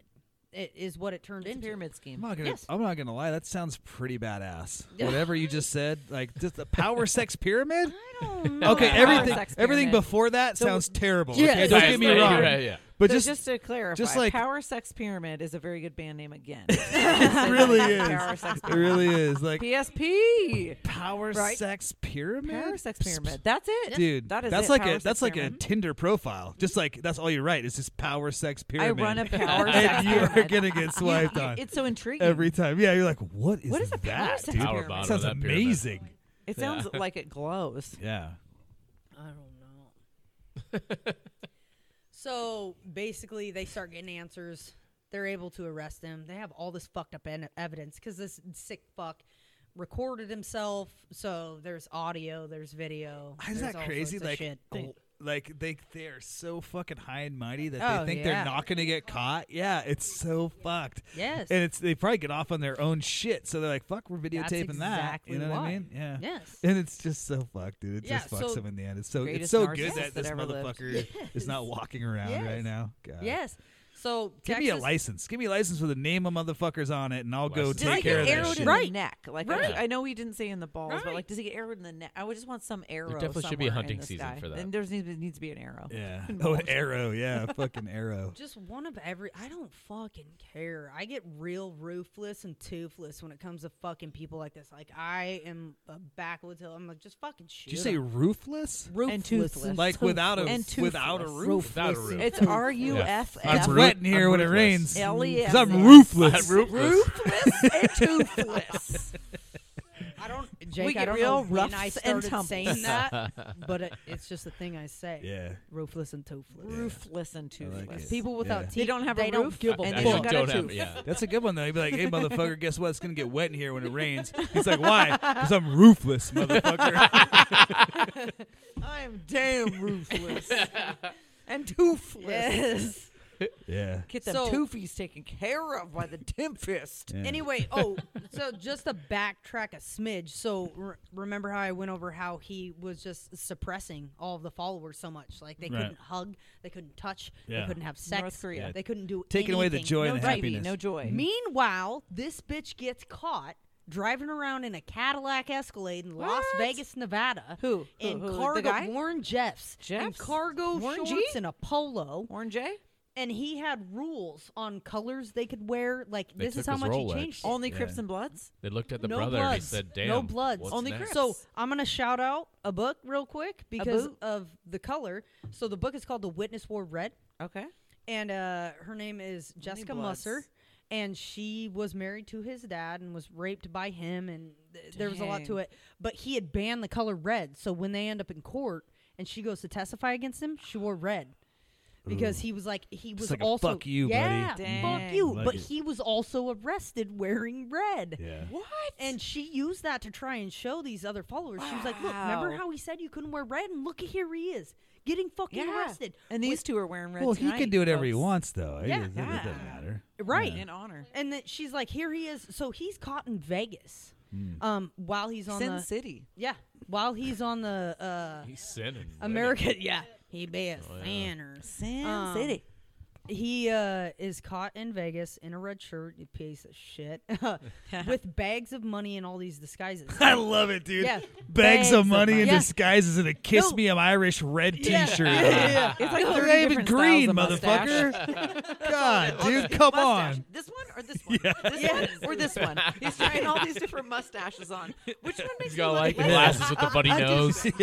Speaker 5: It is what it turned
Speaker 4: It's a
Speaker 5: into.
Speaker 4: pyramid
Speaker 2: I'm
Speaker 4: scheme.
Speaker 2: not gonna.
Speaker 5: Yes.
Speaker 2: I'm not gonna lie. That sounds pretty
Speaker 4: (laughs)
Speaker 2: badass. Whatever you just said, like just the power sex
Speaker 4: (laughs)
Speaker 2: pyramid.
Speaker 5: I don't know.
Speaker 2: Okay,
Speaker 4: Power
Speaker 2: everything.
Speaker 4: sex
Speaker 2: Everything
Speaker 4: pyramid.
Speaker 2: before that sounds terrible.
Speaker 5: Yes.
Speaker 2: Okay, don't
Speaker 3: Right,
Speaker 2: get me
Speaker 3: right,
Speaker 2: wrong.
Speaker 3: right, yeah.
Speaker 2: But
Speaker 4: so
Speaker 2: just,
Speaker 4: just, to clarify,
Speaker 2: just like-
Speaker 4: Power Sex Pyramid is a very good band name again.
Speaker 2: (laughs) it really is.
Speaker 4: Power Sex
Speaker 2: It
Speaker 4: Pyramid.
Speaker 2: really is like
Speaker 4: PSP.
Speaker 2: power
Speaker 4: Right.
Speaker 2: sex pyramid.
Speaker 4: Power Sex
Speaker 2: Psst,
Speaker 4: Pyramid. That's it,
Speaker 2: Dude,
Speaker 4: That is
Speaker 2: that's
Speaker 4: it,
Speaker 2: like
Speaker 4: power
Speaker 2: a
Speaker 4: sex
Speaker 2: that's like a
Speaker 4: pyramid.
Speaker 2: Tinder profile. Just like that's all you write. It's just power sex pyramid. (laughs)
Speaker 4: run a power sex
Speaker 2: and you are
Speaker 4: pyramid.
Speaker 2: gonna
Speaker 4: (laughs)
Speaker 2: get swiped on
Speaker 4: It's so intriguing.
Speaker 2: every time. Yeah, you're like, what is
Speaker 4: What is a
Speaker 2: that?
Speaker 4: power sex
Speaker 2: dude?
Speaker 4: Power pyramid?
Speaker 3: bottom
Speaker 2: sounds
Speaker 3: of that pyramid.
Speaker 2: amazing.
Speaker 4: it sounds like it glows.
Speaker 2: Yeah.
Speaker 5: I don't know. (laughs) so basically, they start getting answers. They're able to arrest him. They have all this fucked up en- evidence because this sick fuck recorded himself. So there's audio, there's video.
Speaker 2: Isn't
Speaker 5: there's
Speaker 2: that
Speaker 5: all
Speaker 2: crazy?
Speaker 5: sorts of
Speaker 2: Like,
Speaker 5: shit.
Speaker 2: oh, like they they are so fucking high and mighty that
Speaker 5: Oh,
Speaker 2: they think
Speaker 5: yeah.
Speaker 2: they're not gonna get caught. Yeah, it's so fucked.
Speaker 5: Yes.
Speaker 2: and it's they probably get off on their own shit. So they're like, "Fuck, we're videotaping
Speaker 5: That's
Speaker 2: that."
Speaker 5: exactly
Speaker 2: You know what
Speaker 5: why.
Speaker 2: I mean? Yeah.
Speaker 5: Yes.
Speaker 2: And it's just so fucked, dude. It
Speaker 5: Yeah,
Speaker 2: just fucks
Speaker 5: so
Speaker 2: them in the end. It's so it's
Speaker 4: greatest
Speaker 2: so
Speaker 4: narcissist
Speaker 2: good that
Speaker 4: that
Speaker 2: this
Speaker 4: ever lived.
Speaker 2: motherfucker
Speaker 5: (laughs)
Speaker 2: is not walking around
Speaker 5: Yes.
Speaker 2: right now. God.
Speaker 5: yes. So
Speaker 2: Give
Speaker 5: Texas,
Speaker 2: me a license. Give me a license with the name of motherfuckers on it, and I'll go
Speaker 3: License.
Speaker 2: take
Speaker 3: Like
Speaker 2: care of
Speaker 5: an arrow
Speaker 2: that
Speaker 5: to
Speaker 2: shit.
Speaker 5: the Right.
Speaker 4: neck. Like
Speaker 5: Right.
Speaker 4: I, I know we didn't say in the balls, but
Speaker 5: Right.
Speaker 4: like does it get arrowed in the neck? I would just want some arrow.
Speaker 3: definitely should
Speaker 4: somewhere
Speaker 3: be a
Speaker 4: in
Speaker 3: hunting
Speaker 4: the
Speaker 3: season
Speaker 4: sky.
Speaker 3: for that.
Speaker 4: And there needs, there needs to be an arrow.
Speaker 2: Yeah.
Speaker 4: Fucking
Speaker 2: Oh,
Speaker 4: balls.
Speaker 2: an arrow. Yeah, fucking arrow.
Speaker 5: just one of every. I don't fucking care. I get real roofless and toothless when it comes to fucking people like this. Like I am a backwoods hill. I'm like just fucking shoot.
Speaker 2: Did you say
Speaker 5: 'em.
Speaker 2: roofless?
Speaker 4: And toothless.
Speaker 2: Like without a
Speaker 4: And
Speaker 2: without a
Speaker 4: toothless.
Speaker 2: roof.
Speaker 3: Without a roof.
Speaker 4: It's R U F E
Speaker 2: It's
Speaker 4: F
Speaker 3: roo-
Speaker 2: wet in here
Speaker 3: I'm
Speaker 2: when it
Speaker 3: roofless.
Speaker 2: rains.
Speaker 4: L E S.
Speaker 2: Because I'm roofless.
Speaker 3: (laughs) Ruthless.
Speaker 4: Roofless and toothless.
Speaker 5: I don't. Jake,
Speaker 4: get
Speaker 5: I don't
Speaker 4: real
Speaker 5: know when I
Speaker 4: roughs and
Speaker 5: started
Speaker 4: tumbles.
Speaker 5: saying that, (laughs) but it, it's just a thing I say.
Speaker 2: Yeah.
Speaker 5: Roofless and toothless.
Speaker 4: Roofless and toothless.
Speaker 2: it.
Speaker 5: People without
Speaker 2: Yeah.
Speaker 5: teeth.
Speaker 4: They don't have a
Speaker 5: don't
Speaker 4: roof,
Speaker 5: give a
Speaker 4: and
Speaker 3: I
Speaker 4: they
Speaker 5: fuck.
Speaker 4: don't
Speaker 3: don't,
Speaker 4: got a
Speaker 3: have.
Speaker 4: tooth.
Speaker 3: Yeah.
Speaker 2: That's a good one though. He'd be like, "Hey, motherfucker, guess what? It's gonna get wet in here when it rains." He's like, "Why? Because I'm roofless, motherfucker."
Speaker 4: (laughs) I'm damn roofless and toothless.
Speaker 5: Yes.
Speaker 2: Yeah.
Speaker 4: Get them
Speaker 5: So-
Speaker 4: toofies taken care of by the Tempest.
Speaker 2: Yeah.
Speaker 5: Anyway,
Speaker 2: (laughs)
Speaker 5: oh, so just to backtrack a smidge. So re- remember how I went over how he was just suppressing all of the followers so much, like they
Speaker 2: Right.
Speaker 5: couldn't hug, they couldn't touch,
Speaker 2: Yeah.
Speaker 5: they couldn't have sex,
Speaker 4: North Korea. Yeah.
Speaker 5: they couldn't do
Speaker 2: Taking away the
Speaker 5: anything.
Speaker 2: joy
Speaker 4: no
Speaker 2: and the
Speaker 4: gravy,
Speaker 2: happiness.
Speaker 4: no joy.
Speaker 5: Meanwhile, this bitch gets caught driving around in a Cadillac Escalade in Las
Speaker 4: What?
Speaker 5: Vegas, Nevada.
Speaker 4: Who? Who-
Speaker 5: In
Speaker 4: who? The
Speaker 5: cargo
Speaker 4: guy?
Speaker 5: Warren Jeffs. In
Speaker 4: Jeffs?
Speaker 5: cargo
Speaker 4: Warren G?
Speaker 5: shorts and a polo.
Speaker 4: Orange J?
Speaker 5: And he had rules on colors they could wear. Like
Speaker 3: They
Speaker 5: this is
Speaker 3: took
Speaker 5: how
Speaker 3: his
Speaker 5: much
Speaker 3: Rolex.
Speaker 5: he changed. it.
Speaker 4: Only Crips and Bloods?
Speaker 3: They looked at the
Speaker 5: no
Speaker 3: brother
Speaker 5: bloods.
Speaker 3: and they said, "Damn,
Speaker 5: no bloods.
Speaker 3: what's
Speaker 4: Only
Speaker 3: next?
Speaker 4: Crips.
Speaker 5: So I'm gonna shout out a book real quick because
Speaker 4: boot?
Speaker 5: of the color. So the book is called The Witness Wore Red,
Speaker 4: Okay.
Speaker 5: and uh, her name is Jessica
Speaker 4: bloods.
Speaker 5: Musser, and she was married to his dad and was raped by him, and th- there was a lot to
Speaker 4: Dang.
Speaker 5: it. But he had banned the color red, so when they end up in court and she goes to testify against him, she wore red. Because he was like he was
Speaker 2: like a
Speaker 5: also
Speaker 2: fuck you, buddy.
Speaker 5: yeah, fuck
Speaker 4: Dang.
Speaker 5: you.
Speaker 2: Like
Speaker 5: but
Speaker 2: it.
Speaker 5: he was also arrested wearing red.
Speaker 2: Yeah.
Speaker 4: What?
Speaker 5: And she used that to try and show these other followers. She was like, "Look, remember
Speaker 4: Wow.
Speaker 5: how he said you couldn't wear red? And look, at here he is getting fucking
Speaker 4: Yeah.
Speaker 5: arrested."
Speaker 4: And these two are wearing red
Speaker 2: Well, he can
Speaker 4: tonight,
Speaker 2: do whatever he
Speaker 4: folks.
Speaker 2: wants, though. It-
Speaker 5: Yeah.
Speaker 2: it, it doesn't
Speaker 4: Yeah.
Speaker 2: matter.
Speaker 5: Right.
Speaker 4: In honor.
Speaker 5: And then she's like, "Here he is." So he's caught in Vegas,
Speaker 3: Hmm.
Speaker 5: um, while he's on
Speaker 4: Sin
Speaker 5: the
Speaker 4: City.
Speaker 5: yeah, while he's on the
Speaker 3: (laughs)
Speaker 5: uh,
Speaker 3: He's sinning.
Speaker 5: America. Yeah, he be a
Speaker 3: Oh, yeah.
Speaker 5: sinner.
Speaker 4: Sin
Speaker 5: Um,
Speaker 4: City.
Speaker 5: He uh, is caught in Vegas in a red shirt, you piece of
Speaker 4: (laughs)
Speaker 5: shit, (laughs) with bags of money and all these disguises.
Speaker 2: (laughs) I love it, dude.
Speaker 5: Yeah.
Speaker 2: Bags, of money
Speaker 5: money.
Speaker 2: and
Speaker 5: Yeah.
Speaker 2: disguises and a kiss
Speaker 5: No.
Speaker 2: me I'm Irish red
Speaker 5: Yeah.
Speaker 2: T-shirt.
Speaker 5: Yeah.
Speaker 4: It's like
Speaker 2: Oh,
Speaker 4: 30
Speaker 2: David
Speaker 4: different
Speaker 2: Green,
Speaker 4: styles of mustache.
Speaker 2: motherfucker. (laughs) God, dude, (laughs) come
Speaker 4: Mustache.
Speaker 2: on. (laughs)
Speaker 4: This one or this one? This one or this one? He's trying all these different mustaches on. Which one makes
Speaker 3: He's
Speaker 4: me
Speaker 3: got
Speaker 4: look
Speaker 3: like
Speaker 4: like
Speaker 3: glasses with the
Speaker 5: (laughs)
Speaker 3: funny nose.
Speaker 2: The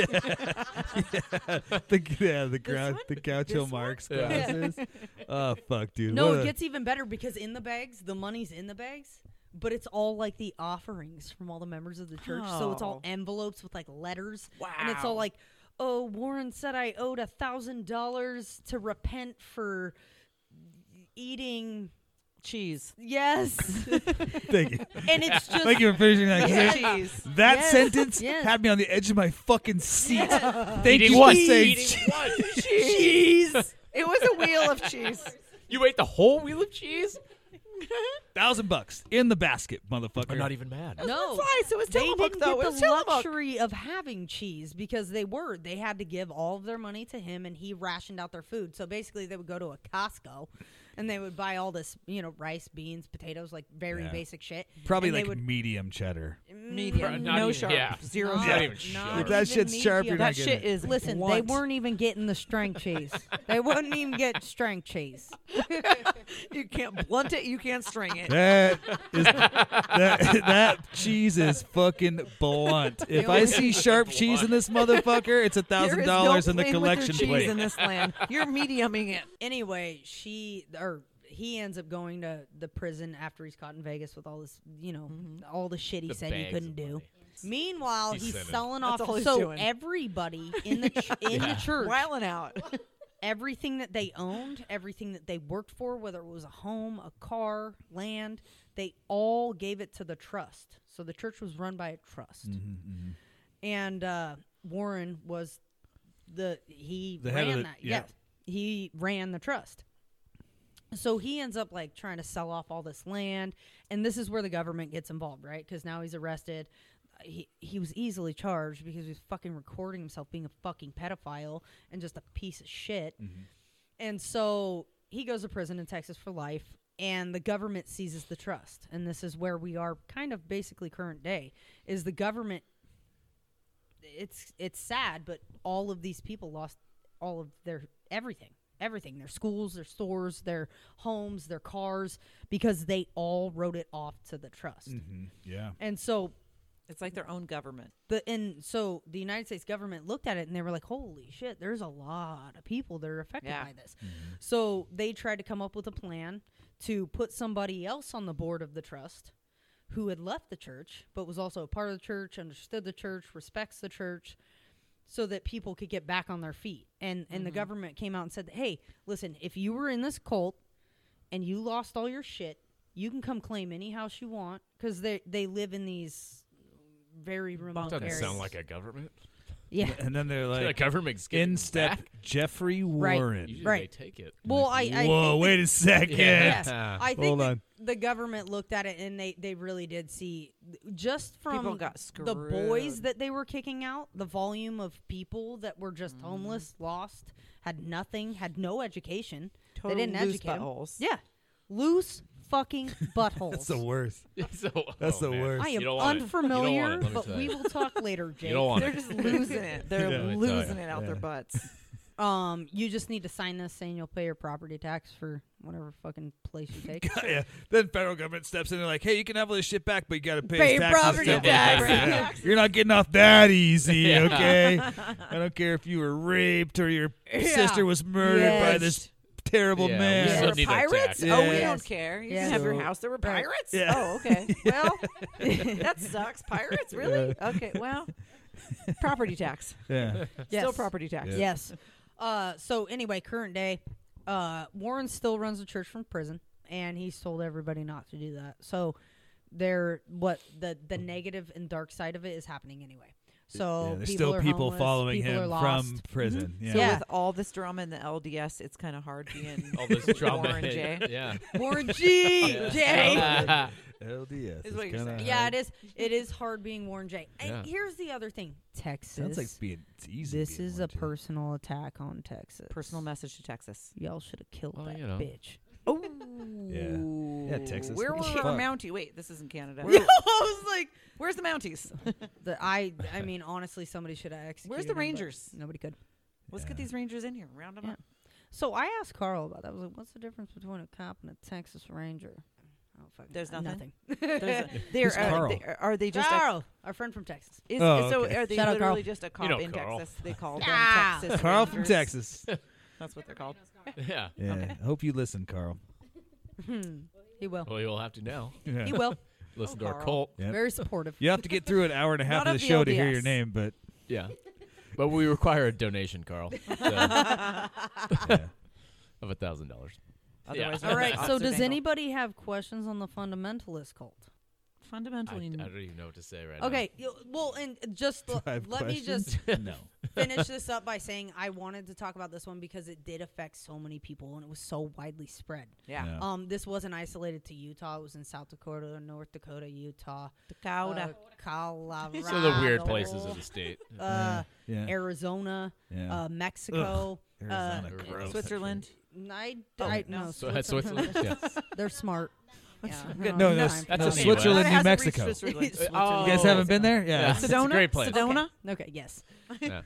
Speaker 2: yeah, the grouch,
Speaker 4: one?
Speaker 2: the Groucho
Speaker 4: This one?
Speaker 2: Marx
Speaker 3: Yeah.
Speaker 2: glasses.
Speaker 5: (laughs)
Speaker 2: oh fuck, dude.
Speaker 5: No,
Speaker 2: What
Speaker 5: it
Speaker 2: a-
Speaker 5: gets even better because in the bags, the money's in the bags, but it's all like the offerings from all the members of the church. So it's all
Speaker 4: Oh.
Speaker 5: envelopes with like letters. And it's all
Speaker 4: Wow.
Speaker 5: like, oh, Warren said I owed a thousand dollars to repent for eating.
Speaker 4: cheese.
Speaker 5: Yes,
Speaker 2: (laughs)
Speaker 5: (laughs)
Speaker 2: thank you,
Speaker 5: and (laughs)
Speaker 2: (laughs)
Speaker 5: it's just
Speaker 2: thank you for finishing that. 'cause
Speaker 5: Yes.
Speaker 2: it-
Speaker 4: Cheese.
Speaker 2: That
Speaker 5: Yes.
Speaker 2: sentence
Speaker 5: Yes.
Speaker 2: had me on the edge of my fucking seat. Thank
Speaker 3: Eating
Speaker 2: you
Speaker 3: what?
Speaker 2: for saying
Speaker 3: Eating (laughs) what?
Speaker 4: cheese. It was a wheel of cheese.
Speaker 3: You ate the whole wheel of cheese?
Speaker 2: (laughs) thousand bucks in the basket, motherfucker.
Speaker 3: I'm not even
Speaker 2: (laughs)
Speaker 3: mad.
Speaker 5: no.
Speaker 4: Slice. It was
Speaker 5: They
Speaker 4: Tillamook,
Speaker 5: didn't
Speaker 4: though.
Speaker 5: get
Speaker 4: It was
Speaker 5: the
Speaker 4: Tillamook.
Speaker 5: luxury of having cheese because they were. They had to give all of their money to him, and he rationed out their food. So basically, they would go to a Costco, and they would buy all this, you know, rice, beans, potatoes, like very
Speaker 2: Yeah.
Speaker 5: basic shit.
Speaker 2: Probably
Speaker 5: and
Speaker 2: like (laughs)
Speaker 5: they would,
Speaker 2: medium cheddar.
Speaker 4: Medium.
Speaker 3: Not
Speaker 4: No
Speaker 3: even-
Speaker 4: sharp.
Speaker 3: yeah.
Speaker 4: Zero
Speaker 5: Not
Speaker 4: sharp.
Speaker 3: even sharp.
Speaker 2: If that shit's sharp, you're not
Speaker 4: That
Speaker 2: getting
Speaker 4: shit is
Speaker 5: Listen, they
Speaker 4: blunt.
Speaker 5: weren't even getting the strength cheese. They wouldn't even get strength cheese.
Speaker 4: (laughs) You can't blunt it. You can't string it.
Speaker 2: That (laughs) is that, that cheese is fucking blunt. If I see sharp cheese in this motherfucker, it's a
Speaker 4: There
Speaker 2: thousand
Speaker 4: is no
Speaker 2: dollars in the
Speaker 4: playing with your
Speaker 2: collection
Speaker 4: cheese
Speaker 2: plate.
Speaker 4: in this land. You're mediuming it.
Speaker 5: Anyway, she or he ends up going to the prison after he's caught in Vegas with all this, you know,
Speaker 4: Mm-hmm.
Speaker 5: all the shit he
Speaker 3: The
Speaker 5: said he
Speaker 3: bags
Speaker 5: couldn't
Speaker 3: of
Speaker 5: do.
Speaker 3: money.
Speaker 5: Meanwhile,
Speaker 3: He's
Speaker 5: he's,
Speaker 3: sinning.
Speaker 5: selling
Speaker 4: That's all
Speaker 5: off.
Speaker 4: he's
Speaker 5: So
Speaker 4: doing. (laughs)
Speaker 5: everybody in the ch- in the church,
Speaker 4: Wiling out.
Speaker 5: everything that they owned, everything that they worked for, whether it was a home, a car, land, they all gave it to the trust. So the church was run by a trust,
Speaker 3: Mm-hmm.
Speaker 5: and uh, Warren was the he
Speaker 2: The
Speaker 5: ran
Speaker 2: head of the-
Speaker 5: that.
Speaker 2: yeah.
Speaker 5: Yes, he ran the trust. So he ends up like trying to sell off all this land, and this is where the government gets involved, right? Because now he's arrested. He he was easily charged because he was fucking recording himself being a fucking pedophile and just a piece of shit.
Speaker 2: Mm-hmm.
Speaker 5: And so he goes to prison in Texas for life, and the government seizes the trust. And this is where we are kind of basically current day is the government it's it's sad, but all of these people lost all of their everything. Everything. Their schools, their stores, their homes, their cars, because they all wrote it off to the trust.
Speaker 2: Yeah.
Speaker 5: And so
Speaker 4: It's like their own government.
Speaker 5: the and so the United States government looked at it and they were like, "Holy shit, there's a lot of people that are affected
Speaker 4: Yeah.
Speaker 5: by this." So they tried to come up with a plan to put somebody else on the board of the trust who had left the church but was also a part of the church, understood the church, respects the church so that people could get back on their feet. And and the government came out and said, "Hey, listen, if you were in this cult and you lost all your shit, you can come claim any house you want because they they live in these very remote
Speaker 3: Doesn't
Speaker 5: areas.
Speaker 3: sound like a government.
Speaker 2: (laughs)
Speaker 5: Yeah.
Speaker 2: And then they're
Speaker 3: the
Speaker 2: like,
Speaker 3: government's getting
Speaker 2: in step
Speaker 3: back.
Speaker 2: Jeffrey
Speaker 5: Right.
Speaker 2: Warren.
Speaker 3: Usually
Speaker 5: Right.
Speaker 3: they take it. (laughs)
Speaker 5: Well, I, I
Speaker 2: Whoa,
Speaker 5: think
Speaker 2: wait a second.
Speaker 3: Yeah. (laughs)
Speaker 5: yes, I think
Speaker 2: Hold
Speaker 5: the,
Speaker 2: on.
Speaker 5: the government looked at it and they they really did see just from
Speaker 4: People got
Speaker 5: the boys
Speaker 4: screwed.
Speaker 5: that they were kicking out, the volume of people that were
Speaker 4: Mm-hmm.
Speaker 5: just homeless, lost, had nothing, had no education.
Speaker 4: Total
Speaker 5: they didn't
Speaker 4: loose
Speaker 5: educate 'em.
Speaker 4: buttholes.
Speaker 5: Yeah, loose
Speaker 4: (laughs)
Speaker 5: fucking buttholes.
Speaker 2: That's the worst.
Speaker 3: so,
Speaker 2: That's
Speaker 3: oh,
Speaker 2: the
Speaker 3: man.
Speaker 2: worst.
Speaker 5: I am
Speaker 3: You don't want it. You don't
Speaker 5: unfamiliar,
Speaker 3: want it, let me
Speaker 5: but
Speaker 3: tell
Speaker 5: we (laughs)
Speaker 3: you. (laughs)
Speaker 5: will talk later, Jake.
Speaker 3: You don't want
Speaker 4: They're
Speaker 3: it.
Speaker 4: just losing it. They're
Speaker 2: Yeah.
Speaker 4: losing
Speaker 3: Yeah.
Speaker 4: it out their
Speaker 2: Yeah.
Speaker 4: butts.
Speaker 5: Um, you just need to sign this saying you'll pay your property tax for whatever fucking place
Speaker 3: (laughs)
Speaker 5: you take.
Speaker 2: (laughs) yeah. Then federal government steps in and like, hey, you can have all this shit back, but you got to pay,
Speaker 5: Pay
Speaker 2: his
Speaker 5: your
Speaker 2: taxes
Speaker 5: property
Speaker 2: still." (laughs)
Speaker 5: tax.
Speaker 2: Yeah. You're not getting off that
Speaker 5: (laughs)
Speaker 2: easy, okay? I don't care if you were raped or your
Speaker 5: Yeah.
Speaker 2: sister was murdered by
Speaker 5: Yes.
Speaker 2: this terrible
Speaker 3: Yeah,
Speaker 2: man.
Speaker 3: we
Speaker 4: There
Speaker 3: still
Speaker 4: were
Speaker 3: need a
Speaker 4: pirates?
Speaker 3: tax.
Speaker 4: Oh, we
Speaker 5: Yeah.
Speaker 4: don't care. You
Speaker 5: Yeah.
Speaker 4: can have your
Speaker 2: So-
Speaker 4: house. There were
Speaker 5: Right.
Speaker 4: pirates?
Speaker 2: Yeah.
Speaker 4: Oh, okay. Well, that sucks. Pirates? Really? Okay, well, property tax.
Speaker 2: yeah.
Speaker 5: Yes.
Speaker 4: Still property tax.
Speaker 5: Yes. Uh, so anyway, current day, uh, Warren still runs the church from prison, and he's told everybody not to do that. So there, what the the negative and dark side of it is happening anyway. So
Speaker 2: Mm-hmm. Yeah, there's
Speaker 5: people
Speaker 2: still
Speaker 5: are
Speaker 2: people
Speaker 5: homeless,
Speaker 2: following
Speaker 5: people are
Speaker 2: him
Speaker 5: lost. Mm-hmm.
Speaker 2: from prison. Yeah.
Speaker 4: So
Speaker 5: Yeah.
Speaker 4: with all this drama in the LDS, it's kind of hard being
Speaker 3: All this drama.
Speaker 4: Warren Jay.
Speaker 3: (laughs) Yeah.
Speaker 5: Warren G.
Speaker 3: Yeah.
Speaker 5: Jay.
Speaker 3: Yeah.
Speaker 2: LDS.
Speaker 4: Is what
Speaker 2: it's
Speaker 4: you're
Speaker 2: kinda
Speaker 4: saying.
Speaker 5: Yeah,
Speaker 2: hard.
Speaker 5: it is. It is hard being Warren J. And
Speaker 3: Yeah.
Speaker 5: here's the other thing, Texas.
Speaker 2: Sounds like being it's easy.
Speaker 5: this
Speaker 2: being
Speaker 5: is
Speaker 2: one,
Speaker 5: a
Speaker 2: too.
Speaker 5: personal attack on Texas.
Speaker 4: personal message to Texas.
Speaker 5: Y'all should have killed
Speaker 3: Well,
Speaker 5: that
Speaker 3: you know.
Speaker 5: bitch.
Speaker 4: Oh.
Speaker 2: Yeah, Texas,
Speaker 4: Where
Speaker 2: what
Speaker 4: were
Speaker 2: the
Speaker 4: our
Speaker 2: fuck?
Speaker 4: Mountie? Wait, this isn't Canada. (laughs)
Speaker 5: I was like,
Speaker 4: Where's the Mounties?
Speaker 5: The I
Speaker 2: (laughs)
Speaker 5: I mean honestly somebody should have executed.
Speaker 4: Where's the
Speaker 5: him, but
Speaker 4: Rangers?
Speaker 5: Nobody could.
Speaker 4: Let's get these Rangers in here. Round them
Speaker 5: Yeah.
Speaker 4: up.
Speaker 5: So I asked Carl about that. I was like, "What's the difference between a cop and a Texas Ranger?" I don't fucking
Speaker 4: There's
Speaker 5: know. (laughs)
Speaker 4: nothing?
Speaker 5: nothing.
Speaker 4: There's a- They're,
Speaker 2: Who's
Speaker 4: uh,
Speaker 2: Carl?
Speaker 4: they, are they just a
Speaker 5: Carl, our friend from Texas. (laughs)
Speaker 4: Is,
Speaker 2: Oh,
Speaker 4: is- so
Speaker 2: okay.
Speaker 4: are they
Speaker 5: Shout out,
Speaker 4: literally
Speaker 5: Carl.
Speaker 4: just a cop
Speaker 3: know
Speaker 4: in
Speaker 3: Carl.
Speaker 4: Texas? They call
Speaker 5: Yeah.
Speaker 4: them Texas.
Speaker 2: (laughs) Carl from
Speaker 4: Rangers?
Speaker 5: (laughs)
Speaker 2: Texas.
Speaker 4: That's what they're called.
Speaker 3: Yeah.
Speaker 2: Yeah. Hope you listen, Carl.
Speaker 5: Hmm. He will.
Speaker 3: (laughs) Well, you'll have to now.
Speaker 2: Yeah.
Speaker 5: He will.
Speaker 3: Listen
Speaker 4: Oh,
Speaker 3: to our
Speaker 4: Carl.
Speaker 3: cult.
Speaker 2: Yep.
Speaker 5: Very supportive.
Speaker 2: You have to get through an hour
Speaker 5: (laughs)
Speaker 2: and a half
Speaker 4: Not
Speaker 2: of the
Speaker 4: of the
Speaker 2: show to hear your
Speaker 4: LDS.
Speaker 2: name, but
Speaker 3: Yeah. But we require a donation, Carl, so,
Speaker 2: yeah.
Speaker 3: of a thousand dollars.
Speaker 4: Otherwise,
Speaker 3: Yeah.
Speaker 5: All right. So
Speaker 4: Officer
Speaker 5: does
Speaker 4: Bangle.
Speaker 5: anybody have questions on the fundamentalist cult?
Speaker 3: I, I
Speaker 4: Fundamentally,
Speaker 3: don't even know what to say right
Speaker 5: Okay. you- Well, and just l-
Speaker 2: I have
Speaker 5: let me
Speaker 2: questions? (laughs)
Speaker 3: (laughs)
Speaker 5: just
Speaker 2: no.
Speaker 5: finish this up by saying I wanted to talk about this one because it did affect so many people and it was so widely spread.
Speaker 4: yeah.
Speaker 2: No.
Speaker 5: Um, this wasn't isolated to Utah. It was in South Dakota, North Dakota, Utah,
Speaker 4: Dakota.
Speaker 5: uh, Colorado,
Speaker 3: now. These are the weird places of the state.
Speaker 5: uh,
Speaker 2: yeah.
Speaker 5: Arizona,
Speaker 2: yeah.
Speaker 5: uh, Mexico,
Speaker 2: Arizona.
Speaker 3: uh,
Speaker 2: gross.
Speaker 4: Switzerland.
Speaker 5: I,
Speaker 4: Oh,
Speaker 5: I,
Speaker 4: no.
Speaker 5: no,
Speaker 3: So that's
Speaker 5: Switzerland. (laughs)
Speaker 3: Switzerland. yeah.
Speaker 5: They're (laughs) smart. Yeah,
Speaker 2: No, no,
Speaker 5: I'm
Speaker 2: that's-
Speaker 5: fine.
Speaker 3: that's a
Speaker 2: Switzerland,
Speaker 4: Well, it
Speaker 2: New
Speaker 4: hasn't reached
Speaker 2: Mexico.
Speaker 3: (laughs)
Speaker 5: (laughs)
Speaker 4: Switzerland.
Speaker 3: Oh.
Speaker 2: You guys haven't been there? Yeah. (laughs)
Speaker 3: It's a great place.
Speaker 5: Okay.
Speaker 4: Sedona?
Speaker 5: Okay. yes,
Speaker 3: Yeah.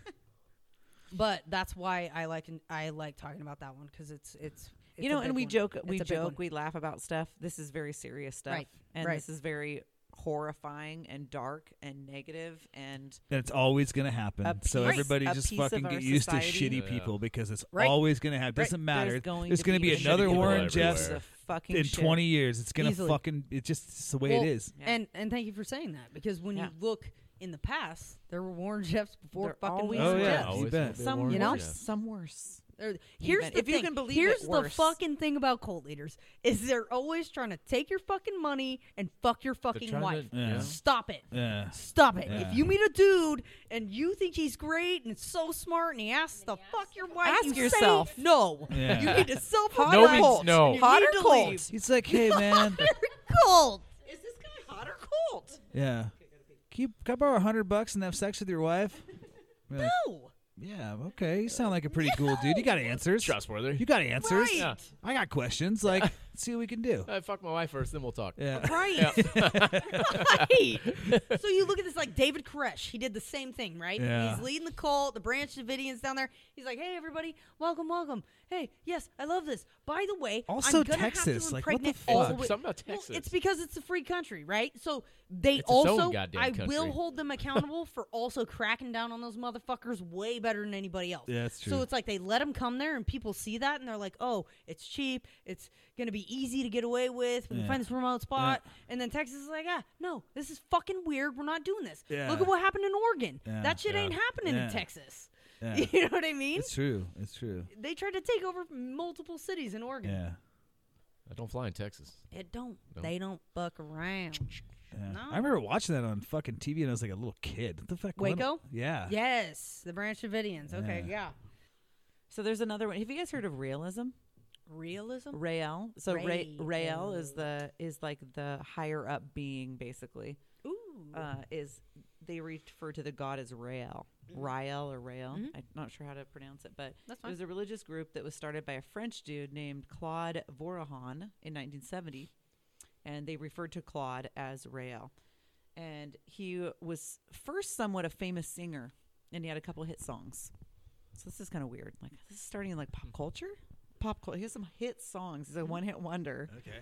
Speaker 5: but that's why I like I like talking about that one because it's it's, it's
Speaker 4: you
Speaker 5: a
Speaker 4: know, and
Speaker 5: big
Speaker 4: we
Speaker 5: one.
Speaker 4: joke,
Speaker 5: It's
Speaker 4: we
Speaker 5: a big
Speaker 4: joke,
Speaker 5: one.
Speaker 4: we laugh about stuff. This is very serious stuff,
Speaker 5: Right,
Speaker 4: and
Speaker 5: right.
Speaker 4: this is very horrifying and dark and negative and
Speaker 2: And it's always going to happen.
Speaker 4: A
Speaker 2: so
Speaker 4: piece-
Speaker 2: everybody
Speaker 4: a
Speaker 2: just
Speaker 4: piece of
Speaker 2: fucking
Speaker 4: our
Speaker 2: get used
Speaker 4: society.
Speaker 2: to shitty
Speaker 3: Yeah.
Speaker 2: people because it's
Speaker 5: Right.
Speaker 2: always going to happen.
Speaker 5: Right.
Speaker 2: Doesn't matter.
Speaker 4: There's going to
Speaker 2: going to
Speaker 4: be
Speaker 2: be
Speaker 4: shitty
Speaker 2: another
Speaker 3: people
Speaker 2: Warren
Speaker 3: everywhere.
Speaker 2: Jeffs
Speaker 4: the fucking
Speaker 2: in
Speaker 4: shit.
Speaker 2: 20 years. It's going to
Speaker 5: Easily.
Speaker 2: fucking, it's just it's the way
Speaker 5: Well,
Speaker 2: it is.
Speaker 4: Yeah.
Speaker 5: And and thank you for saying that because when
Speaker 4: Yeah.
Speaker 5: you look in the past, there were Warren Jeffs before
Speaker 4: There
Speaker 5: fucking
Speaker 4: always
Speaker 5: Warren
Speaker 4: were.
Speaker 2: Oh, yeah.
Speaker 5: Jeffs.
Speaker 2: You bet.
Speaker 4: some worse,
Speaker 5: You know?
Speaker 4: some worse.
Speaker 5: There- Here's
Speaker 4: bet.
Speaker 5: the
Speaker 4: If you
Speaker 5: thing-
Speaker 4: can believe it,
Speaker 5: here's the
Speaker 4: worse.
Speaker 5: fucking thing about cult leaders is they're always trying to take your fucking money and fuck your fucking
Speaker 3: trying
Speaker 5: wife.
Speaker 3: to- yeah.
Speaker 5: Stop it.
Speaker 2: Yeah.
Speaker 4: (laughs)
Speaker 5: Stop it.
Speaker 2: Yeah.
Speaker 5: If you meet a dude and you think he's great and so smart and he asks to fuck your wife,
Speaker 4: Ask
Speaker 5: you say
Speaker 4: yourself.
Speaker 5: no.
Speaker 2: Yeah.
Speaker 5: You need to self
Speaker 4: Hot
Speaker 3: No
Speaker 4: or
Speaker 5: reflect.
Speaker 3: means
Speaker 4: cold?
Speaker 3: no.
Speaker 5: You
Speaker 4: Hot
Speaker 5: need
Speaker 4: or
Speaker 5: to
Speaker 4: cold?
Speaker 5: leave.
Speaker 2: It's like, hey,
Speaker 5: (laughs)
Speaker 4: (laughs)
Speaker 2: man.
Speaker 5: Cult.
Speaker 4: Is this guy hot or cold?
Speaker 2: yeah. Can, you, can I borrow a 100 bucks and have sex with your wife? We're like,
Speaker 5: No.
Speaker 2: yeah, okay. You sound like a pretty cool dude.
Speaker 4: (laughs)
Speaker 2: You got answers.
Speaker 3: Trustworthy.
Speaker 2: You got answers.
Speaker 5: Right.
Speaker 3: Yeah.
Speaker 2: I got questions.
Speaker 4: (laughs)
Speaker 2: Like, let's see what we can do.
Speaker 3: Uh, fuck my wife first, then we'll talk.
Speaker 2: Yeah.
Speaker 5: (laughs) Right.
Speaker 3: (laughs)
Speaker 5: right. so you look at this like David Koresh. He did the same thing, right?
Speaker 2: Yeah.
Speaker 5: He's leading the cult, the branch Davidians down there. He's like, hey, everybody, welcome, welcome. Hey, yes, I love this. By the way,
Speaker 2: Also
Speaker 5: I'm gonna have
Speaker 2: Texas,
Speaker 5: to
Speaker 2: like, what the
Speaker 5: impregnate all
Speaker 2: fuck?
Speaker 5: the way-
Speaker 3: Oh, Something about
Speaker 5: Well,
Speaker 3: Texas.
Speaker 5: it's because it's a free country, right? So they
Speaker 3: its own
Speaker 5: also,
Speaker 3: goddamn
Speaker 5: I
Speaker 3: country.
Speaker 5: will
Speaker 3: (laughs)
Speaker 5: hold them accountable for also cracking down on those motherfuckers way better than anybody else.
Speaker 2: Yeah, that's
Speaker 5: So
Speaker 2: true.
Speaker 5: it's like they let them come there, and people see that, and they're like, oh, it's cheap, it's gonna be easy to get away with. We
Speaker 2: Yeah.
Speaker 5: can find this remote spot, and then Texas is like, ah, no, this is fucking weird. We're not doing this.
Speaker 2: Yeah.
Speaker 5: Look at what happened in Oregon.
Speaker 2: Yeah.
Speaker 5: That shit
Speaker 3: Yeah.
Speaker 5: ain't happening
Speaker 2: Yeah.
Speaker 5: in Texas.
Speaker 2: Yeah.
Speaker 5: (laughs) You know what I mean?
Speaker 2: It's true. It's true.
Speaker 5: they tried to take over multiple cities in Oregon.
Speaker 2: Yeah.
Speaker 3: I don't fly in Texas.
Speaker 5: It don't.
Speaker 3: No.
Speaker 5: They don't fuck around.
Speaker 2: Yeah. Yeah.
Speaker 5: No.
Speaker 2: I remember watching that on fucking TV and I was like a little kid. What the fuck? what-
Speaker 5: Waco?
Speaker 2: yeah.
Speaker 5: Yes, the Branch Davidians. Okay,
Speaker 2: Yeah.
Speaker 5: yeah.
Speaker 4: So there's another one. Have you guys heard of realism?
Speaker 5: Realism?
Speaker 4: Rael. So Ra-
Speaker 5: Rael.
Speaker 4: Rael is the is like the higher up being basically.
Speaker 5: Ooh.
Speaker 4: Uh, is they refer to the god as Rael, Rael or Rael. I'm not sure how to pronounce it, but
Speaker 5: That's
Speaker 4: it was a religious group that was started by a French dude named Claude Vorahan in 1970, and they referred to Claude as Rael. And he was first somewhat a famous singer, and he had a couple hit songs. So this is kind of weird. Like this is starting in like pop culture. Pop culture. He has some hit songs. He's a one-hit wonder.
Speaker 2: Okay.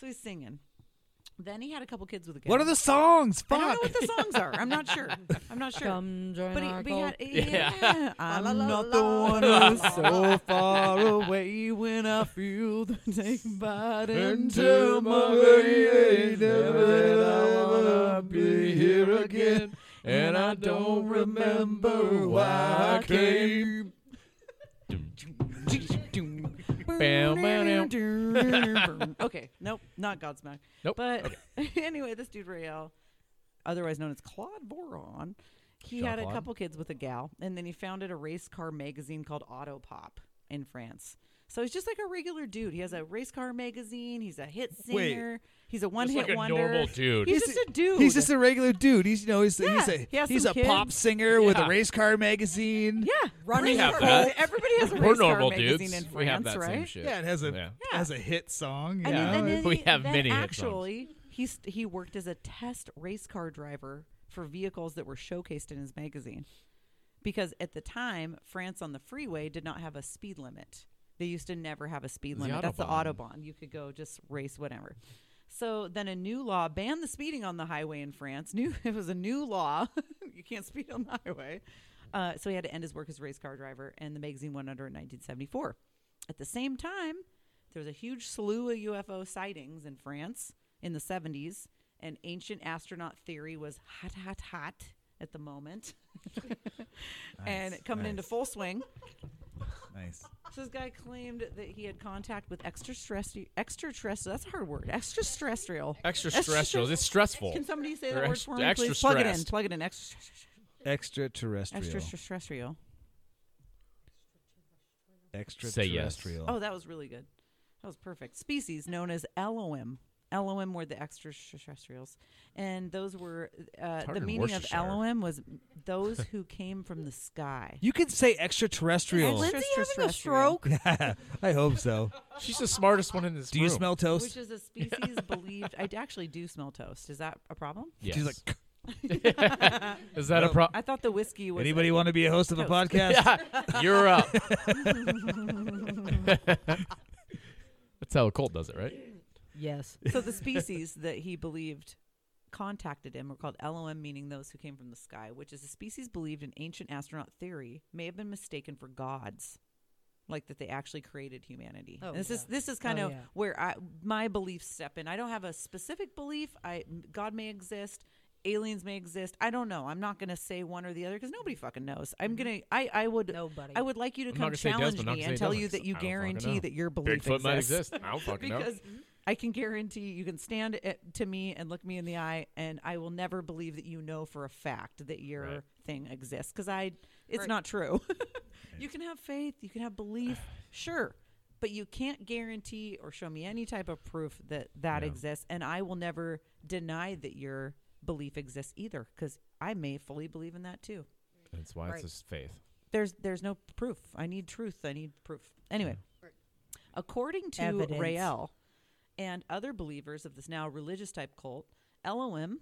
Speaker 4: So he's singing. Then he had a couple kids with a gal.
Speaker 2: What are the songs?
Speaker 4: I don't know
Speaker 2: Fuck.
Speaker 4: what the songs are. I'm not sure. I'm not sure.
Speaker 5: Come join
Speaker 4: but he,
Speaker 5: our
Speaker 4: but he had,
Speaker 5: cult.
Speaker 4: yeah. I'm not the one
Speaker 2: who's (laughs) so far away when I feel the take bite into my veins. Never that I wanna be here again, and I don't remember why I came.
Speaker 3: Bow, bow, dow.
Speaker 4: okay, nope, not Godsmack.
Speaker 3: Nope,
Speaker 4: But (laughs) anyway, this dude Rael, otherwise known as Claude Voron, he
Speaker 3: Jean
Speaker 4: had a
Speaker 3: Claude?
Speaker 4: couple kids with a gal, and then he founded a race car magazine called Auto Pop in France. So he's just like a regular dude. He has a race car magazine. He's a hit
Speaker 2: Wait.
Speaker 4: singer. He's a one
Speaker 3: like
Speaker 4: hit
Speaker 3: a
Speaker 4: wonder.
Speaker 3: normal dude.
Speaker 4: He's,
Speaker 2: He's
Speaker 4: just a dude.
Speaker 2: He's just a regular dude. He's you know he's he's
Speaker 4: Yeah,
Speaker 2: a
Speaker 4: he has
Speaker 2: he's
Speaker 4: some
Speaker 2: a pop
Speaker 4: kids.
Speaker 2: singer with a
Speaker 3: Yeah.
Speaker 2: race car magazine.
Speaker 4: yeah
Speaker 5: Running
Speaker 3: have
Speaker 5: a
Speaker 3: that.
Speaker 5: cult.
Speaker 4: Everybody has a
Speaker 3: We're
Speaker 4: race car
Speaker 3: normal
Speaker 4: magazine
Speaker 3: dudes.
Speaker 4: in France,
Speaker 3: we have that
Speaker 4: right?
Speaker 3: same shit.
Speaker 2: Yeah, it has a
Speaker 3: Yeah.
Speaker 2: has a hit song. You
Speaker 4: And
Speaker 2: know?
Speaker 4: then, and
Speaker 3: Yeah.
Speaker 4: then
Speaker 3: (laughs) We
Speaker 4: he-
Speaker 3: have
Speaker 4: then
Speaker 3: many hit songs.
Speaker 4: Actually, he st- he worked as a test race car driver for vehicles that were showcased in his magazine, because at the time France on the freeway did not have a speed limit. They used to never have a speed
Speaker 3: The
Speaker 4: limit. That's the
Speaker 3: Autobahn.
Speaker 4: autobahn. You could go just race whatever. So then a new law banned the speeding on the highway in France. New (laughs) it was a new law. (laughs) you can't speed on the highway. Uh, so he had to end his work as a race car driver, and the magazine went under in 1974. At the same time, there was a huge slew of UFO sightings in France in the 70s, and ancient astronaut theory was hot, hot, hot at the moment, (laughs) and coming into
Speaker 2: nice.
Speaker 4: full swing.
Speaker 2: nice.
Speaker 4: So this guy claimed that he had contact with extraterrestrial. Extraterrestrial. That's a hard word. Extraterrestrial.
Speaker 3: Extraterrestrials. It's stressful.
Speaker 4: Can somebody say
Speaker 3: Or
Speaker 4: that word
Speaker 3: ex-
Speaker 4: for me,
Speaker 3: extra
Speaker 4: please? Plug it in.
Speaker 3: stressed.
Speaker 4: Plug it in. Extra-
Speaker 2: Extraterrestrial.
Speaker 4: Extraterrestrial.
Speaker 2: Extraterrestrial.
Speaker 4: Oh, that was really good. That was perfect. Species known as Elohim. Elohim were the extraterrestrials, and those were uh,
Speaker 3: hard
Speaker 4: the
Speaker 3: in
Speaker 4: meaning of
Speaker 3: Worcestershire.
Speaker 4: Elohim was those who came from the sky.
Speaker 2: You could say
Speaker 5: Is
Speaker 2: extraterrestrial. (laughs)
Speaker 4: Extra-
Speaker 5: Lindsay having a
Speaker 4: Extraterrestrial.
Speaker 5: stroke?
Speaker 2: I hope so.
Speaker 3: She's the smartest one in this
Speaker 2: Do you
Speaker 3: room.
Speaker 2: smell toast?
Speaker 4: Which is a species believed. I d- actually do smell toast. Is that a problem?
Speaker 3: Yes.
Speaker 2: She's like,
Speaker 3: Is that a problem? (laughs)
Speaker 4: I thought the whiskey was.
Speaker 2: anybody want to be a host of a
Speaker 4: Toast. (laughs)
Speaker 2: podcast?
Speaker 3: You're up. That's how a cult does it, right?
Speaker 2: (laughs)
Speaker 5: yes. (laughs)
Speaker 4: so the species that he believed contacted him were called LOM, meaning those who came from the sky, which is a species believed in ancient astronaut theory may have been mistaken for gods, like that they actually created humanity.
Speaker 5: Oh,
Speaker 4: And this is
Speaker 5: yeah.
Speaker 4: this is kind
Speaker 5: Oh,
Speaker 4: of
Speaker 5: yeah.
Speaker 4: where I my beliefs step in. I don't have a specific belief. I God may exist. Aliens may exist. I don't know. I'm not going to say one or the other because nobody fucking knows. I'm gonna. I I would.
Speaker 5: Mm-hmm. Nobody.
Speaker 4: I would like you to
Speaker 3: I'm not
Speaker 4: come
Speaker 3: gonna say does,
Speaker 4: challenge
Speaker 3: but I'm not
Speaker 4: me
Speaker 3: gonna
Speaker 4: and
Speaker 3: say
Speaker 4: tell
Speaker 3: doesn't,
Speaker 4: you
Speaker 3: 'cause
Speaker 4: that
Speaker 3: I
Speaker 4: you
Speaker 3: don't fucking
Speaker 4: guarantee
Speaker 3: know.
Speaker 4: that your belief
Speaker 3: Bigfoot might
Speaker 4: exists
Speaker 3: exist. I
Speaker 4: (laughs)
Speaker 3: don't fucking know.
Speaker 4: because I can guarantee you can stand it to me and look me in the eye, and I will never believe that you know for a fact that your
Speaker 3: Right.
Speaker 4: thing exists because I it's
Speaker 5: Right.
Speaker 4: not true. (laughs) you can have faith, you can have
Speaker 3: (sighs)
Speaker 4: belief, sure, but you can't guarantee or show me any type of proof that that
Speaker 3: Yeah.
Speaker 4: exists, and I will never deny that your belief exists either because I may fully believe in that too.
Speaker 3: That's why
Speaker 5: Right.
Speaker 3: it's just faith.
Speaker 4: There's there's no proof. I need truth. I need proof. Anyway, according to
Speaker 5: Evidence.
Speaker 4: Rael and other believers of this now religious type cult, Elohim,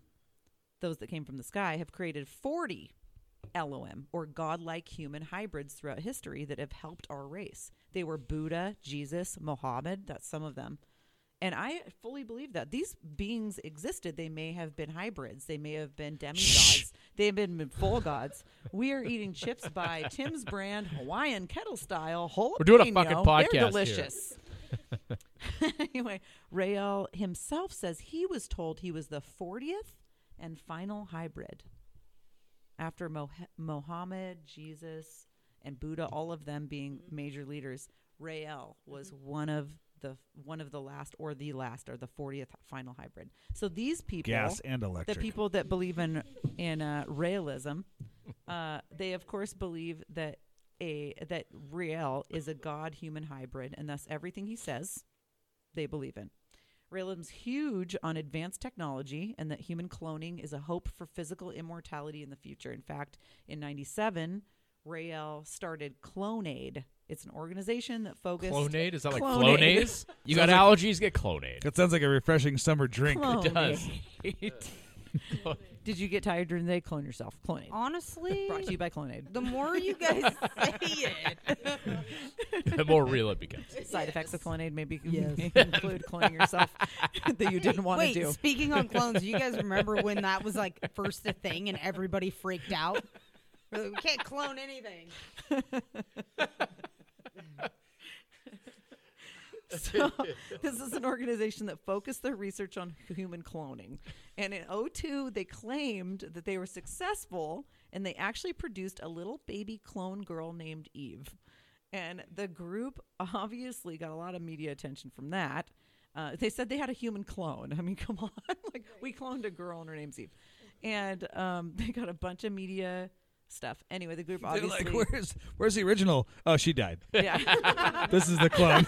Speaker 4: those that came from the sky, have created 40 Elohim or godlike human hybrids throughout history that have helped our race. They were Buddha, Jesus, Mohammed, that's some of them. And I fully believe that these beings existed. They may have been hybrids. They may have been
Speaker 3: (laughs)
Speaker 4: demigods. they have been full gods. We are eating chips by Tim's brand Hawaiian kettle style. Whole
Speaker 3: We're doing a fucking podcast
Speaker 4: They're
Speaker 3: here.
Speaker 4: delicious. (laughs) anyway, Rael himself says he was told he was the 40th and final hybrid after Moh- Mohammed, Jesus, and Buddha, all of them being major leaders. Rael was one of the one of the last or the last or the 40th final hybrid. So these people
Speaker 2: Gas and electric.
Speaker 4: the people that believe in in uh, realism, uh, they of course believe that a that Riel is a god human hybrid, and thus everything he says, they believe in. Realism's huge on advanced technology, and that human cloning is a hope for physical immortality in the future. In fact, in '97, Rael started Clonade. It's an organization that focused
Speaker 3: Clonade? Is that like
Speaker 4: Clonade.
Speaker 3: Flonase? You got
Speaker 2: Sounds like-
Speaker 3: allergies, get Clonade.
Speaker 2: That sounds like a refreshing summer drink.
Speaker 4: Clonade.
Speaker 3: (laughs) does.
Speaker 4: Did you get tired during the day? Clone yourself. Clonade.
Speaker 5: Honestly,
Speaker 4: Brought to you by Clonade.
Speaker 5: the more you guys
Speaker 4: (laughs)
Speaker 5: say
Speaker 3: (laughs)
Speaker 5: it,
Speaker 3: the more real it becomes.
Speaker 4: Side effects of Clonade maybe
Speaker 5: Yes.
Speaker 4: (laughs) include cloning yourself (laughs) that you didn't want to
Speaker 5: Wait,
Speaker 4: do.
Speaker 5: speaking on clones,
Speaker 4: (laughs)
Speaker 5: you guys remember when that was like first a thing and everybody freaked out? We're like, we can't clone anything.
Speaker 4: (laughs) So,
Speaker 2: (laughs)
Speaker 4: this is an organization that focused their research on human cloning. And in 02, they claimed that they were successful and they actually produced a little baby clone girl named Eve. And the group obviously got a lot of media attention from that. Uh, they said they had a human clone. I mean, (laughs) come on. like, we cloned a girl and her name's Eve. And um, (laughs) they got a bunch of media stuff. Anyway, the
Speaker 2: (laughs)
Speaker 4: group
Speaker 2: They're
Speaker 4: obviously.
Speaker 2: like, where's where's the original? Oh, she died.
Speaker 4: (laughs) yeah.
Speaker 2: This is the
Speaker 4: (laughs)
Speaker 2: clone.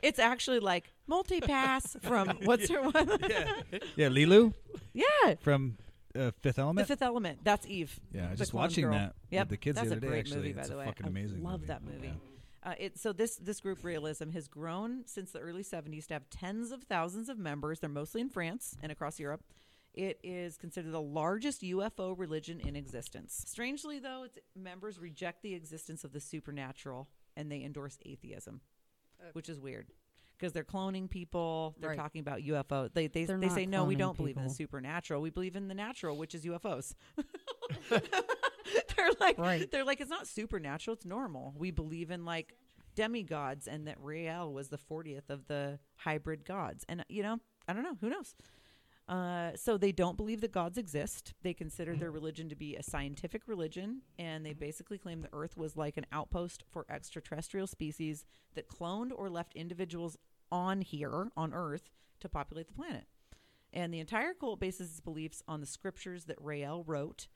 Speaker 4: It's actually like multipass
Speaker 2: (laughs)
Speaker 4: from what's her (laughs) one?
Speaker 2: yeah, Lilu
Speaker 4: yeah.
Speaker 2: from uh, Fifth
Speaker 4: The
Speaker 2: Element.
Speaker 4: Fifth Element. That's Eve.
Speaker 2: Yeah, I
Speaker 4: the
Speaker 2: just
Speaker 4: clone
Speaker 2: watching
Speaker 4: girl.
Speaker 2: that with
Speaker 4: Yep.
Speaker 2: the kids the
Speaker 4: That's
Speaker 2: other
Speaker 4: a
Speaker 2: day,
Speaker 4: great
Speaker 2: actually.
Speaker 4: movie,
Speaker 2: It's
Speaker 4: by the
Speaker 2: a
Speaker 4: way.
Speaker 2: fucking
Speaker 4: I
Speaker 2: amazing
Speaker 4: love
Speaker 2: movie.
Speaker 4: that movie. Uh, it, so this this group realism has grown since the early 70s to have tens of thousands of members. They're mostly in France and across Europe. It is considered the largest UFO religion in existence. Strangely, though, its members reject the existence of the supernatural and they endorse atheism, which is weird because they're cloning people. They're
Speaker 5: Uh, Right.
Speaker 4: talking about UFO. They they,
Speaker 5: They're
Speaker 4: they
Speaker 5: not
Speaker 4: say no, we
Speaker 5: cloning
Speaker 4: don't believe in the
Speaker 5: people."
Speaker 4: supernatural. We believe in the natural, which is
Speaker 5: (laughs)
Speaker 4: UFOs. (laughs) they're like
Speaker 5: Right.
Speaker 4: they're like it's not supernatural it's normal we believe in like demigods and that Rael was the 40th of the hybrid gods and you know i don't know who knows uh, so they don't believe that gods exist they consider their religion to be a scientific religion and they basically claim the earth was like an outpost for extraterrestrial species that cloned or left individuals on here on earth to populate the planet and the entire cult bases its beliefs on the scriptures that Rael wrote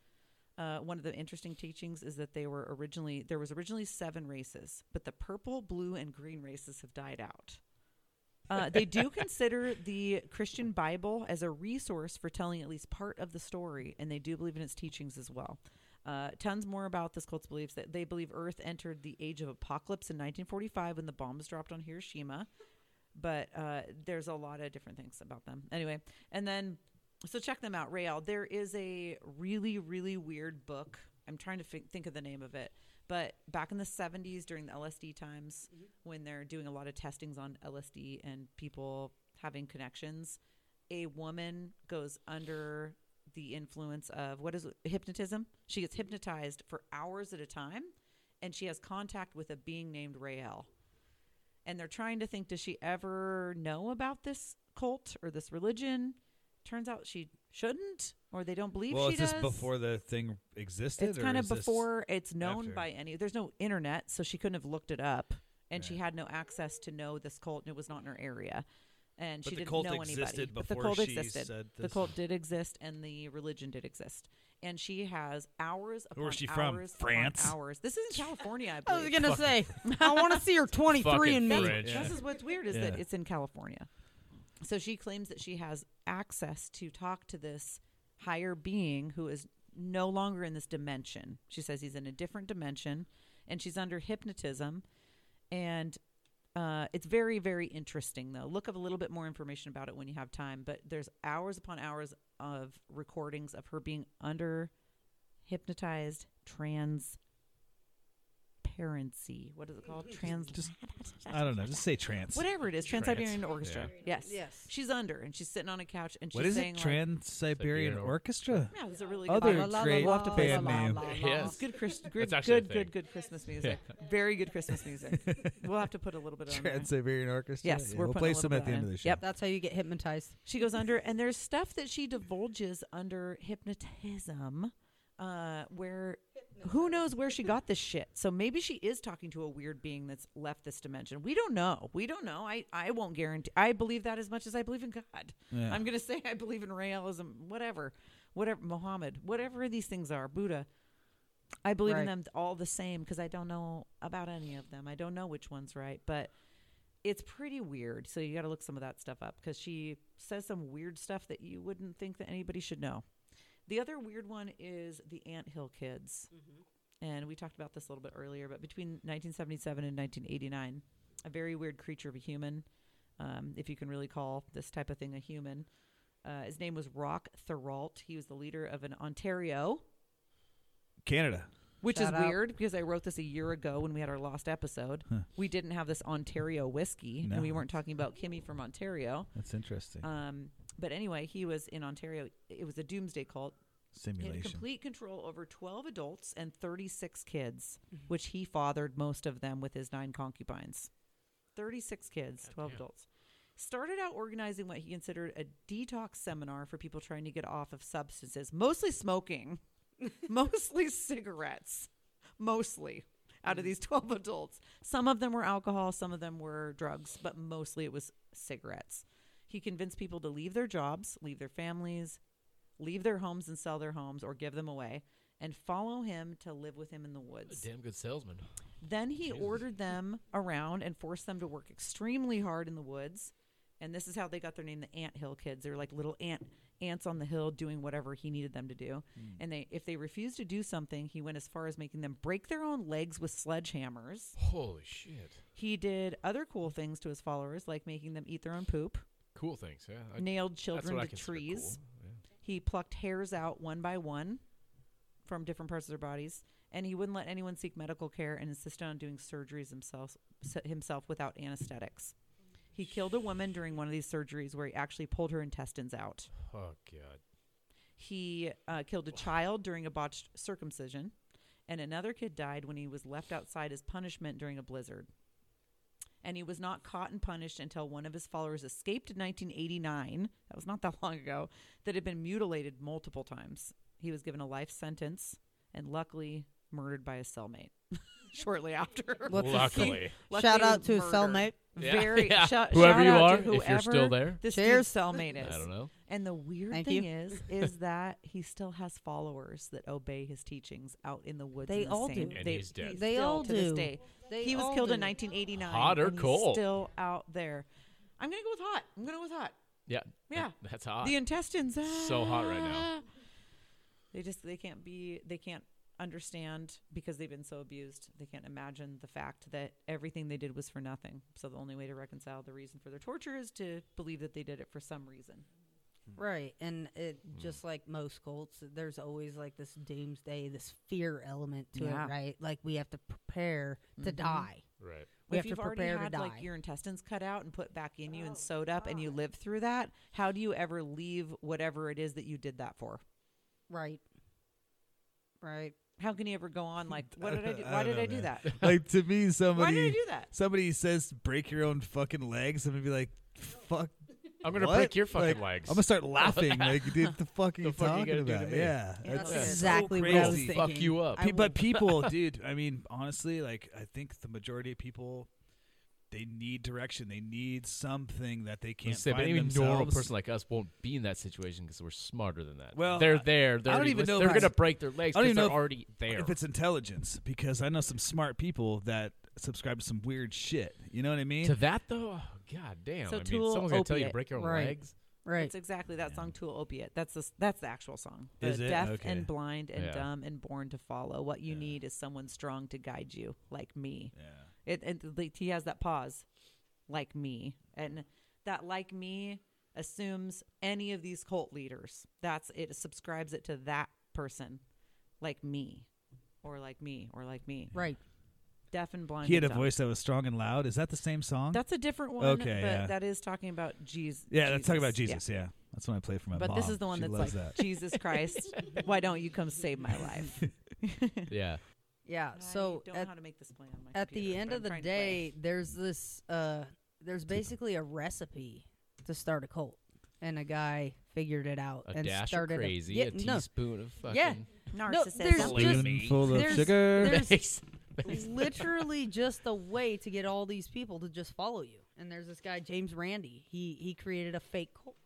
Speaker 4: uh, one of the interesting teachings is that they were originally there was originally seven races, but the purple, blue, and green races have died out. Uh, they do consider the Christian Bible as a resource for telling at least part of the story, and they do believe in its teachings as well. Uh, tons more about this cult's beliefs that they believe Earth entered the age of apocalypse in 1945 when the bomb was dropped on Hiroshima but uh, there's a lot of different things about them. Anyway, and then so check them out, Rael. There is a really really weird book. I'm trying to fi- think of the name of it, but back in the 70s during the LSD times, when they're doing a lot of testings on LSD and people having connections, a woman goes under the influence of what is it? hypnotism. She gets hypnotized for hours at a time, and she has contact with a being named Rael and they're trying to think does she ever know about this cult or this religion turns out she shouldn't or they don't believe
Speaker 1: well,
Speaker 4: she
Speaker 1: is this
Speaker 4: does
Speaker 1: before the thing existed?
Speaker 4: it's
Speaker 1: or
Speaker 4: kind of
Speaker 1: is this-
Speaker 4: before it's known
Speaker 1: after?
Speaker 4: by any there's no internet so she couldn't have looked it up and she had no access to know this cult and it was not in her area and
Speaker 1: But
Speaker 4: she
Speaker 1: the
Speaker 4: didn't
Speaker 1: cult
Speaker 4: know anybody
Speaker 1: existed
Speaker 4: but the
Speaker 1: before
Speaker 4: cult
Speaker 1: she
Speaker 4: existed
Speaker 1: said
Speaker 4: the
Speaker 1: this?
Speaker 4: cult did exist and the religion did exist and she has hours
Speaker 2: Where
Speaker 4: upon
Speaker 2: is she from?
Speaker 4: hours upon
Speaker 2: France?
Speaker 4: hours
Speaker 1: (laughs)
Speaker 4: this is in california i
Speaker 5: I
Speaker 4: believe
Speaker 5: was gonna say, I want to
Speaker 4: (laughs)
Speaker 5: see her 23 and
Speaker 3: Fucking
Speaker 5: me.
Speaker 3: French.
Speaker 4: This is what's weird is that
Speaker 2: Yeah.
Speaker 4: it's in California. So she claims that she has access to talk to this higher being who is no longer in this dimension. She says he's in a different dimension and she's under hypnotism and uh, it's very very interesting though look up a little bit more information about it when you have time but there's hours upon hours of recordings of her being under hypnotized transparency what is it called trans
Speaker 2: I don't know. Just say trance.
Speaker 4: whatever it is, Trans Siberian
Speaker 2: Trans.
Speaker 4: Orchestra. Yes.
Speaker 5: Yes.
Speaker 4: She's under and she's sitting on a couch and she's
Speaker 2: What is
Speaker 4: saying
Speaker 2: it?
Speaker 4: like-
Speaker 2: Trans Siberian
Speaker 3: Siberian Or-
Speaker 2: Orchestra.
Speaker 4: yeah, it's a really good
Speaker 2: Other
Speaker 4: song.
Speaker 5: la,
Speaker 2: great
Speaker 5: la, la,
Speaker 2: band
Speaker 5: la, la,
Speaker 2: name.
Speaker 5: la, la, la.
Speaker 3: Yes.
Speaker 4: Good,
Speaker 2: (laughs)
Speaker 4: Chris, good,
Speaker 3: actually a
Speaker 4: good,
Speaker 3: thing.
Speaker 4: good, good Christmas music. Very good Christmas
Speaker 2: (laughs)
Speaker 4: music. we'll have to put a little bit on there.
Speaker 2: Trans Siberian Orchestra.
Speaker 4: Yes,
Speaker 2: Yeah,
Speaker 4: we're
Speaker 2: we'll
Speaker 4: putting
Speaker 2: play
Speaker 4: a little
Speaker 2: some
Speaker 4: bit
Speaker 2: at the
Speaker 4: of
Speaker 2: end
Speaker 4: that
Speaker 2: of
Speaker 4: in.
Speaker 2: the show.
Speaker 4: Yep.
Speaker 5: That's how you get hypnotized.
Speaker 4: She goes under, and there's stuff that she divulges under hypnotism uh, where who knows where she got this shit. So maybe she is talking to a weird being that's left this dimension. We don't know. We don't know. I, I won't guarantee. I believe that as much as I believe in God.
Speaker 2: Yeah.
Speaker 4: I'm going to (laughs) say I believe in realism, whatever, whatever, Muhammad, whatever these things are, Buddha. I believe in
Speaker 5: Right.
Speaker 4: them all the same because I don't know about any of them. I don't know which one's right, but it's pretty weird. So you got to look some of that stuff up because she says some weird stuff that you wouldn't think that anybody should know. The other weird one is the Ant Hill Kids.
Speaker 5: Mm-hmm.
Speaker 4: And we talked about this a little bit earlier, but between 1977 and 1989, a very weird creature of a human, um, if you can really call this type of thing a human. Uh, his name was Rock Thoralt. He was the leader of an Ontario,
Speaker 2: Canada.
Speaker 4: which
Speaker 5: Shout
Speaker 4: is
Speaker 5: out.
Speaker 4: weird because I wrote this a year ago when we had our last episode. We didn't have this Ontario whiskey,
Speaker 2: No.
Speaker 4: and we weren't talking about Kimmy from Ontario.
Speaker 2: That's interesting.
Speaker 4: Um, but anyway, he was in Ontario. It was a doomsday cult in
Speaker 2: Simulation.
Speaker 4: complete control over 12 adults and 36 kids, which he fathered most of them with his nine concubines. 36 kids, 12 adults. Started out organizing what he considered a detox seminar for people trying to get off of substances, mostly smoking, mostly cigarettes, mostly out of these (laughs) 12 adults. Some of them were alcohol, some of them were drugs, but mostly it was cigarettes. He convinced people to leave their jobs, leave their families, leave their homes and sell their homes or give them away and follow him to live with him in the
Speaker 3: A
Speaker 4: woods.
Speaker 3: damn good salesman.
Speaker 4: Then he ordered them around and forced them to work extremely hard in the woods. And this is how they got their name, the Ant Hill Kids. They were like little ant ants on the hill doing whatever he needed them to do.
Speaker 3: Hmm.
Speaker 4: And they if they refused to do something, he went as far as making them break their own legs with sledgehammers.
Speaker 3: Holy shit.
Speaker 4: He did other cool things to his followers, like making them eat their own poop,
Speaker 3: Cool things. Yeah. I-
Speaker 4: nailed
Speaker 3: that's
Speaker 4: children
Speaker 3: what I
Speaker 4: to
Speaker 3: consider
Speaker 4: trees.
Speaker 3: cool, yeah.
Speaker 4: He plucked hairs out one by one from different parts of their bodies, and he wouldn't let anyone seek medical care and insisted on doing surgeries himself s- himself without anesthetics. He killed a woman during one of these surgeries where he actually pulled her intestines out.
Speaker 3: Oh god.
Speaker 4: He uh, killed a child during a botched circumcision, and another kid died when he was left outside as punishment during a blizzard. And he was not caught and punished until one of his followers escaped in 1989. That was not that long ago. That had been mutilated multiple times. He was given a life sentence and luckily murdered by his cellmate (laughs) shortly after.
Speaker 5: What's
Speaker 3: (laughs)
Speaker 5: his name?
Speaker 4: (laughs)
Speaker 3: Luckily.
Speaker 4: Luckily,
Speaker 5: Shout
Speaker 4: he
Speaker 5: out
Speaker 4: was
Speaker 5: to
Speaker 4: murdered.
Speaker 5: cellmate.
Speaker 3: Yeah,
Speaker 4: Very
Speaker 3: (laughs) yeah.
Speaker 4: shou- shout
Speaker 3: Whoever you
Speaker 4: out
Speaker 3: are,
Speaker 4: to
Speaker 3: if you're still
Speaker 4: whoever
Speaker 3: there.
Speaker 4: This
Speaker 5: Cheers.
Speaker 4: dude's cellmate is.
Speaker 3: I don't know.
Speaker 4: And the weird
Speaker 5: Thank
Speaker 4: thing
Speaker 5: you. (laughs)
Speaker 4: is, is that he still has followers that obey his teachings out in the woods.
Speaker 5: They
Speaker 4: in the
Speaker 5: all
Speaker 4: same-
Speaker 5: do.
Speaker 3: And
Speaker 4: they,
Speaker 3: he's dead.
Speaker 4: he's
Speaker 5: They
Speaker 4: still,
Speaker 5: all
Speaker 4: to this
Speaker 5: do.
Speaker 4: day.
Speaker 5: They
Speaker 4: he was
Speaker 5: all
Speaker 4: killed in
Speaker 5: do.
Speaker 4: 1989.
Speaker 3: Hot or
Speaker 4: and he's
Speaker 3: cold?
Speaker 4: Still out there. I'm gonna go with hot. I'm gonna go with hot.
Speaker 3: Yeah.
Speaker 4: Yeah.
Speaker 3: that- that's hot.
Speaker 4: The intestines.
Speaker 3: So hot right now.
Speaker 4: ah. They just they can't be they can't understand because they've been so abused. They can't imagine the fact that everything they did was for nothing. So the only way to reconcile the reason for their torture is to believe that they did it for some reason.
Speaker 5: Right, and it
Speaker 4: Mm.
Speaker 5: just like most cults, there's always like this doomsday, this fear element to
Speaker 4: Yeah. Mm-hmm.
Speaker 5: it, right? Like we have to prepare to die.
Speaker 3: right.
Speaker 5: We
Speaker 4: if
Speaker 5: have
Speaker 4: you've
Speaker 5: to
Speaker 4: already
Speaker 5: prepare to
Speaker 4: had
Speaker 5: die.
Speaker 4: like your intestines cut out and put back in you and sewed up and you live through that, how do you ever leave whatever it is that you did that for?
Speaker 5: right, right.
Speaker 4: How can you ever go on like what did I do? Why
Speaker 2: don't
Speaker 4: did
Speaker 2: know,
Speaker 4: I do
Speaker 2: man.
Speaker 4: that?
Speaker 2: like to me, somebody
Speaker 4: Why did I do that?
Speaker 2: somebody says break your own fucking legs. I'm gonna be like, fuck.
Speaker 3: I'm gonna
Speaker 2: what?
Speaker 3: break your
Speaker 2: Like,
Speaker 3: fucking legs.
Speaker 2: I'm gonna start laughing. like, dude,
Speaker 3: (laughs)
Speaker 2: what the fuck are you
Speaker 3: fuck
Speaker 2: talking
Speaker 3: you gonna do to
Speaker 2: about?
Speaker 3: me?
Speaker 2: Yeah,
Speaker 4: Yeah,
Speaker 2: that's-
Speaker 4: that's
Speaker 2: that's
Speaker 5: exactly
Speaker 2: so
Speaker 5: what I was
Speaker 2: crazy.
Speaker 5: thinking.
Speaker 3: fuck you up.
Speaker 5: I
Speaker 2: Pe- but
Speaker 5: (laughs) will-
Speaker 2: people, dude, I mean, honestly, like I think the majority of people they need direction. They need something that they can't
Speaker 3: Say, but
Speaker 2: find
Speaker 3: any normal
Speaker 2: themselves.
Speaker 3: person like us won't be in that situation because we're smarter than that.
Speaker 2: Well,
Speaker 3: they're
Speaker 2: I-
Speaker 3: there.
Speaker 2: I don't
Speaker 3: They're already
Speaker 2: even
Speaker 3: lis-
Speaker 2: know if
Speaker 3: They're
Speaker 2: it's-
Speaker 3: gonna break their legs
Speaker 2: I don't even
Speaker 3: because
Speaker 2: know
Speaker 3: they're
Speaker 2: if-
Speaker 3: already there.
Speaker 2: if it's intelligence, because I know some smart people that subscribe to some weird shit. You know what I mean?
Speaker 3: to that though, oh, god damn.
Speaker 4: So
Speaker 3: I mean,
Speaker 4: Tool,
Speaker 3: someone's gonna tell you to
Speaker 4: opiate.
Speaker 3: break your own
Speaker 5: Right. (laughs)
Speaker 3: legs.
Speaker 5: Right.
Speaker 4: It's exactly that song Tool Opiate. That's the s- that's the actual song. The
Speaker 2: Is it?
Speaker 4: deaf
Speaker 2: Okay.
Speaker 4: and blind and
Speaker 3: Yeah.
Speaker 4: dumb and born to follow. What you need is someone strong to guide you, like me.
Speaker 2: yeah.
Speaker 4: It and like, he has that pause, like me, and that like me assumes any of these cult leaders. That's it subscribes it to that person, like me, or like me, or like me.
Speaker 5: Right.
Speaker 4: Deaf and blind.
Speaker 2: He had a
Speaker 4: and dumb.
Speaker 2: voice that was strong and loud. Is that the same song?
Speaker 4: That's a different one.
Speaker 2: Okay,
Speaker 4: but
Speaker 2: yeah.
Speaker 4: that is talking about Jesus.
Speaker 2: yeah, that's talking about
Speaker 4: Yeah.
Speaker 2: Jesus. Yeah. that's when I played for my
Speaker 4: But
Speaker 2: mom.
Speaker 4: this is the one
Speaker 2: She
Speaker 4: that's
Speaker 2: loves
Speaker 4: like,
Speaker 2: that.
Speaker 4: Jesus
Speaker 2: (laughs)
Speaker 4: Christ, why don't you come save my life?
Speaker 3: Yeah.
Speaker 5: Yeah. So
Speaker 4: I don't
Speaker 5: at,
Speaker 4: know how to make this play on my
Speaker 5: at
Speaker 4: computer,
Speaker 5: the end
Speaker 4: but
Speaker 5: of
Speaker 4: I'm
Speaker 5: the
Speaker 4: trying to
Speaker 5: day,
Speaker 4: play.
Speaker 5: there's this. uh There's basically a recipe to start a cult, and a guy figured it out
Speaker 3: A
Speaker 5: and
Speaker 3: dash of
Speaker 5: started a-
Speaker 3: crazy,
Speaker 5: yeah,
Speaker 3: a
Speaker 5: no,
Speaker 3: teaspoon of fucking
Speaker 5: yeah, there's
Speaker 4: Narcissism.
Speaker 5: just-
Speaker 2: Balloon full of
Speaker 5: there's-
Speaker 2: sugar.
Speaker 5: (laughs) there's
Speaker 3: Nice.
Speaker 5: literally just a way to get all these people to just follow you. And there's this guy James Randy. He he created a fake cult.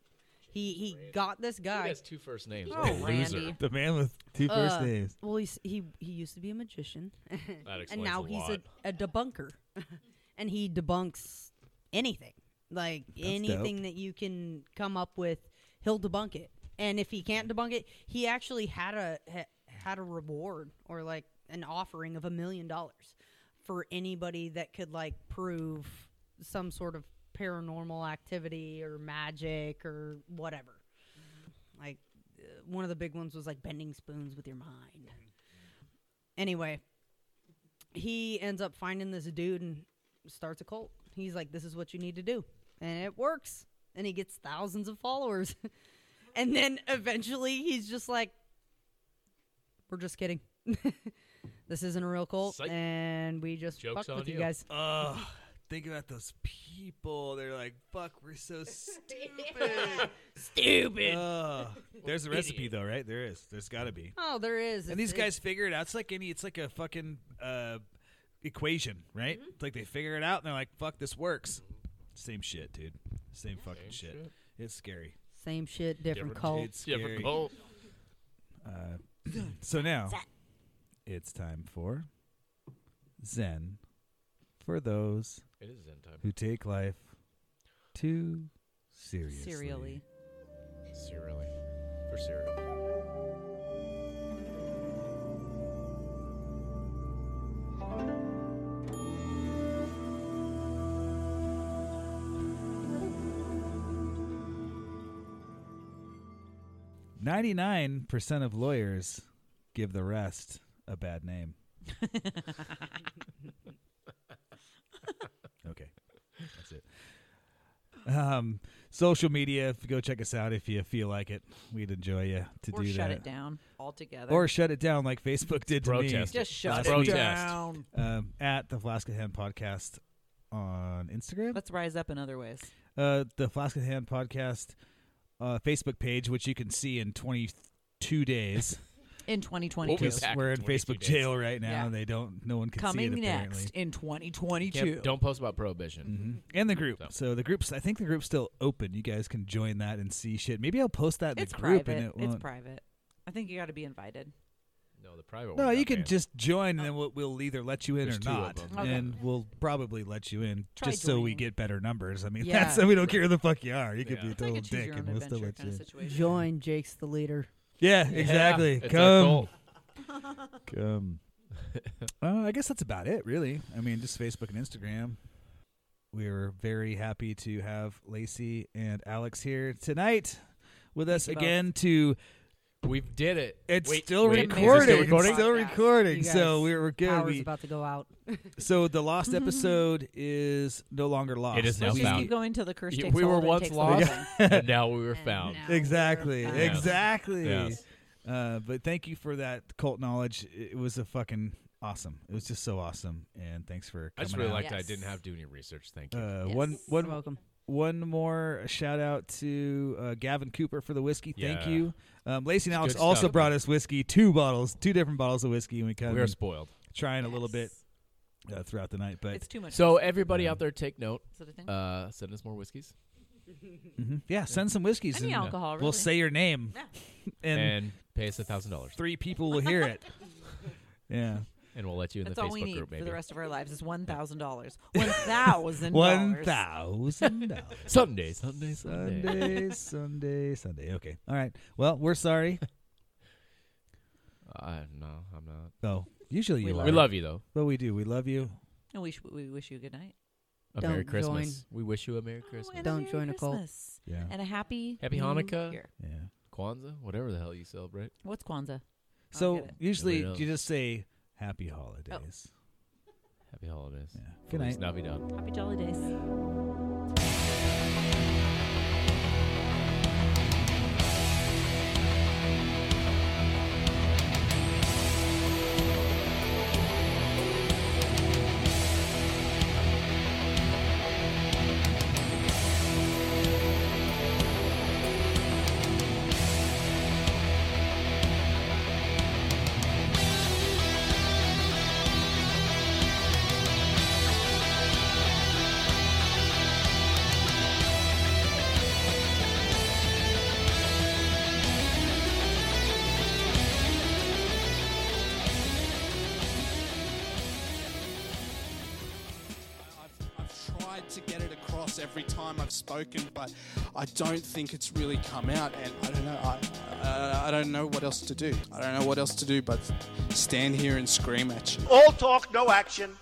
Speaker 5: He he got this
Speaker 3: He
Speaker 5: guy.
Speaker 3: has two first names.
Speaker 4: Oh,
Speaker 3: What a loser.
Speaker 4: Randy.
Speaker 8: The man with two first
Speaker 5: Uh,
Speaker 8: names.
Speaker 5: Well, he's, he he used to be a magician, (laughs) and
Speaker 3: explains
Speaker 5: now
Speaker 3: a
Speaker 5: he's
Speaker 3: lot.
Speaker 5: a, a debunker, (laughs) and he debunks anything, like anything that you can come up with, he'll debunk it. And if he can't debunk it, he actually had a ha, had a reward or like an offering of a million dollars for anybody that could like prove some sort of paranormal activity or magic or whatever. Like uh, one of the big ones was like bending spoons with your mind. Anyway, he ends up finding this dude and starts a cult. He's like, "This is what you need to do," and it works. And he gets thousands of followers. (laughs) and then eventually, he's just like, "We're just kidding. (laughs) this isn't a real cult,
Speaker 3: Psych.
Speaker 5: and we just
Speaker 3: Joke's
Speaker 5: fucked with
Speaker 3: on
Speaker 5: you
Speaker 3: you."
Speaker 5: guys."
Speaker 8: Ugh. Think about those people. They're like, fuck, we're so stupid.
Speaker 5: Stupid.
Speaker 2: (laughs)
Speaker 8: Ugh. There's a recipe, though, right? There is. There's got to be.
Speaker 5: oh, there is.
Speaker 2: And
Speaker 5: It's-
Speaker 2: these guys figure it out. It's like any. It's like a fucking uh, equation, right? It's like they figure it out and they're like, "Fuck, this works." Same shit, dude. Same fucking shit.
Speaker 3: shit.
Speaker 2: It's scary.
Speaker 5: it's same shit, different,
Speaker 2: Different-
Speaker 5: cult.
Speaker 2: It's
Speaker 3: Yeah,
Speaker 2: scary. Uh,
Speaker 3: oh,
Speaker 2: So now it's time for Zen for those
Speaker 3: it is end time.
Speaker 2: who take life too seriously.
Speaker 4: Serially.
Speaker 3: Serially. For cereal.
Speaker 2: Ninety-nine percent of lawyers give the rest a bad
Speaker 4: (laughs)
Speaker 2: name. okay, that's it. Um, social media. Go check us out if you feel like it. We'd enjoy you to
Speaker 4: Or
Speaker 2: do
Speaker 4: shut
Speaker 2: that,
Speaker 4: it down altogether.
Speaker 2: or shut it down like Facebook did to
Speaker 3: Protest.
Speaker 2: me.
Speaker 4: just shut
Speaker 3: Let's
Speaker 4: it
Speaker 3: protest.
Speaker 4: down.
Speaker 2: Um, at the Flask of Hand podcast on Instagram.
Speaker 4: Let's rise up in other ways.
Speaker 2: uh, the Flask of Hand podcast uh, Facebook page, which you can see in 22 days
Speaker 4: In 2022.
Speaker 3: (laughs) We'll be back
Speaker 2: we're
Speaker 3: in
Speaker 2: in Facebook
Speaker 3: 22 days.
Speaker 2: jail right now.
Speaker 4: Yeah.
Speaker 2: They don't. No one can see
Speaker 4: Coming
Speaker 2: it apparently.
Speaker 4: next in 2022.
Speaker 3: Can't- Don't post about prohibition.
Speaker 2: hmm And the group.
Speaker 3: Mm-hmm. So.
Speaker 2: So. the group's. I think the group's still open. You guys can join that and see shit. Maybe I'll post that in
Speaker 4: It's
Speaker 2: the group
Speaker 4: private.
Speaker 2: and it
Speaker 4: it's
Speaker 2: won't.
Speaker 4: private. I think you got to be invited.
Speaker 2: Mm.
Speaker 3: No, the private
Speaker 2: no,
Speaker 3: one.
Speaker 2: you can just join, and then we'll, we'll either let you in
Speaker 3: There's
Speaker 2: or
Speaker 3: two of
Speaker 2: not,
Speaker 3: them.
Speaker 4: Oh. Okay.
Speaker 2: and we'll probably let you in
Speaker 4: Try
Speaker 2: just so we
Speaker 4: joining.
Speaker 2: get better numbers. I mean, (laughs)
Speaker 4: Yeah.
Speaker 2: that's we don't care who the fuck you are. You could
Speaker 3: Yeah.
Speaker 2: be a
Speaker 3: It's
Speaker 4: It's
Speaker 2: total
Speaker 4: like a choose
Speaker 2: dick,
Speaker 4: your own
Speaker 2: and we'll still
Speaker 4: adventure
Speaker 2: let
Speaker 4: kind
Speaker 2: you
Speaker 4: of
Speaker 2: in.
Speaker 4: situation.
Speaker 5: Join Jake's the leader.
Speaker 2: Yeah, exactly.
Speaker 3: (laughs) It's our
Speaker 2: Come,
Speaker 3: goal.
Speaker 2: come. (laughs) uh, I guess that's about it, really. I mean, just Facebook and Instagram. We are very happy to have Lacey and Alex here tonight with us
Speaker 4: you both.
Speaker 2: again to
Speaker 3: We did it.
Speaker 2: it's
Speaker 3: Wait,
Speaker 2: still
Speaker 3: wait, is it
Speaker 2: recording.
Speaker 3: Still recording?
Speaker 2: It's still
Speaker 5: Podcast.
Speaker 2: recording.
Speaker 5: You
Speaker 2: So
Speaker 5: guys,
Speaker 2: we're, we're good.
Speaker 5: Power's
Speaker 2: We,
Speaker 5: about to go out.
Speaker 2: so the lost episode is no longer lost.
Speaker 3: It is now
Speaker 4: Let's
Speaker 2: We-
Speaker 4: just
Speaker 3: found.
Speaker 4: keep going till the curse
Speaker 3: You-
Speaker 4: takes
Speaker 3: we were
Speaker 4: hold and
Speaker 3: once
Speaker 4: takes the
Speaker 3: lost.
Speaker 4: whole thing.
Speaker 3: (laughs) and now we were found.
Speaker 5: now-
Speaker 2: Exactly.
Speaker 5: Yes.
Speaker 2: Exactly.
Speaker 3: Yes.
Speaker 2: Uh, but thank you for that cult knowledge. It was a fucking awesome. It was just so awesome. And thanks for coming
Speaker 3: I just really
Speaker 2: out.
Speaker 3: liked
Speaker 4: Yes.
Speaker 3: I didn't have to do any research. Thank you.
Speaker 2: Uh,
Speaker 4: Yes.
Speaker 2: One
Speaker 5: You're
Speaker 2: one
Speaker 5: welcome.
Speaker 2: one more shout out to uh, Gavin Cooper for the whiskey. Thank
Speaker 3: Yeah.
Speaker 2: you. Um, Lacey and Alex
Speaker 3: good
Speaker 2: also
Speaker 3: stuff.
Speaker 2: brought us whiskey, two bottles, two different bottles of whiskey, and we kind
Speaker 3: we are
Speaker 2: of
Speaker 3: spoiled.
Speaker 2: trying a little bit uh, throughout the night. But
Speaker 4: It's too much.
Speaker 3: So everybody out there, take note.
Speaker 4: Is it a thing?
Speaker 3: Uh, send us more whiskeys
Speaker 2: Mhm. yeah, send some whiskeys.
Speaker 4: Any
Speaker 2: and uh,
Speaker 4: alcohol, really.
Speaker 2: We'll say your name,
Speaker 4: Yeah.
Speaker 2: (laughs) and,
Speaker 3: and, pay us a thousand dollars,
Speaker 2: three people will hear
Speaker 4: (laughs)
Speaker 2: it. yeah,
Speaker 3: and we'll let you in
Speaker 4: That's
Speaker 3: the
Speaker 4: all
Speaker 3: Facebook
Speaker 4: we need
Speaker 3: group. Maybe
Speaker 4: for the rest of our lives is one thousand
Speaker 3: (laughs)
Speaker 4: dollars. One thousand.
Speaker 2: one thousand
Speaker 3: (laughs)
Speaker 2: dollars.
Speaker 3: Sunday, Sunday, Sunday.
Speaker 2: Sunday, Sunday, Sunday. Okay. All right. Well, we're sorry.
Speaker 3: Uh, no, I'm not.
Speaker 2: Oh, usually
Speaker 4: We
Speaker 2: you
Speaker 4: love
Speaker 2: are.
Speaker 3: We love you though.
Speaker 2: But we do. We love you.
Speaker 4: And we, sh- we wish you a good night.
Speaker 3: A
Speaker 5: Don't
Speaker 3: Merry Christmas.
Speaker 5: join.
Speaker 3: We wish you a Merry
Speaker 4: Oh,
Speaker 3: Christmas.
Speaker 4: and a
Speaker 5: Don't
Speaker 4: Merry
Speaker 5: join a cult.
Speaker 4: Christmas.
Speaker 2: Yeah.
Speaker 4: And a happy
Speaker 3: Happy
Speaker 4: New
Speaker 3: Hanukkah.
Speaker 4: Year.
Speaker 2: Yeah.
Speaker 3: Kwanzaa, whatever the hell you celebrate.
Speaker 4: What's Kwanzaa?
Speaker 2: So
Speaker 4: get it. Oh.
Speaker 2: usually
Speaker 3: Nobody
Speaker 2: you
Speaker 3: knows.
Speaker 2: just say happy holidays.
Speaker 3: Happy holidays.
Speaker 2: Yeah. Good
Speaker 3: Feliz
Speaker 2: night.
Speaker 3: Navidad.
Speaker 4: Happy jolly days.
Speaker 9: tried to get it across every time I've spoken, but I don't think it's really come out. And I don't know. I, uh, I, I don't know what else to do. I don't know what else to do but stand here and scream at you.
Speaker 10: All talk, no action.